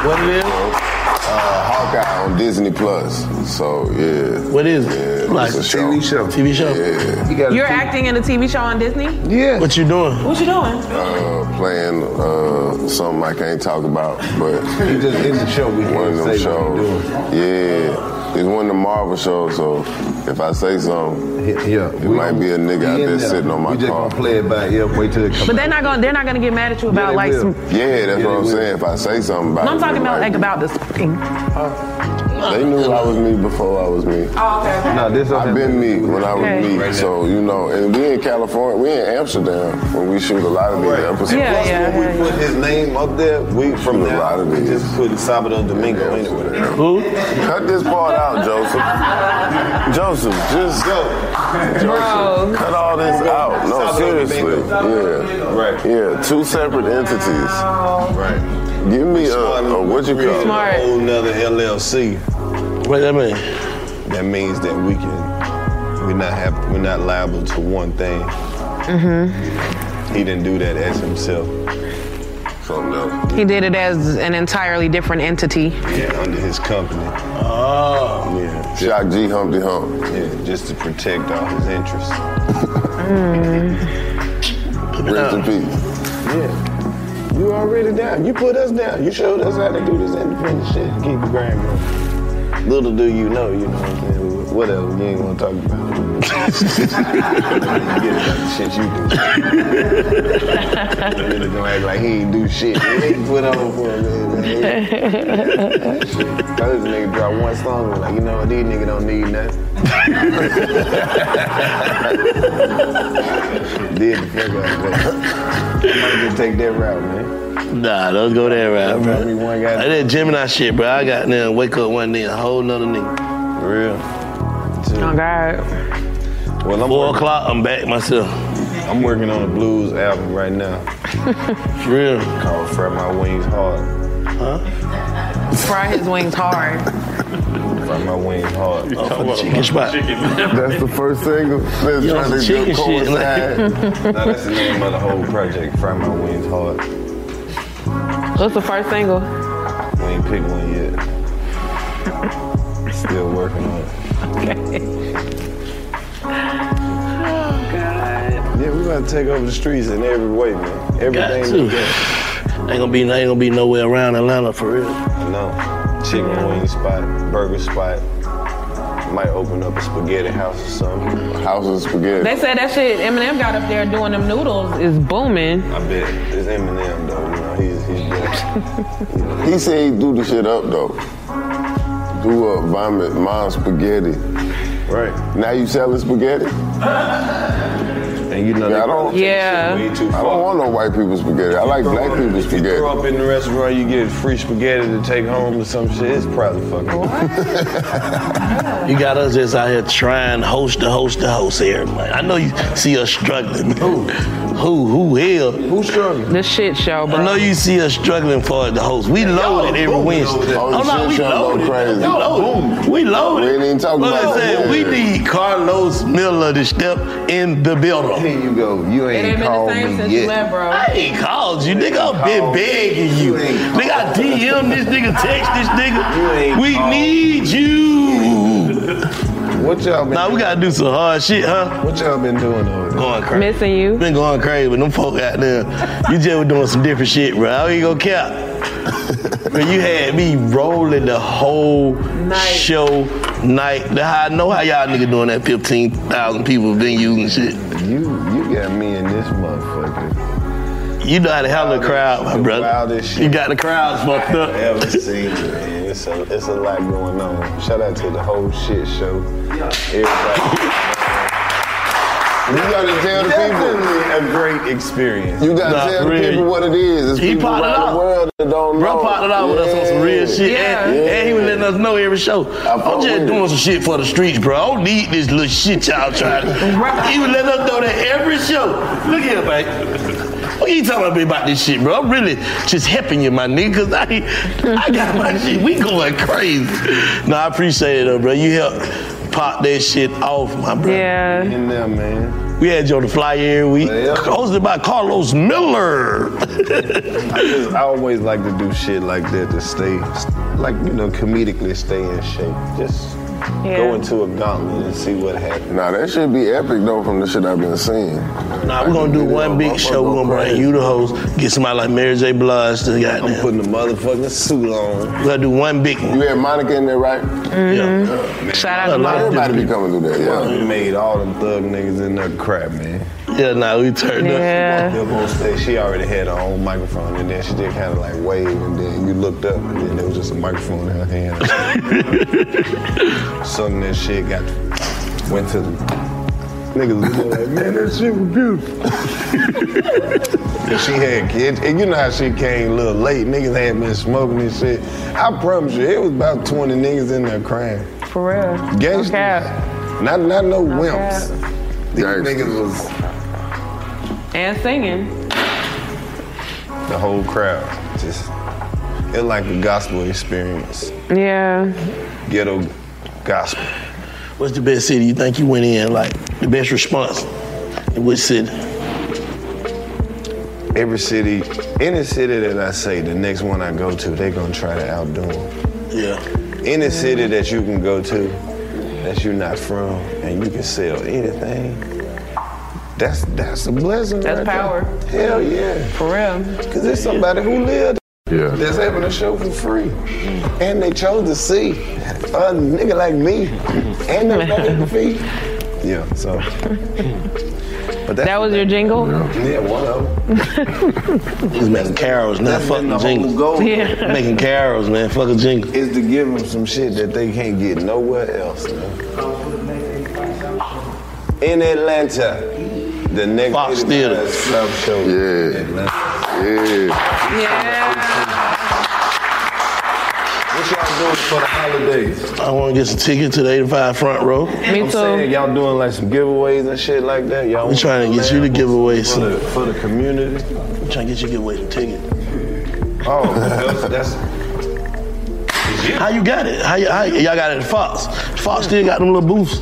What it is?
Uh, Hawkeye on Disney Plus. So, yeah.
What is
Yeah,
it? Like
it's a show. TV
show.
TV show.
Yeah.
You got
You're acting in a TV show on Disney?
Yeah.
What you doing?
What you doing?
Uh, playing uh, something I can't talk about, but
He just in the show. We
one of
can't
them
say what
shows.
we doing.
Yeah. It's one of the Marvel shows, so if I say something,
yeah,
it might be a nigga out there sitting on my
We just
car.
gonna play it by ear. Wait till it comes.
But they're not gonna they're not gonna get mad at you about like some.
Yeah, that's what I'm saying. If I say something
No,
about
I'm
it,
talking
it
about
might
like
be-
about this thing.
They knew I was me before I was me.
Oh, okay. okay.
No, this I've been me when I was
Okay.
me.
Right now.
so you know, and we in California, we in Amsterdam when we shoot a lot of these episodes.
And plus, when we put his name up there, we from
a lot
now
of
we
these.
just put Salvador Domingo in it with it.
Who? Cut this part out, Joseph. Joseph, just go. Joseph, cut all this out. No, seriously. Yeah. Right. Yeah, two separate entities. Right. Give me a, a what you call
Smart.
it?
A whole nother LLC.
What that mean?
That means that we can, we not have, we're not liable to one thing.
Mm-hmm.
He didn't do that as himself.
Something else.
He did it as an entirely different entity.
Yeah, under his company. Oh. Yeah.
Shock G Humpty Hump.
Yeah, just to protect all his interests.
Rest in peace.
Yeah. You already down. You put us down. You showed us how to do this independent shit. Keep the grind going. Little do you know, you know what I'm saying? Whatever, you ain't gonna talk about it. Get about the shit you do. Little gonna act like he ain't do shit. He ain't put on for a man. This nigga drop one song and like, you know what, these niggas don't need nothing. Did the fuck out of that. Might just take that route, man.
Nah, don't go that route, bro.
Only one guy-
Like that Gemini shit, bro. I got now wake up one day a whole nother nigga. For real.
Oh God.
Well, I'm
Four o'clock, I'm back myself.
I'm working on a blues album right now.
For real.
Called Fry My Wings Hard.
Fry his wings hard.
Fry My Wings Hard.
You talking about Oh, chicken spot.
That's the first single. That's
You
trying
on
to
some chicken shit,
coincide.
no, that's the name of the whole project. Fry My Wings Hard.
What's the first single?
We ain't picked one yet. Still working on it. Yeah, we're gonna take over the streets in every way, man.
Got
Everything
to.
we got.
Ain't gonna be ain't gonna be nowhere around Atlanta for real.
No. Chicken wing spot, burger spot. Might open up a spaghetti house or something.
House of spaghetti.
They said that shit Eminem got up there doing them noodles is booming.
I bet it's Eminem though. You know, he's he's
He said he do the shit up though. Do up, vomit, mom spaghetti.
Right.
Now you selling spaghetti?
And you know
I don't.
Yeah.
I don't want no white people spaghetti. I like black people
If you
spaghetti.
grow up in the restaurant, you get free spaghetti to take home or some shit. It's probably fucking.
You got us just out here trying host to host to host here. man. I know you see us struggling. Who? Who? Who hell? Who
struggling?
The shit show, bro.
I know you see us struggling for the host. We loaded every Wednesday.
Oh, the shit
we
show go
loaded.
crazy.
We loaded. We loaded.
We ain't even talking
Look,
about
I said,
that.
we need Carlos Miller to step in the building.
Here you go. You
It ain't been the same since you left, bro.
I ain't called you, nigga. I've been begging you. Nigga, I DM this nigga, text this nigga. We need you.
What y'all been
Nah, we gotta do some hard shit, huh?
What y'all been doing over there?
Going crazy.
Missing you.
Been going crazy, but them folk out there, you just was doing some different shit, bro. I ain't gonna cap. Man, you had me rolling the whole show night. Now, how I know how y'all nigga doing that 15,000 people venue and shit.
You you got me in this motherfucker.
You know how to handle the crowd, my brother.
wildest
You got the crowds fucked up.
I ever seen man. It's a it's a lot going on. Shout out to the whole shit show. Everybody.
You gotta tell the people.
Definitely a great experience.
You gotta
Nah,
tell the
really.
people what it is. It's
He
people
potted
around
up.
the world that don't know.
Bro popped it out with us on some real shit,
Yeah.
and, and he was letting us know every show. I'm
fuck
just
with
doing
it.
some shit for the streets, bro. I don't need this little shit y'all trying to. He was letting us know that every show. Look here, man. What you talking about me about this shit, bro? I'm really just helping you, my nigga, cause I, I got my shit. We going crazy. No, I appreciate it though, bro. You helped pop that shit off, my bro.
Yeah.
In there, man.
We had you on the fly every week,
Yeah.
hosted by Carlos Miller.
I, just, I always like to do shit like that to stay, like, you know, comedically stay in shape. Just go into a gauntlet and see what happens.
Nah, that should be epic though from the shit I've been seeing.
Nah, we're gonna do one big show. We're gonna bring you the host. Get somebody like Mary J. Blige to got I'm putting
the motherfucking suit on.
We're gonna do one big. You
had Monica in there, right?
Yeah.
Shout out to Monica. Everybody be coming through there. Yeah.
We made all them thug niggas in there crap, man.
Yeah, nah, we turned
up. She walked up on stage. She already had her own microphone, and then she did kind of like wave, and then you looked up, and then there was just a microphone in her hand. Sudden that shit got went to the niggas. was Like, man, that shit was beautiful. And she had kids, and you know how she came a little late. Niggas had been smoking and shit. I promise you, it was about 20 niggas in there crying.
For real.
Gangsters. Not, not no wimps. These niggas was
And singing.
the whole crowd. Just it like a gospel experience.
Yeah.
Ghetto gospel.
What's the best city you think you went in? Like the best response in which city?
Every city, any city that I say, the next one I go to, they gonna try to outdo them.
Yeah.
Any city that you can go to, that you're not from, and you can sell anything, that's that's a blessing.
That's
right
power.
There. Hell yeah.
For real.
Cause there's somebody who lived.
Yeah.
That's having a show for free. And they chose to see a nigga like me. And they paid the fee. Yeah, so. But
that was your jingle?
Yeah, one of them.
He's making carols, not
That's been
fucking
the whole
jingles.
goal. Yeah.
Making carols, man. Fuck a jingle.
Is to give them some shit that they can't get nowhere else. man. In Atlanta, the next Fox Theater South show. Yeah.
Yeah.
What y'all doing for the holidays?
I want to get some tickets to the 85 front row.
Me I'm too. saying, y'all doing like some giveaways and shit like that. Y'all
we trying to get you to give away
for
some.
the, for the community.
I'm trying to get you to give away some tickets.
Oh, that's, that's
How you got it? How, you, how y'all got it at Fox? Fox still got them little booths.
I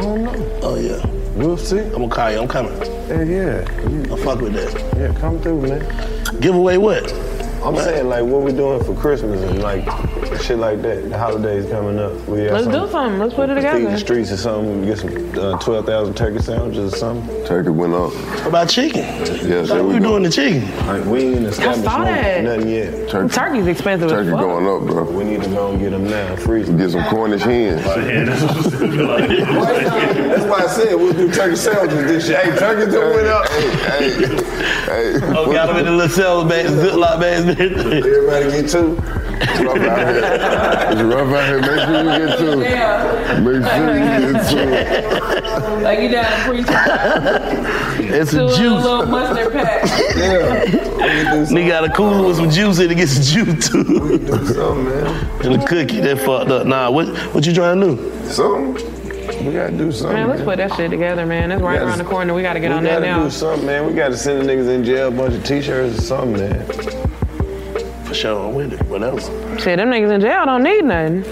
don't know.
Oh yeah.
We'll see. I'm
gonna call you. I'm coming.
Yeah, yeah.
I fuck with that.
Yeah, come through, man.
Give away what?
I'm saying like what we doing for Christmas and like shit like that. The holidays coming up. We have
Let's
some-
do something. Let's put it
Feed
together.
the streets or something. We get some uh, twelve thousand turkey sandwiches or something.
Turkey went up.
What about chicken?
Yes,
Thought
there
we
we
were
go.
doing the chicken.
Like we ain't established
saw
no-
that.
nothing yet.
Turkey's expensive
Turkey
as fuck.
going up, bro.
We need to go and get them now. Freeze.
Get some Cornish hens.
That's why I said we'll do turkey sandwiches this year. Hey, turkey done went up.
Hey, hey, hey.
Oh, got them in the little cell bags, Ziploc bags. Everybody
get two.
It's rough out here. It's rough out here. Make sure you get two. Make sure you get two.
Like you down preaching.
It's a
Two
juice.
little mustard pack.
Nigga got a cooler with some juice in it. Get some juice too. And the cookie, that fucked up. Nah, what what you trying to do?
Something. We gotta do something.
Man, let's put that shit together, man. It's right
Yes.
around the corner. We got to get
we
on that
gotta
now.
do something, man. We gotta send the niggas in jail a bunch of t-shirts or something, man.
For sure, I'm with it. What else?
Shit, them niggas in jail don't need nothing.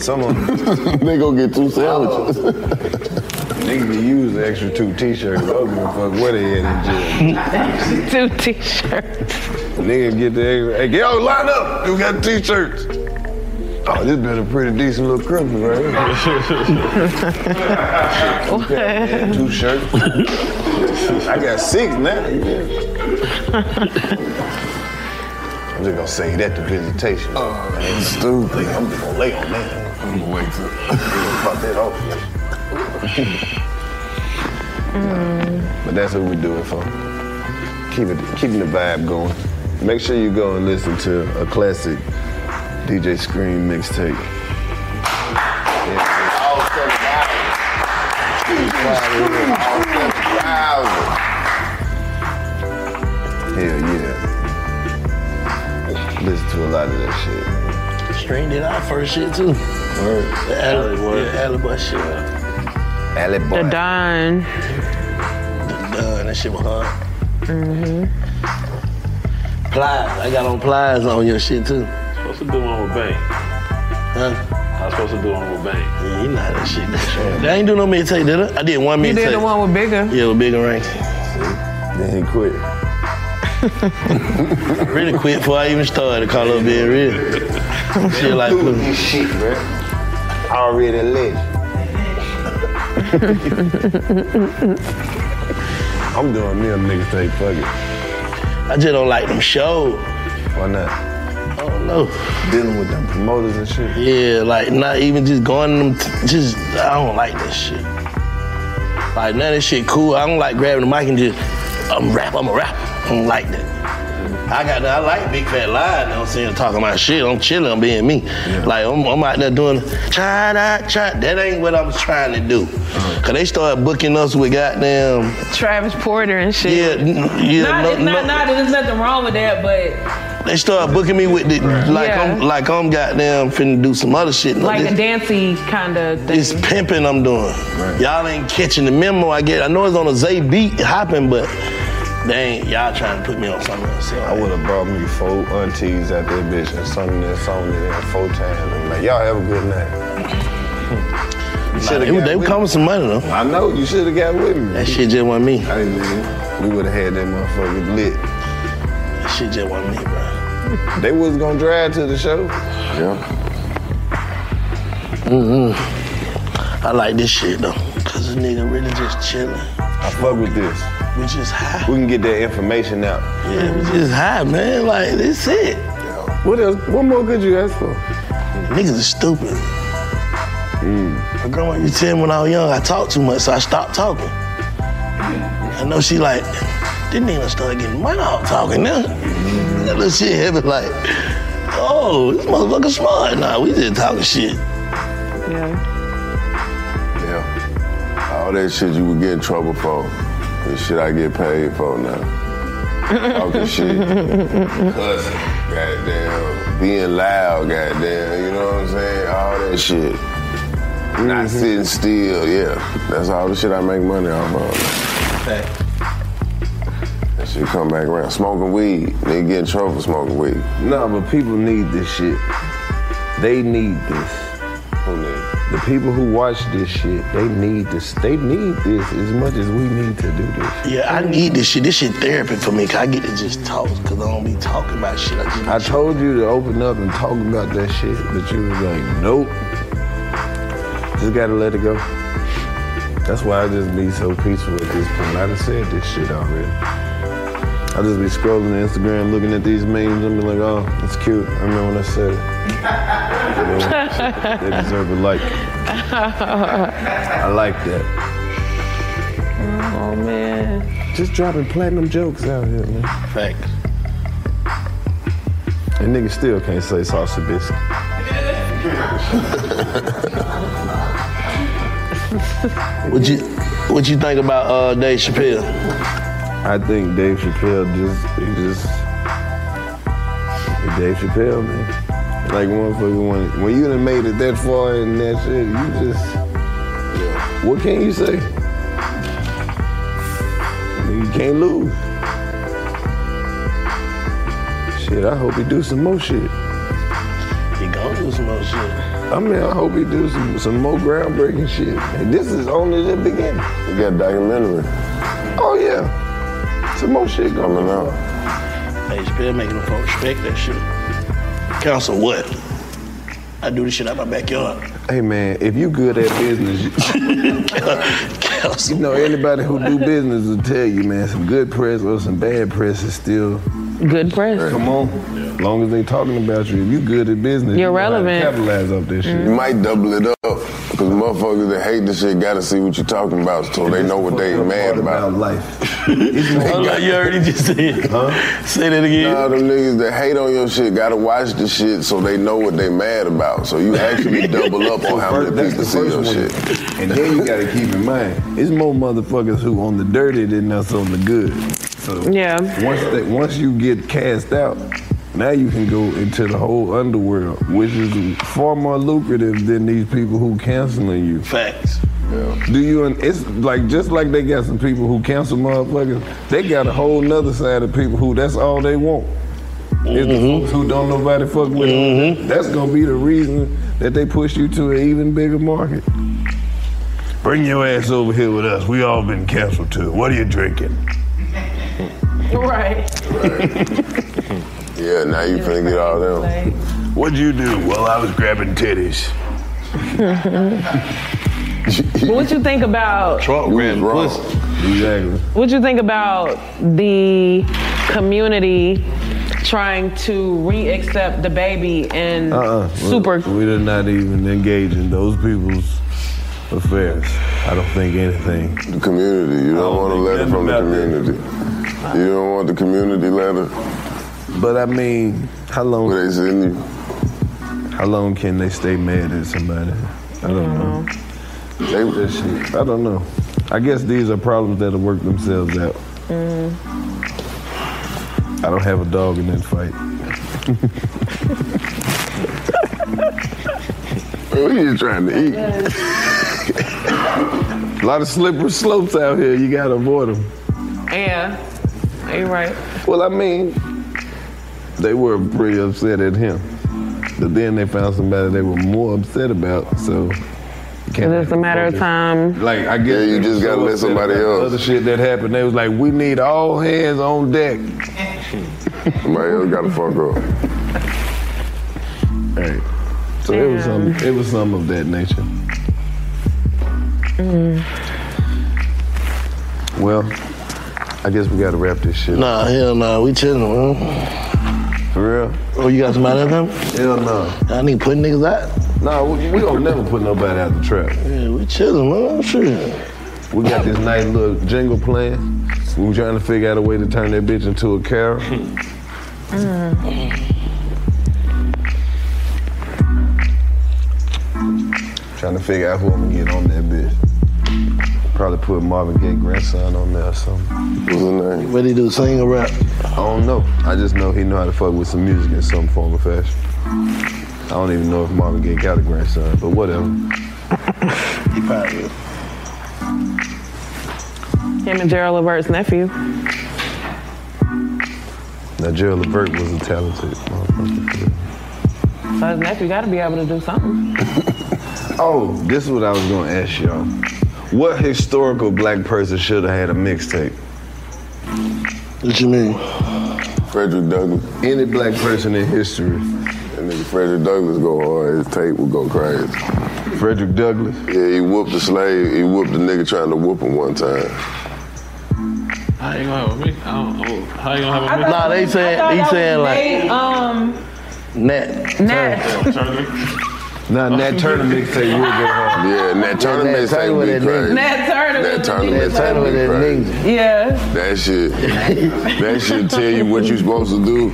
Some of them.
they gonna get two sandwiches.
niggas can use the extra two t-shirts. I don't give a fuck where they at in
Two
jail.
t-shirts.
Nigga get the extra. Hey, yo, line up. You got t-shirts. Oh, this been a pretty decent little Christmas right here. Two shirts. I got six now. I'm just gonna say that to visitation. Oh, that's stupid. I'm just gonna lay on that. I'm gonna wait till pop that off. But that's what we do it for. Keep it, keeping the vibe going. Make sure you go and listen to a classic DJ Scream mixtape. Hell yeah. Listen to a lot of that
Strained it out first shit too. Word. The alley, yeah, alley boy shit.
shit. Alley
The
boy.
Don.
Done. That shit was hard. Mm-hmm. Plies. I got on plies on your shit too.
Supposed to do one with Bang.
Huh?
I was supposed
supposed to do on Rubain.
Yeah, you know how that shit goes. I ain't do no mixtape, did I? I did one mixtape.
You did the one with Bigger.
Yeah, with Bigger Ranks. Then he quit. really quit before I even started to call up being real. shit like
Dude, this shit, bro. Already lit.
I'm doing me a nigga thing, fuck it. I just don't like them shows. Why not? I don't know. Dealing with them promoters and shit. Yeah, like not even just going to them, t- just, I don't like that shit. Like none of this shit cool. I don't like grabbing the mic and just, I'm rap, I'm a rap. I don't like that. I got that. I like Big Fat Live. I'm sitting talking my shit. I'm chilling. I'm being me. Like I'm, I'm out there doing try that, try that ain't what I was trying to do. Cause they started booking us with goddamn
Travis Porter and shit.
Yeah, n- yeah,
not,
no,
it's not,
no.
not that there's nothing wrong with that, but
They started booking me with the, like
Yeah.
I'm like I'm goddamn finna do some other shit. No,
like
this-
a dancey kind of thing.
It's pimping I'm doing. Y'all ain't catching the memo I get. I know it's on a Zay beat hopping, but they ain't y'all trying to put me on something else.
I would have brought me four aunties out that bitch and sung that song to them four times. I'm like, y'all have a good night. You
Nah,
shoulda
they-
got
they
with
come
me.
with some money, though.
I know, you should have got with me.
That shit just want me. Hey
man, we would have had that motherfucker lit.
That shit just want me, bro.
They was gonna drive to the show.
Yeah. Mm-hmm. I like this shit though, cause the nigga really just chilling.
I fuck with this.
We just high.
We can get that information out.
Yeah, we just high, man. Like this it.
What else? What more could you ask for?
Niggas is stupid.
Mm,
My grandma used to tell me when I was young, I talked too much, so I stopped talking. I know she like, this nigga started getting money off talking now. That little shit heavy like, oh, this motherfucker smart. Nah, we just talking shit.
Yeah. All that shit you would get in trouble for. The shit I get paid for now. Talking shit. Cussing. Goddamn. Being loud, goddamn. You know what I'm saying? All that shit.
Mm-hmm.
Not sitting still, yeah. That's all the shit I make money off of. That shit come back around. Smoking weed. Nigga get in trouble for smoking weed.
No, but people need this shit. They need this. The people who watch this shit, they need this. They need this as much as we need to do this.
Yeah, I need this shit. This shit therapy for me, cause I get to just talk, cause I don't be talking about shit. I just
I told you to open up and talk about that shit, but you was like, nope. Just gotta let it go. That's why I just be so peaceful at this point. I done said this shit already. I just be scrolling Instagram, looking at these memes, and be like, oh, it's cute. I remember when I said it. You know, they deserve a like. I like that.
Oh man.
Just dropping platinum jokes out here, man.
Facts.
And niggas still can't say salsa biscuit.
What you What you think about uh, Dave Chappelle?
I think Dave Chappelle just he just he Dave Chappelle man. Like motherfucker, when when you done made it that far and that shit, you just what can you say? You can't lose. Shit, I hope he do some more shit.
He gonna do some more shit.
I mean, I hope he do some, some more groundbreaking shit. And this is only the beginning.
We got a documentary
Oh yeah, some more shit
coming
going on.
out.
Dave Chappelle making them folks respect that shit. Counsel what? I do this shit out my backyard.
Hey man, if you good at business,
you,
you know anybody who do business will tell you, man, some good press or some bad press is still
good press.
Come on, long as they talking about you, if you good at business,
You're
you know how to
relevant.
capitalize off this shit.
You might double it up because motherfuckers that hate this shit gotta see what you're talking about so they know what they mad about.
life.
Mm. Oh, you already just said. Say that again.
Nah, them niggas that hate on your shit gotta watch the shit so they know what they mad about. So you actually double up on how many people see your shit.
And then you gotta keep in mind, it's more motherfuckers who on the dirty than us on the good. So
Yeah.
once they, once you get cast out, now you can go into the whole underworld, which is far more lucrative than these people who canceling you.
Facts.
Do you? And it's like just like they got some people who cancel motherfuckers. They got a whole nother side of people who that's all they want.
It's the folks who don't nobody fuck with. That's gonna be the reason that they push you to an even bigger market.
Bring your ass over here with us. We all been canceled too. What are you drinking?
Right.
Yeah, now you finna get all them.
What'd you do? Well, I was grabbing titties.
what you think about
Trump grabbing pussy.
Exactly.
What you think about the community trying to re-accept the baby and super?
Uh-uh. We did not even engage in those people's affairs. I don't think anything.
The community. You don't want a letter from the community. You don't want the community letter.
But I mean, how long?
What they send you?
How long can they stay mad at somebody? I don't know.
They,
that shit. I don't know. I guess these are problems that'll work themselves out.
Mm.
I don't have a dog in that fight.
What are you trying to eat?
A lot of slippery slopes out here. You gotta avoid them.
Yeah, you're right.
Well, I mean, they were pretty upset at him. But then they found somebody they were more upset about, so.
It's just a matter of time.
Like, I guess.
you just gotta let somebody else.
Other shit that happened, they was like, we need all hands on deck.
Somebody else got a fuck up.
Hey. So it was some it was some of that nature.
Mm.
Well, I guess we gotta wrap this shit up.
Nah, hell nah, we chilling, man.
For real?
Oh, you got somebody out there?
Hell no.
I need putting niggas out.
Nah, we, we don't never put nobody out the trap.
Yeah, we chilling, man. Shit.
We got this nice little jingle plan. We were trying to figure out a way to turn that bitch into a carol.
Mm.
Trying to figure out who I'm gonna get on that bitch. Probably put Marvin Gaye grandson on there or something.
What's his name?
What he do, sing or rap?
I don't know. I just know he know how to fuck with some music in some form or fashion. I don't even know if Marvin Gaye got a grandson, but whatever.
He probably is.
Him and Gerald Levert's nephew.
Now Gerald Levert was a talented motherfucker.
So his nephew got to be able to do something.
Oh, this is what I was gonna ask y'all. What historical black person should have had a mixtape?
What you mean?
Frederick Douglass.
Any black person in history.
That nigga Frederick Douglass go hard. His tape would go crazy.
Frederick Douglass.
Yeah, he whooped a slave. He whooped a nigga trying to whoop him one time.
How you gonna have with me? I don't know. How you gonna have with me?
Nah, they saying, he saying like,
um,
Nat.
Nat.
Nah, Nat Turner mixtape would go hard.
Yeah, and that Turner
Nat
made
Turner
tape
with
be
that
crazy.
Nat Turner.
That Turner made
Nat Turner with
tape be
that
crazy.
nigga.
Yeah.
That shit, that shit tell you what you supposed to do.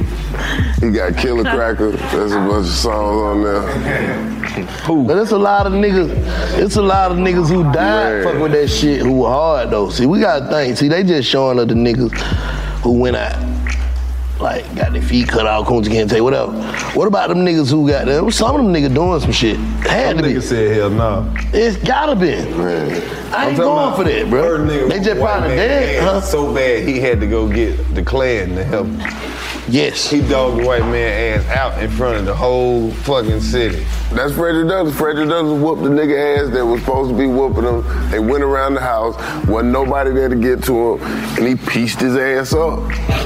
He got Killer Cracker. There's a bunch of songs on there.
But it's a lot of niggas, it's a lot of niggas who died
Yeah.
fuck with that shit who were hard though. See, we gotta think. See, they just showing up the niggas who went out. Like, got their feet cut out, coons can't take whatever. What about them niggas who got there? was Some of them niggas doing some shit. Had
That
to be.
nigga said hell no.
It's gotta be.
Man,
I ain't
talking
going
about
for that, bro.
her nigga
They just
white
probably
man
dead,
ass
huh?
So bad he had to go get the Klan to help. him.
Yes.
He dogged the white man ass out in front of the whole fucking city.
that's Frederick Douglass. Frederick Douglass whooped the nigga ass that was supposed to be whooping him. They went around the house, wasn't nobody there to get to him, and he pieced his ass up.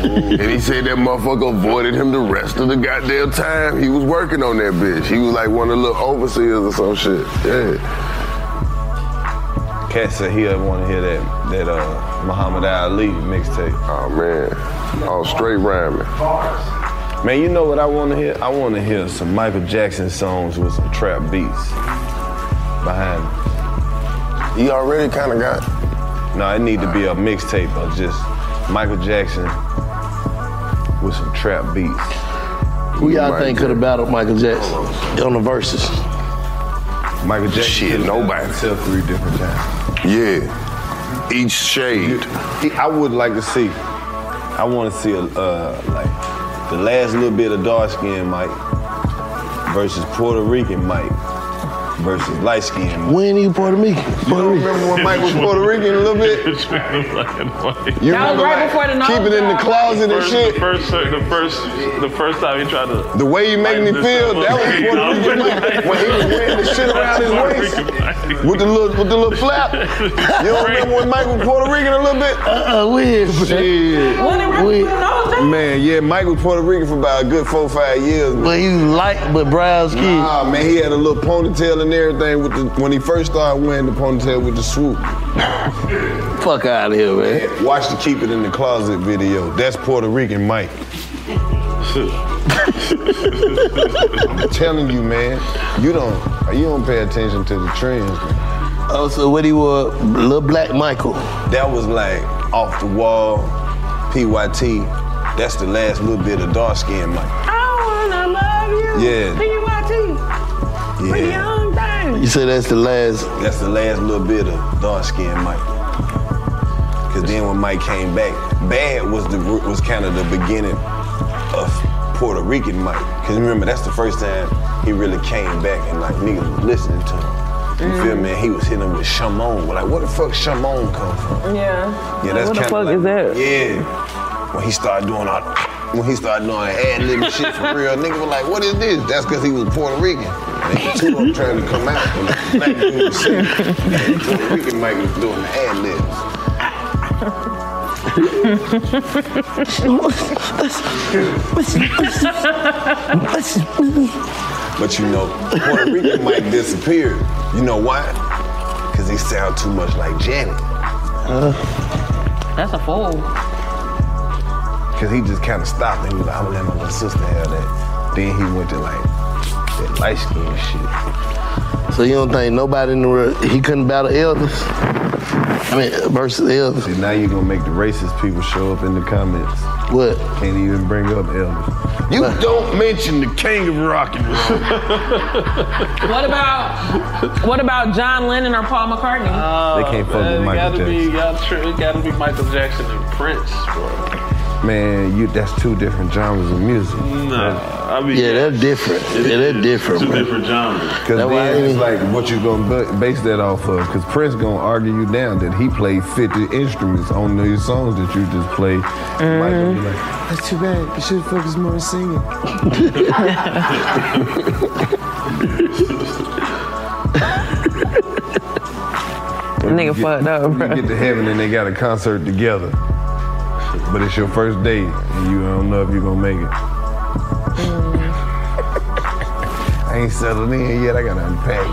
and he said that motherfucker avoided him the rest of the goddamn time. He was working on that bitch. He was like one of the little overseers or some shit. Yeah.
Cat said he doesn't want to hear that that uh, Muhammad Ali mixtape.
Oh man, all straight rhyming.
Man, you know what I want to hear? I want to hear some Michael Jackson songs with some trap beats behind. It.
He already kind of got.
No, it need to be a mixtape of just Michael Jackson with some trap beats.
Who y'all
Michael
think could have battled Michael Jackson on the verses?
Michael Jackson.
Shit,
could've done
nobody.
himself three different times.
Yeah. Each shade.
He- I would like to see. I want to see a, uh, like the last little bit of dark skin Mike versus Puerto Rican Mike versus light skinned.
When are you Puerto Rican?
You don't remember when Mike was Puerto Rican a little bit?
you
You remember like, keep it in the closet and
first,
shit.
The first, the first, the first time he tried to.
The way you making me
Like, this
feel,
is
that was
Puerto
Puerto Rican Mike. When he was wearing the shit around his waist with the little with the little flap. You don't remember when Mike was Puerto Rican a little bit?
Uh-uh, we is.
Shit.
We-
Man, yeah, Mike was Puerto Rican for about a good four five years.
But he was light but brown skin.
Nah, man, he had a little ponytail and everything with the when he first started wearing the ponytail with the swoop.
Fuck out of here, man.
Watch the Keep It in the Closet video. That's Puerto Rican Mike. I'm telling you, man, you don't you don't pay attention to the trends. Man.
Oh, so what he wore, little black Michael.
That was like off the wall, PYT. That's the last little bit of dark skin Mike.
I wanna love you.
Yeah.
PYT.
Yeah.
Young thing.
You say that's the last. That's the last little bit of dark skin Mike. Cause then when Mike came back, bad was the was kind of the beginning of Puerto Rican Mike. Cause remember that's the first time he really came back and like niggas was listening to him. You feel me? And He was hitting him with Shamon. We're like, where the fuck Shamon come from?
Yeah.
Yeah, that's
What the
kind of
fuck
like,
is that?
Yeah. When he started doing all, when he started doing ad lib and shit for real, nigga was like, what is this? That's because he was Puerto Rican. And two of them trying to come out. And the black dude was sitting. And Puerto Rican Mike was doing the ad libs. But you know, Puerto Rican Mike disappeared. You know why? Because he sound too much like Janet.
That's a fool.
Cause he just kind of stopped and he was like, I'm gonna let my little sister have that. Then he went to like that light skin shit.
So you don't think nobody in the world, he couldn't battle elders? I mean, versus elders.
See, now you're gonna make the racist people show up in the comments.
What?
Can't even bring up elders. You don't mention the king of rock and
What about what about John Lennon or Paul McCartney? Uh,
They can't fuck with Michael
gotta be,
Jackson.
gotta, tr- it gotta be Michael Jackson and Prince, bro.
Man, you that's two different genres of music.
Nah, I mean,
yeah, that's different. Yeah, that's different.
two different genres.
Cause then it's like what you gonna ba- base that off of? Cause Prince gonna argue you down that he played 50 instruments on these songs that you just played. Michael be like,
Uh, That's too bad. You should focus more on singing.
Nigga fucked up,
You get to heaven and they got a concert together. But it's your first date and you don't know if you're gonna make it.
Mm.
I ain't settled in yet, I gotta unpack.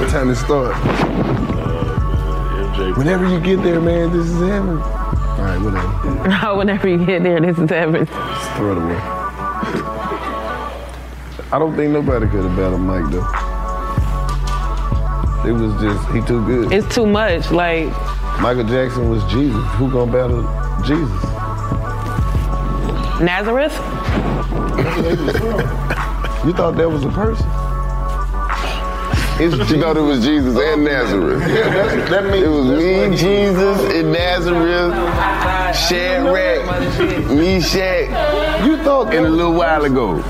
what time to start? Oh, Whenever you get there, man, this is heaven. All right, whatever.
No, whenever you get there, this is heaven.
Just throw it away. I don't think nobody could have battled Mike though. It was just he too good.
It's too much. Like
Michael Jackson was Jesus. Who gonna battle Jesus?
Nazareth.
You thought that was a person? It's
you thought it was Jesus and Nazareth.
that's- that
means it was
me,
Jesus, and Nazareth,
Shadrach,
Meshach.
You thought
and a little while ago.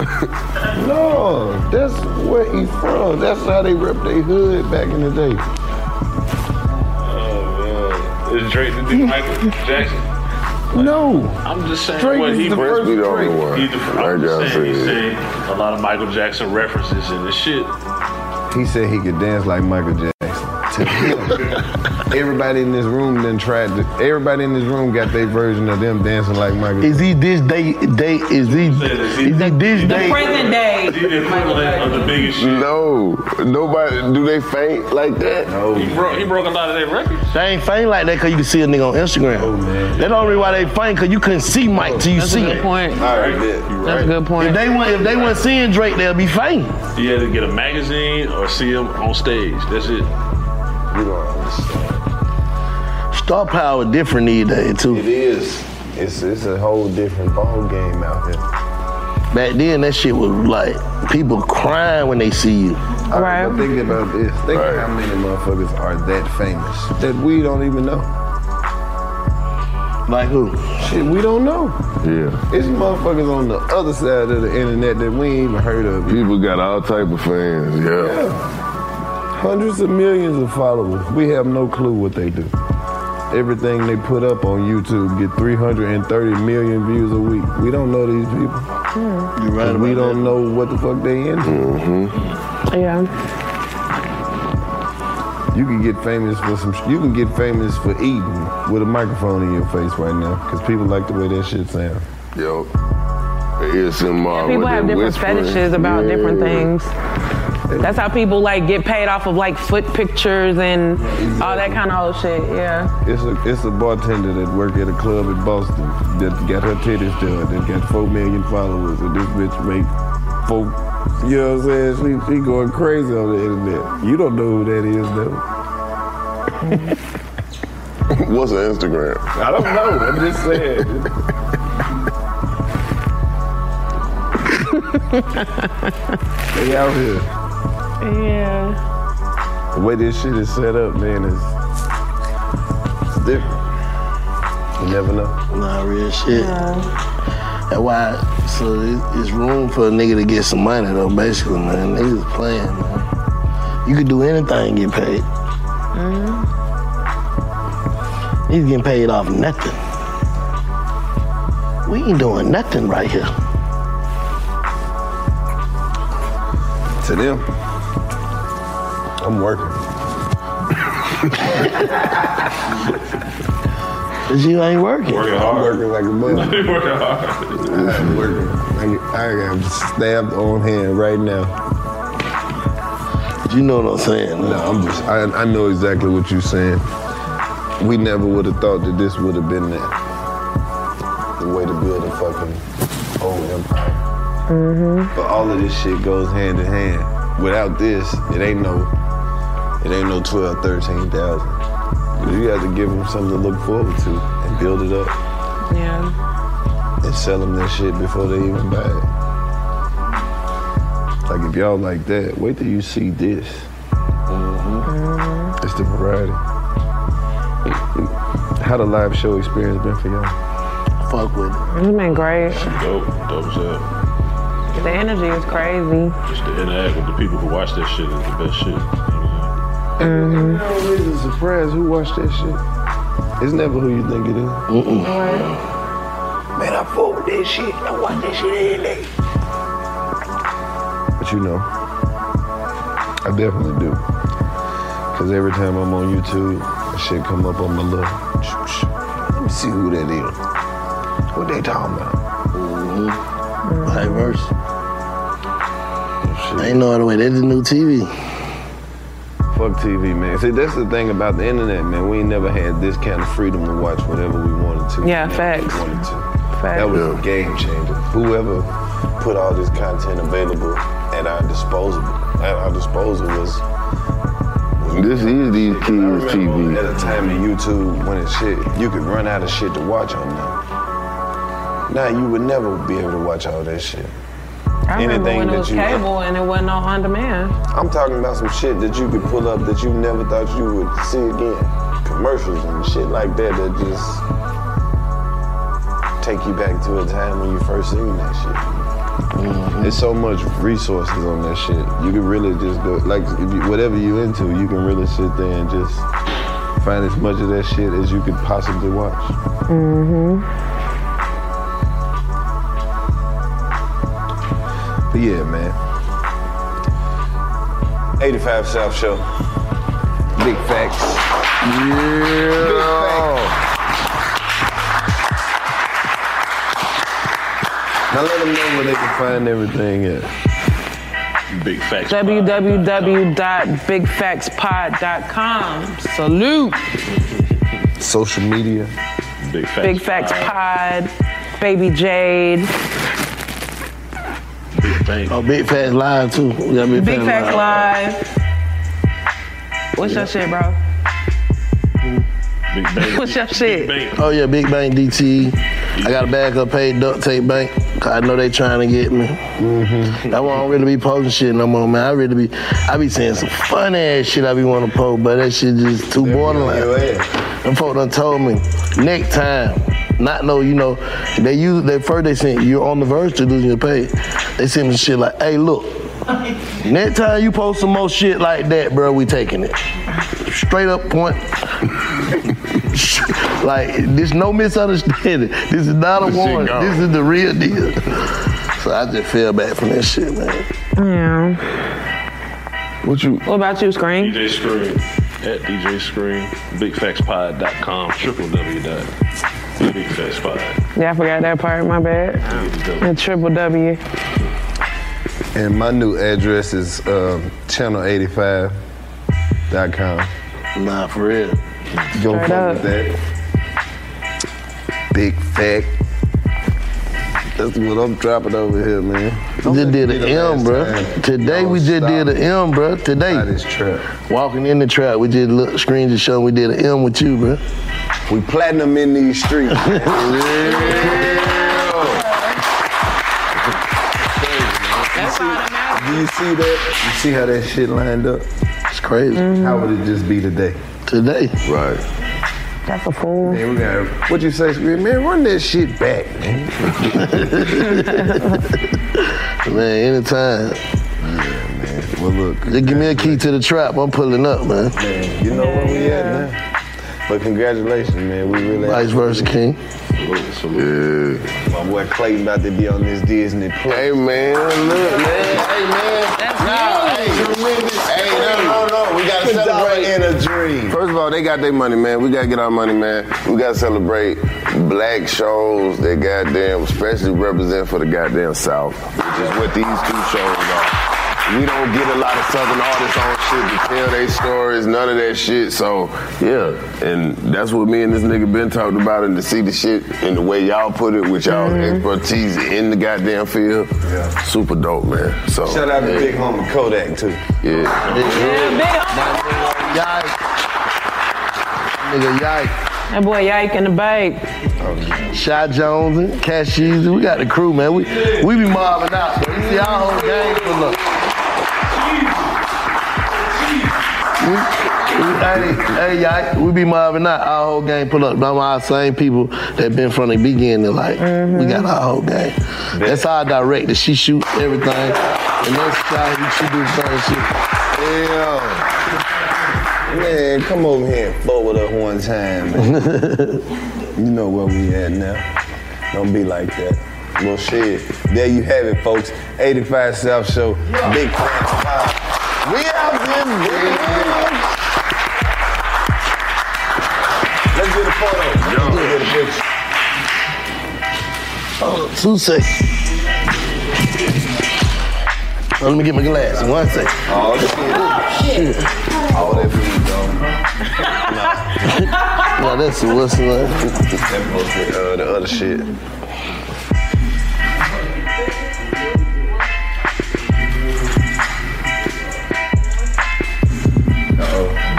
No, that's where he from. That's how they rep their hood back in the day.
Oh, man. Is Drake the new Michael Jackson?
No.
I'm just saying
Drake
what
is
he
the
references.
first
He's
Drake.
the first. I'm just saying he's saying a lot of Michael Jackson references in the shit.
He said he could dance like Michael Jackson. To him, everybody in this room then tried to. Everybody in this room got their version of them dancing like Michael. Is he this day? Day is he? Is he this
present day.
He the equivalent of the biggest shit.
No, nobody. Do they faint like that? No.
He broke, he broke a lot of their records.
They ain't faint like that because you can see a nigga on Instagram. Oh, man. That's the only reason why they faint because you couldn't see Mike till you
That's a
see
good
him.
point. All right, yeah, you That's a right. good point.
If they weren't, if they weren't seeing Drake, they'll be faint.
You had to get a magazine or see him on stage. That's it. You
Star power different these days too. It
is. It's it's a whole different ball game out here.
Back then, that shit was like people crying when they see you.
All right. But think about this. Think how many motherfuckers are that famous that we don't even know.
Like who? Shit, we don't know.
Yeah.
It's motherfuckers on the other side of the internet that we ain't even heard of.
People got all type of fans. Yeah.
Hundreds of millions of followers. We have no clue what they do. Everything they put up on YouTube get 330 million views a week. We don't know these people.
You right
we
about Mm-hmm.
don't know what the fuck they into.
Oh,
Yeah.
You can get famous for some. You can get famous for eating with a microphone in your face right now because people like the way that shit sounds.
Yo. ASMR.
People
with
have
the
different
whispering.
fetishes about
Yeah.
different things. That's how people like get paid off of like foot pictures and all that kind of old shit. Yeah.
It's a it's a bartender that work at a club in Boston that got her titties done. That got four million followers, and this bitch make four. You know what I'm saying? She she going crazy on the internet. You don't know who that is though.
What's an Instagram?
I don't know. I'm just saying. they out here.
Yeah.
The way this shit is set up, man, is it's different. You never know.
Nah, real shit. That's why. So it- it's room for a nigga to get some money though. Basically, man, niggas playing. Man. You could do anything and get paid. Mm-hmm. He's getting paid off nothing. We ain't doing nothing right here.
To them, I'm working.
Cause you ain't working.
I'm working like a mother.
working hard.
I'm working. I, I am stabbed on hand right now.
You know what I'm saying?
No, I'm just. I, I know exactly what you're saying. We never would have thought that this would have been that. The way to build a fucking old empire.
Mm-hmm.
But all of this shit goes hand in hand. Without this, it ain't no, it ain't no 12, 13,000. You have to give them something to look forward to and build it up
Yeah.
and sell them that shit before they even buy it. Like if y'all like that, wait till you see this.
Mm-hmm.
It's the variety. How the live show experience been for y'all?
Fuck with it.
It's been great.
Dope, dope as hell.
The energy is crazy.
Just to interact with the people who watch that shit is the best shit.
Mm-hmm.
mm No reason surprised who watched that shit. It's never who you think it is.
Man, I fuck with that shit. I watch that shit every day.
But you know, I definitely do. Cause every time I'm on YouTube, that shit come up on my little. Let me see who that is. What they talking about?
Vice versa. They know the way. That's the new TV.
Fuck TV, man. See, that's the thing about the internet, man. We ain't never had this kind of freedom to watch whatever we wanted to.
Yeah,
whenever we
facts.
wanted to.
Facts.
That was a game changer. Whoever put all this content available at our disposal, at our disposal was
This is these kids TV.
At a time in YouTube when it's shit, you could run out of shit to watch on now. Now you would never be able to watch all that shit.
I remember
Anything
when
that
it was
you-
cable and it wasn't on demand.
I'm talking about some shit that you could pull up that you never thought you would see again. Commercials and shit like that that just take you back to a time when you first seen that shit. There's so much resources on that shit. You can really just go like if you, whatever you into, you can really sit there and just find as much of that shit as you could possibly watch.
Mm-hmm.
But yeah, man. 85 South Show. Big facts. Yeah. Now let them know where they can find everything at.
Big facts.
www.bigfactspod.com. Salute.
Social media.
Big facts.
Big Facts Pod. Baby Jade.
Big bang.
Oh, Big Facts Live too. We got Big,
Big Facts Live. What's your shit, bro?
Big bang.
What's your shit?
Oh yeah, Big Bank DT. I got a backup paid duct tape bank. 'cause I know they trying to get me. Mm-hmm. I won't really be posting shit no more, man. I really be, I be saying some fun ass shit I be want to post, but that shit just too borderline.
your ass.
Them folk done told me, next time, not know, you know, they use they first they sent you're on the verge to losing your pay. They sent me shit like, hey, look, next time you post some more shit like that, bro, we taking it. Straight up point. like, there's no misunderstanding. This is not a
This shit
warning.
gone.
This is the real deal. so I just fell back from that shit, man.
Yeah.
What you?
What about you, Scream?
DJ Scream at DJ Scream, bigfactspod.com, triple w dot bigfactspod.
Yeah, I forgot that part. My bad. And triple W.
And my new address is um, channel85.com.
Nah, for real.
Go fuck
Straight up.
with that. Big fact. That's what I'm dropping over here, man.
We just did an M, bro. Today we just did an M, bro. Today. Walking in the trap, we just look screen just showing we did an M with you, bro.
We platinum in these streets.
Do you see that? You see how that shit lined up?
It's crazy.
Mm-hmm.
How would it just be today?
Today.
Right.
That's a fool.
Man, we got what you say, Scream? Man, run that shit back, man.
Man, anytime.
Well, look.
Just give me a key to the trap. I'm pulling up, man.
Man, you know where we at now. But congratulations, man. We really
Vice versa, King.
Yeah. My boy Clayton about to be on this Disney Plus. Hey
man, look, man.
Hey man. That's
Nah,
hey. Tremendous.
Hey, no,
no, no. We gotta celebrate in a dream.
First of all, they got their money, man. We gotta get our money, man. We gotta celebrate black shows that goddamn, especially represent for the goddamn South, which is what these two shows are. We don't get a lot of Southern artists on shit to tell their stories, none of that shit. So yeah, and that's what me and this nigga been talking about, and to see the shit and the way y'all put it with y'all
Mm-hmm.
expertise in the goddamn field, super dope, man. So
Shout out to
yeah.
Big Homie Kodak too.
Yeah.
Yike. Nigga, yike.
That boy Yike in the bag.
Shy Jones and Cash Easy. We got the crew, man. We we be mobbing out, bro. You see our whole gang full up. We, we, hey, hey, Yike, we be mobbing out. Our whole gang pull up. Them our same people that been from the beginning. Like we got our whole gang. That's our director. She shoot everything, and that's how she do the same
Yeah. Man,
shit.
come over here and fuck with us one time, man. you know where we at now. Don't be like that. Well, shit. There you have it, folks. 85 South Show. Big Frank Five. We out there, man. Let's get a photo. Let's get a picture.
Hold up, two seconds. Let me get my glass. One second.
Oh, shit. All that food,
No, that's what's up.
That bullshit, uh, the other shit.
Uh-oh.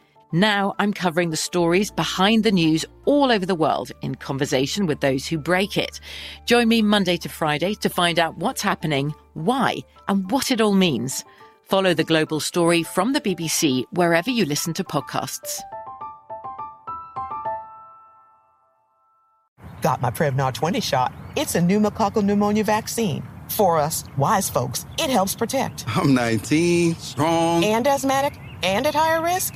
Now I'm covering the stories behind the news all over the world in conversation with those who break it. Join me Monday to Friday to find out what's happening, why, and what it all means. Follow The Global Story from the BBC wherever you listen to podcasts.
Got my Prevnar 20 shot. It's a pneumococcal pneumonia vaccine. For us wise folks, it helps protect.
I'm 19, strong.
And asthmatic and at higher risk?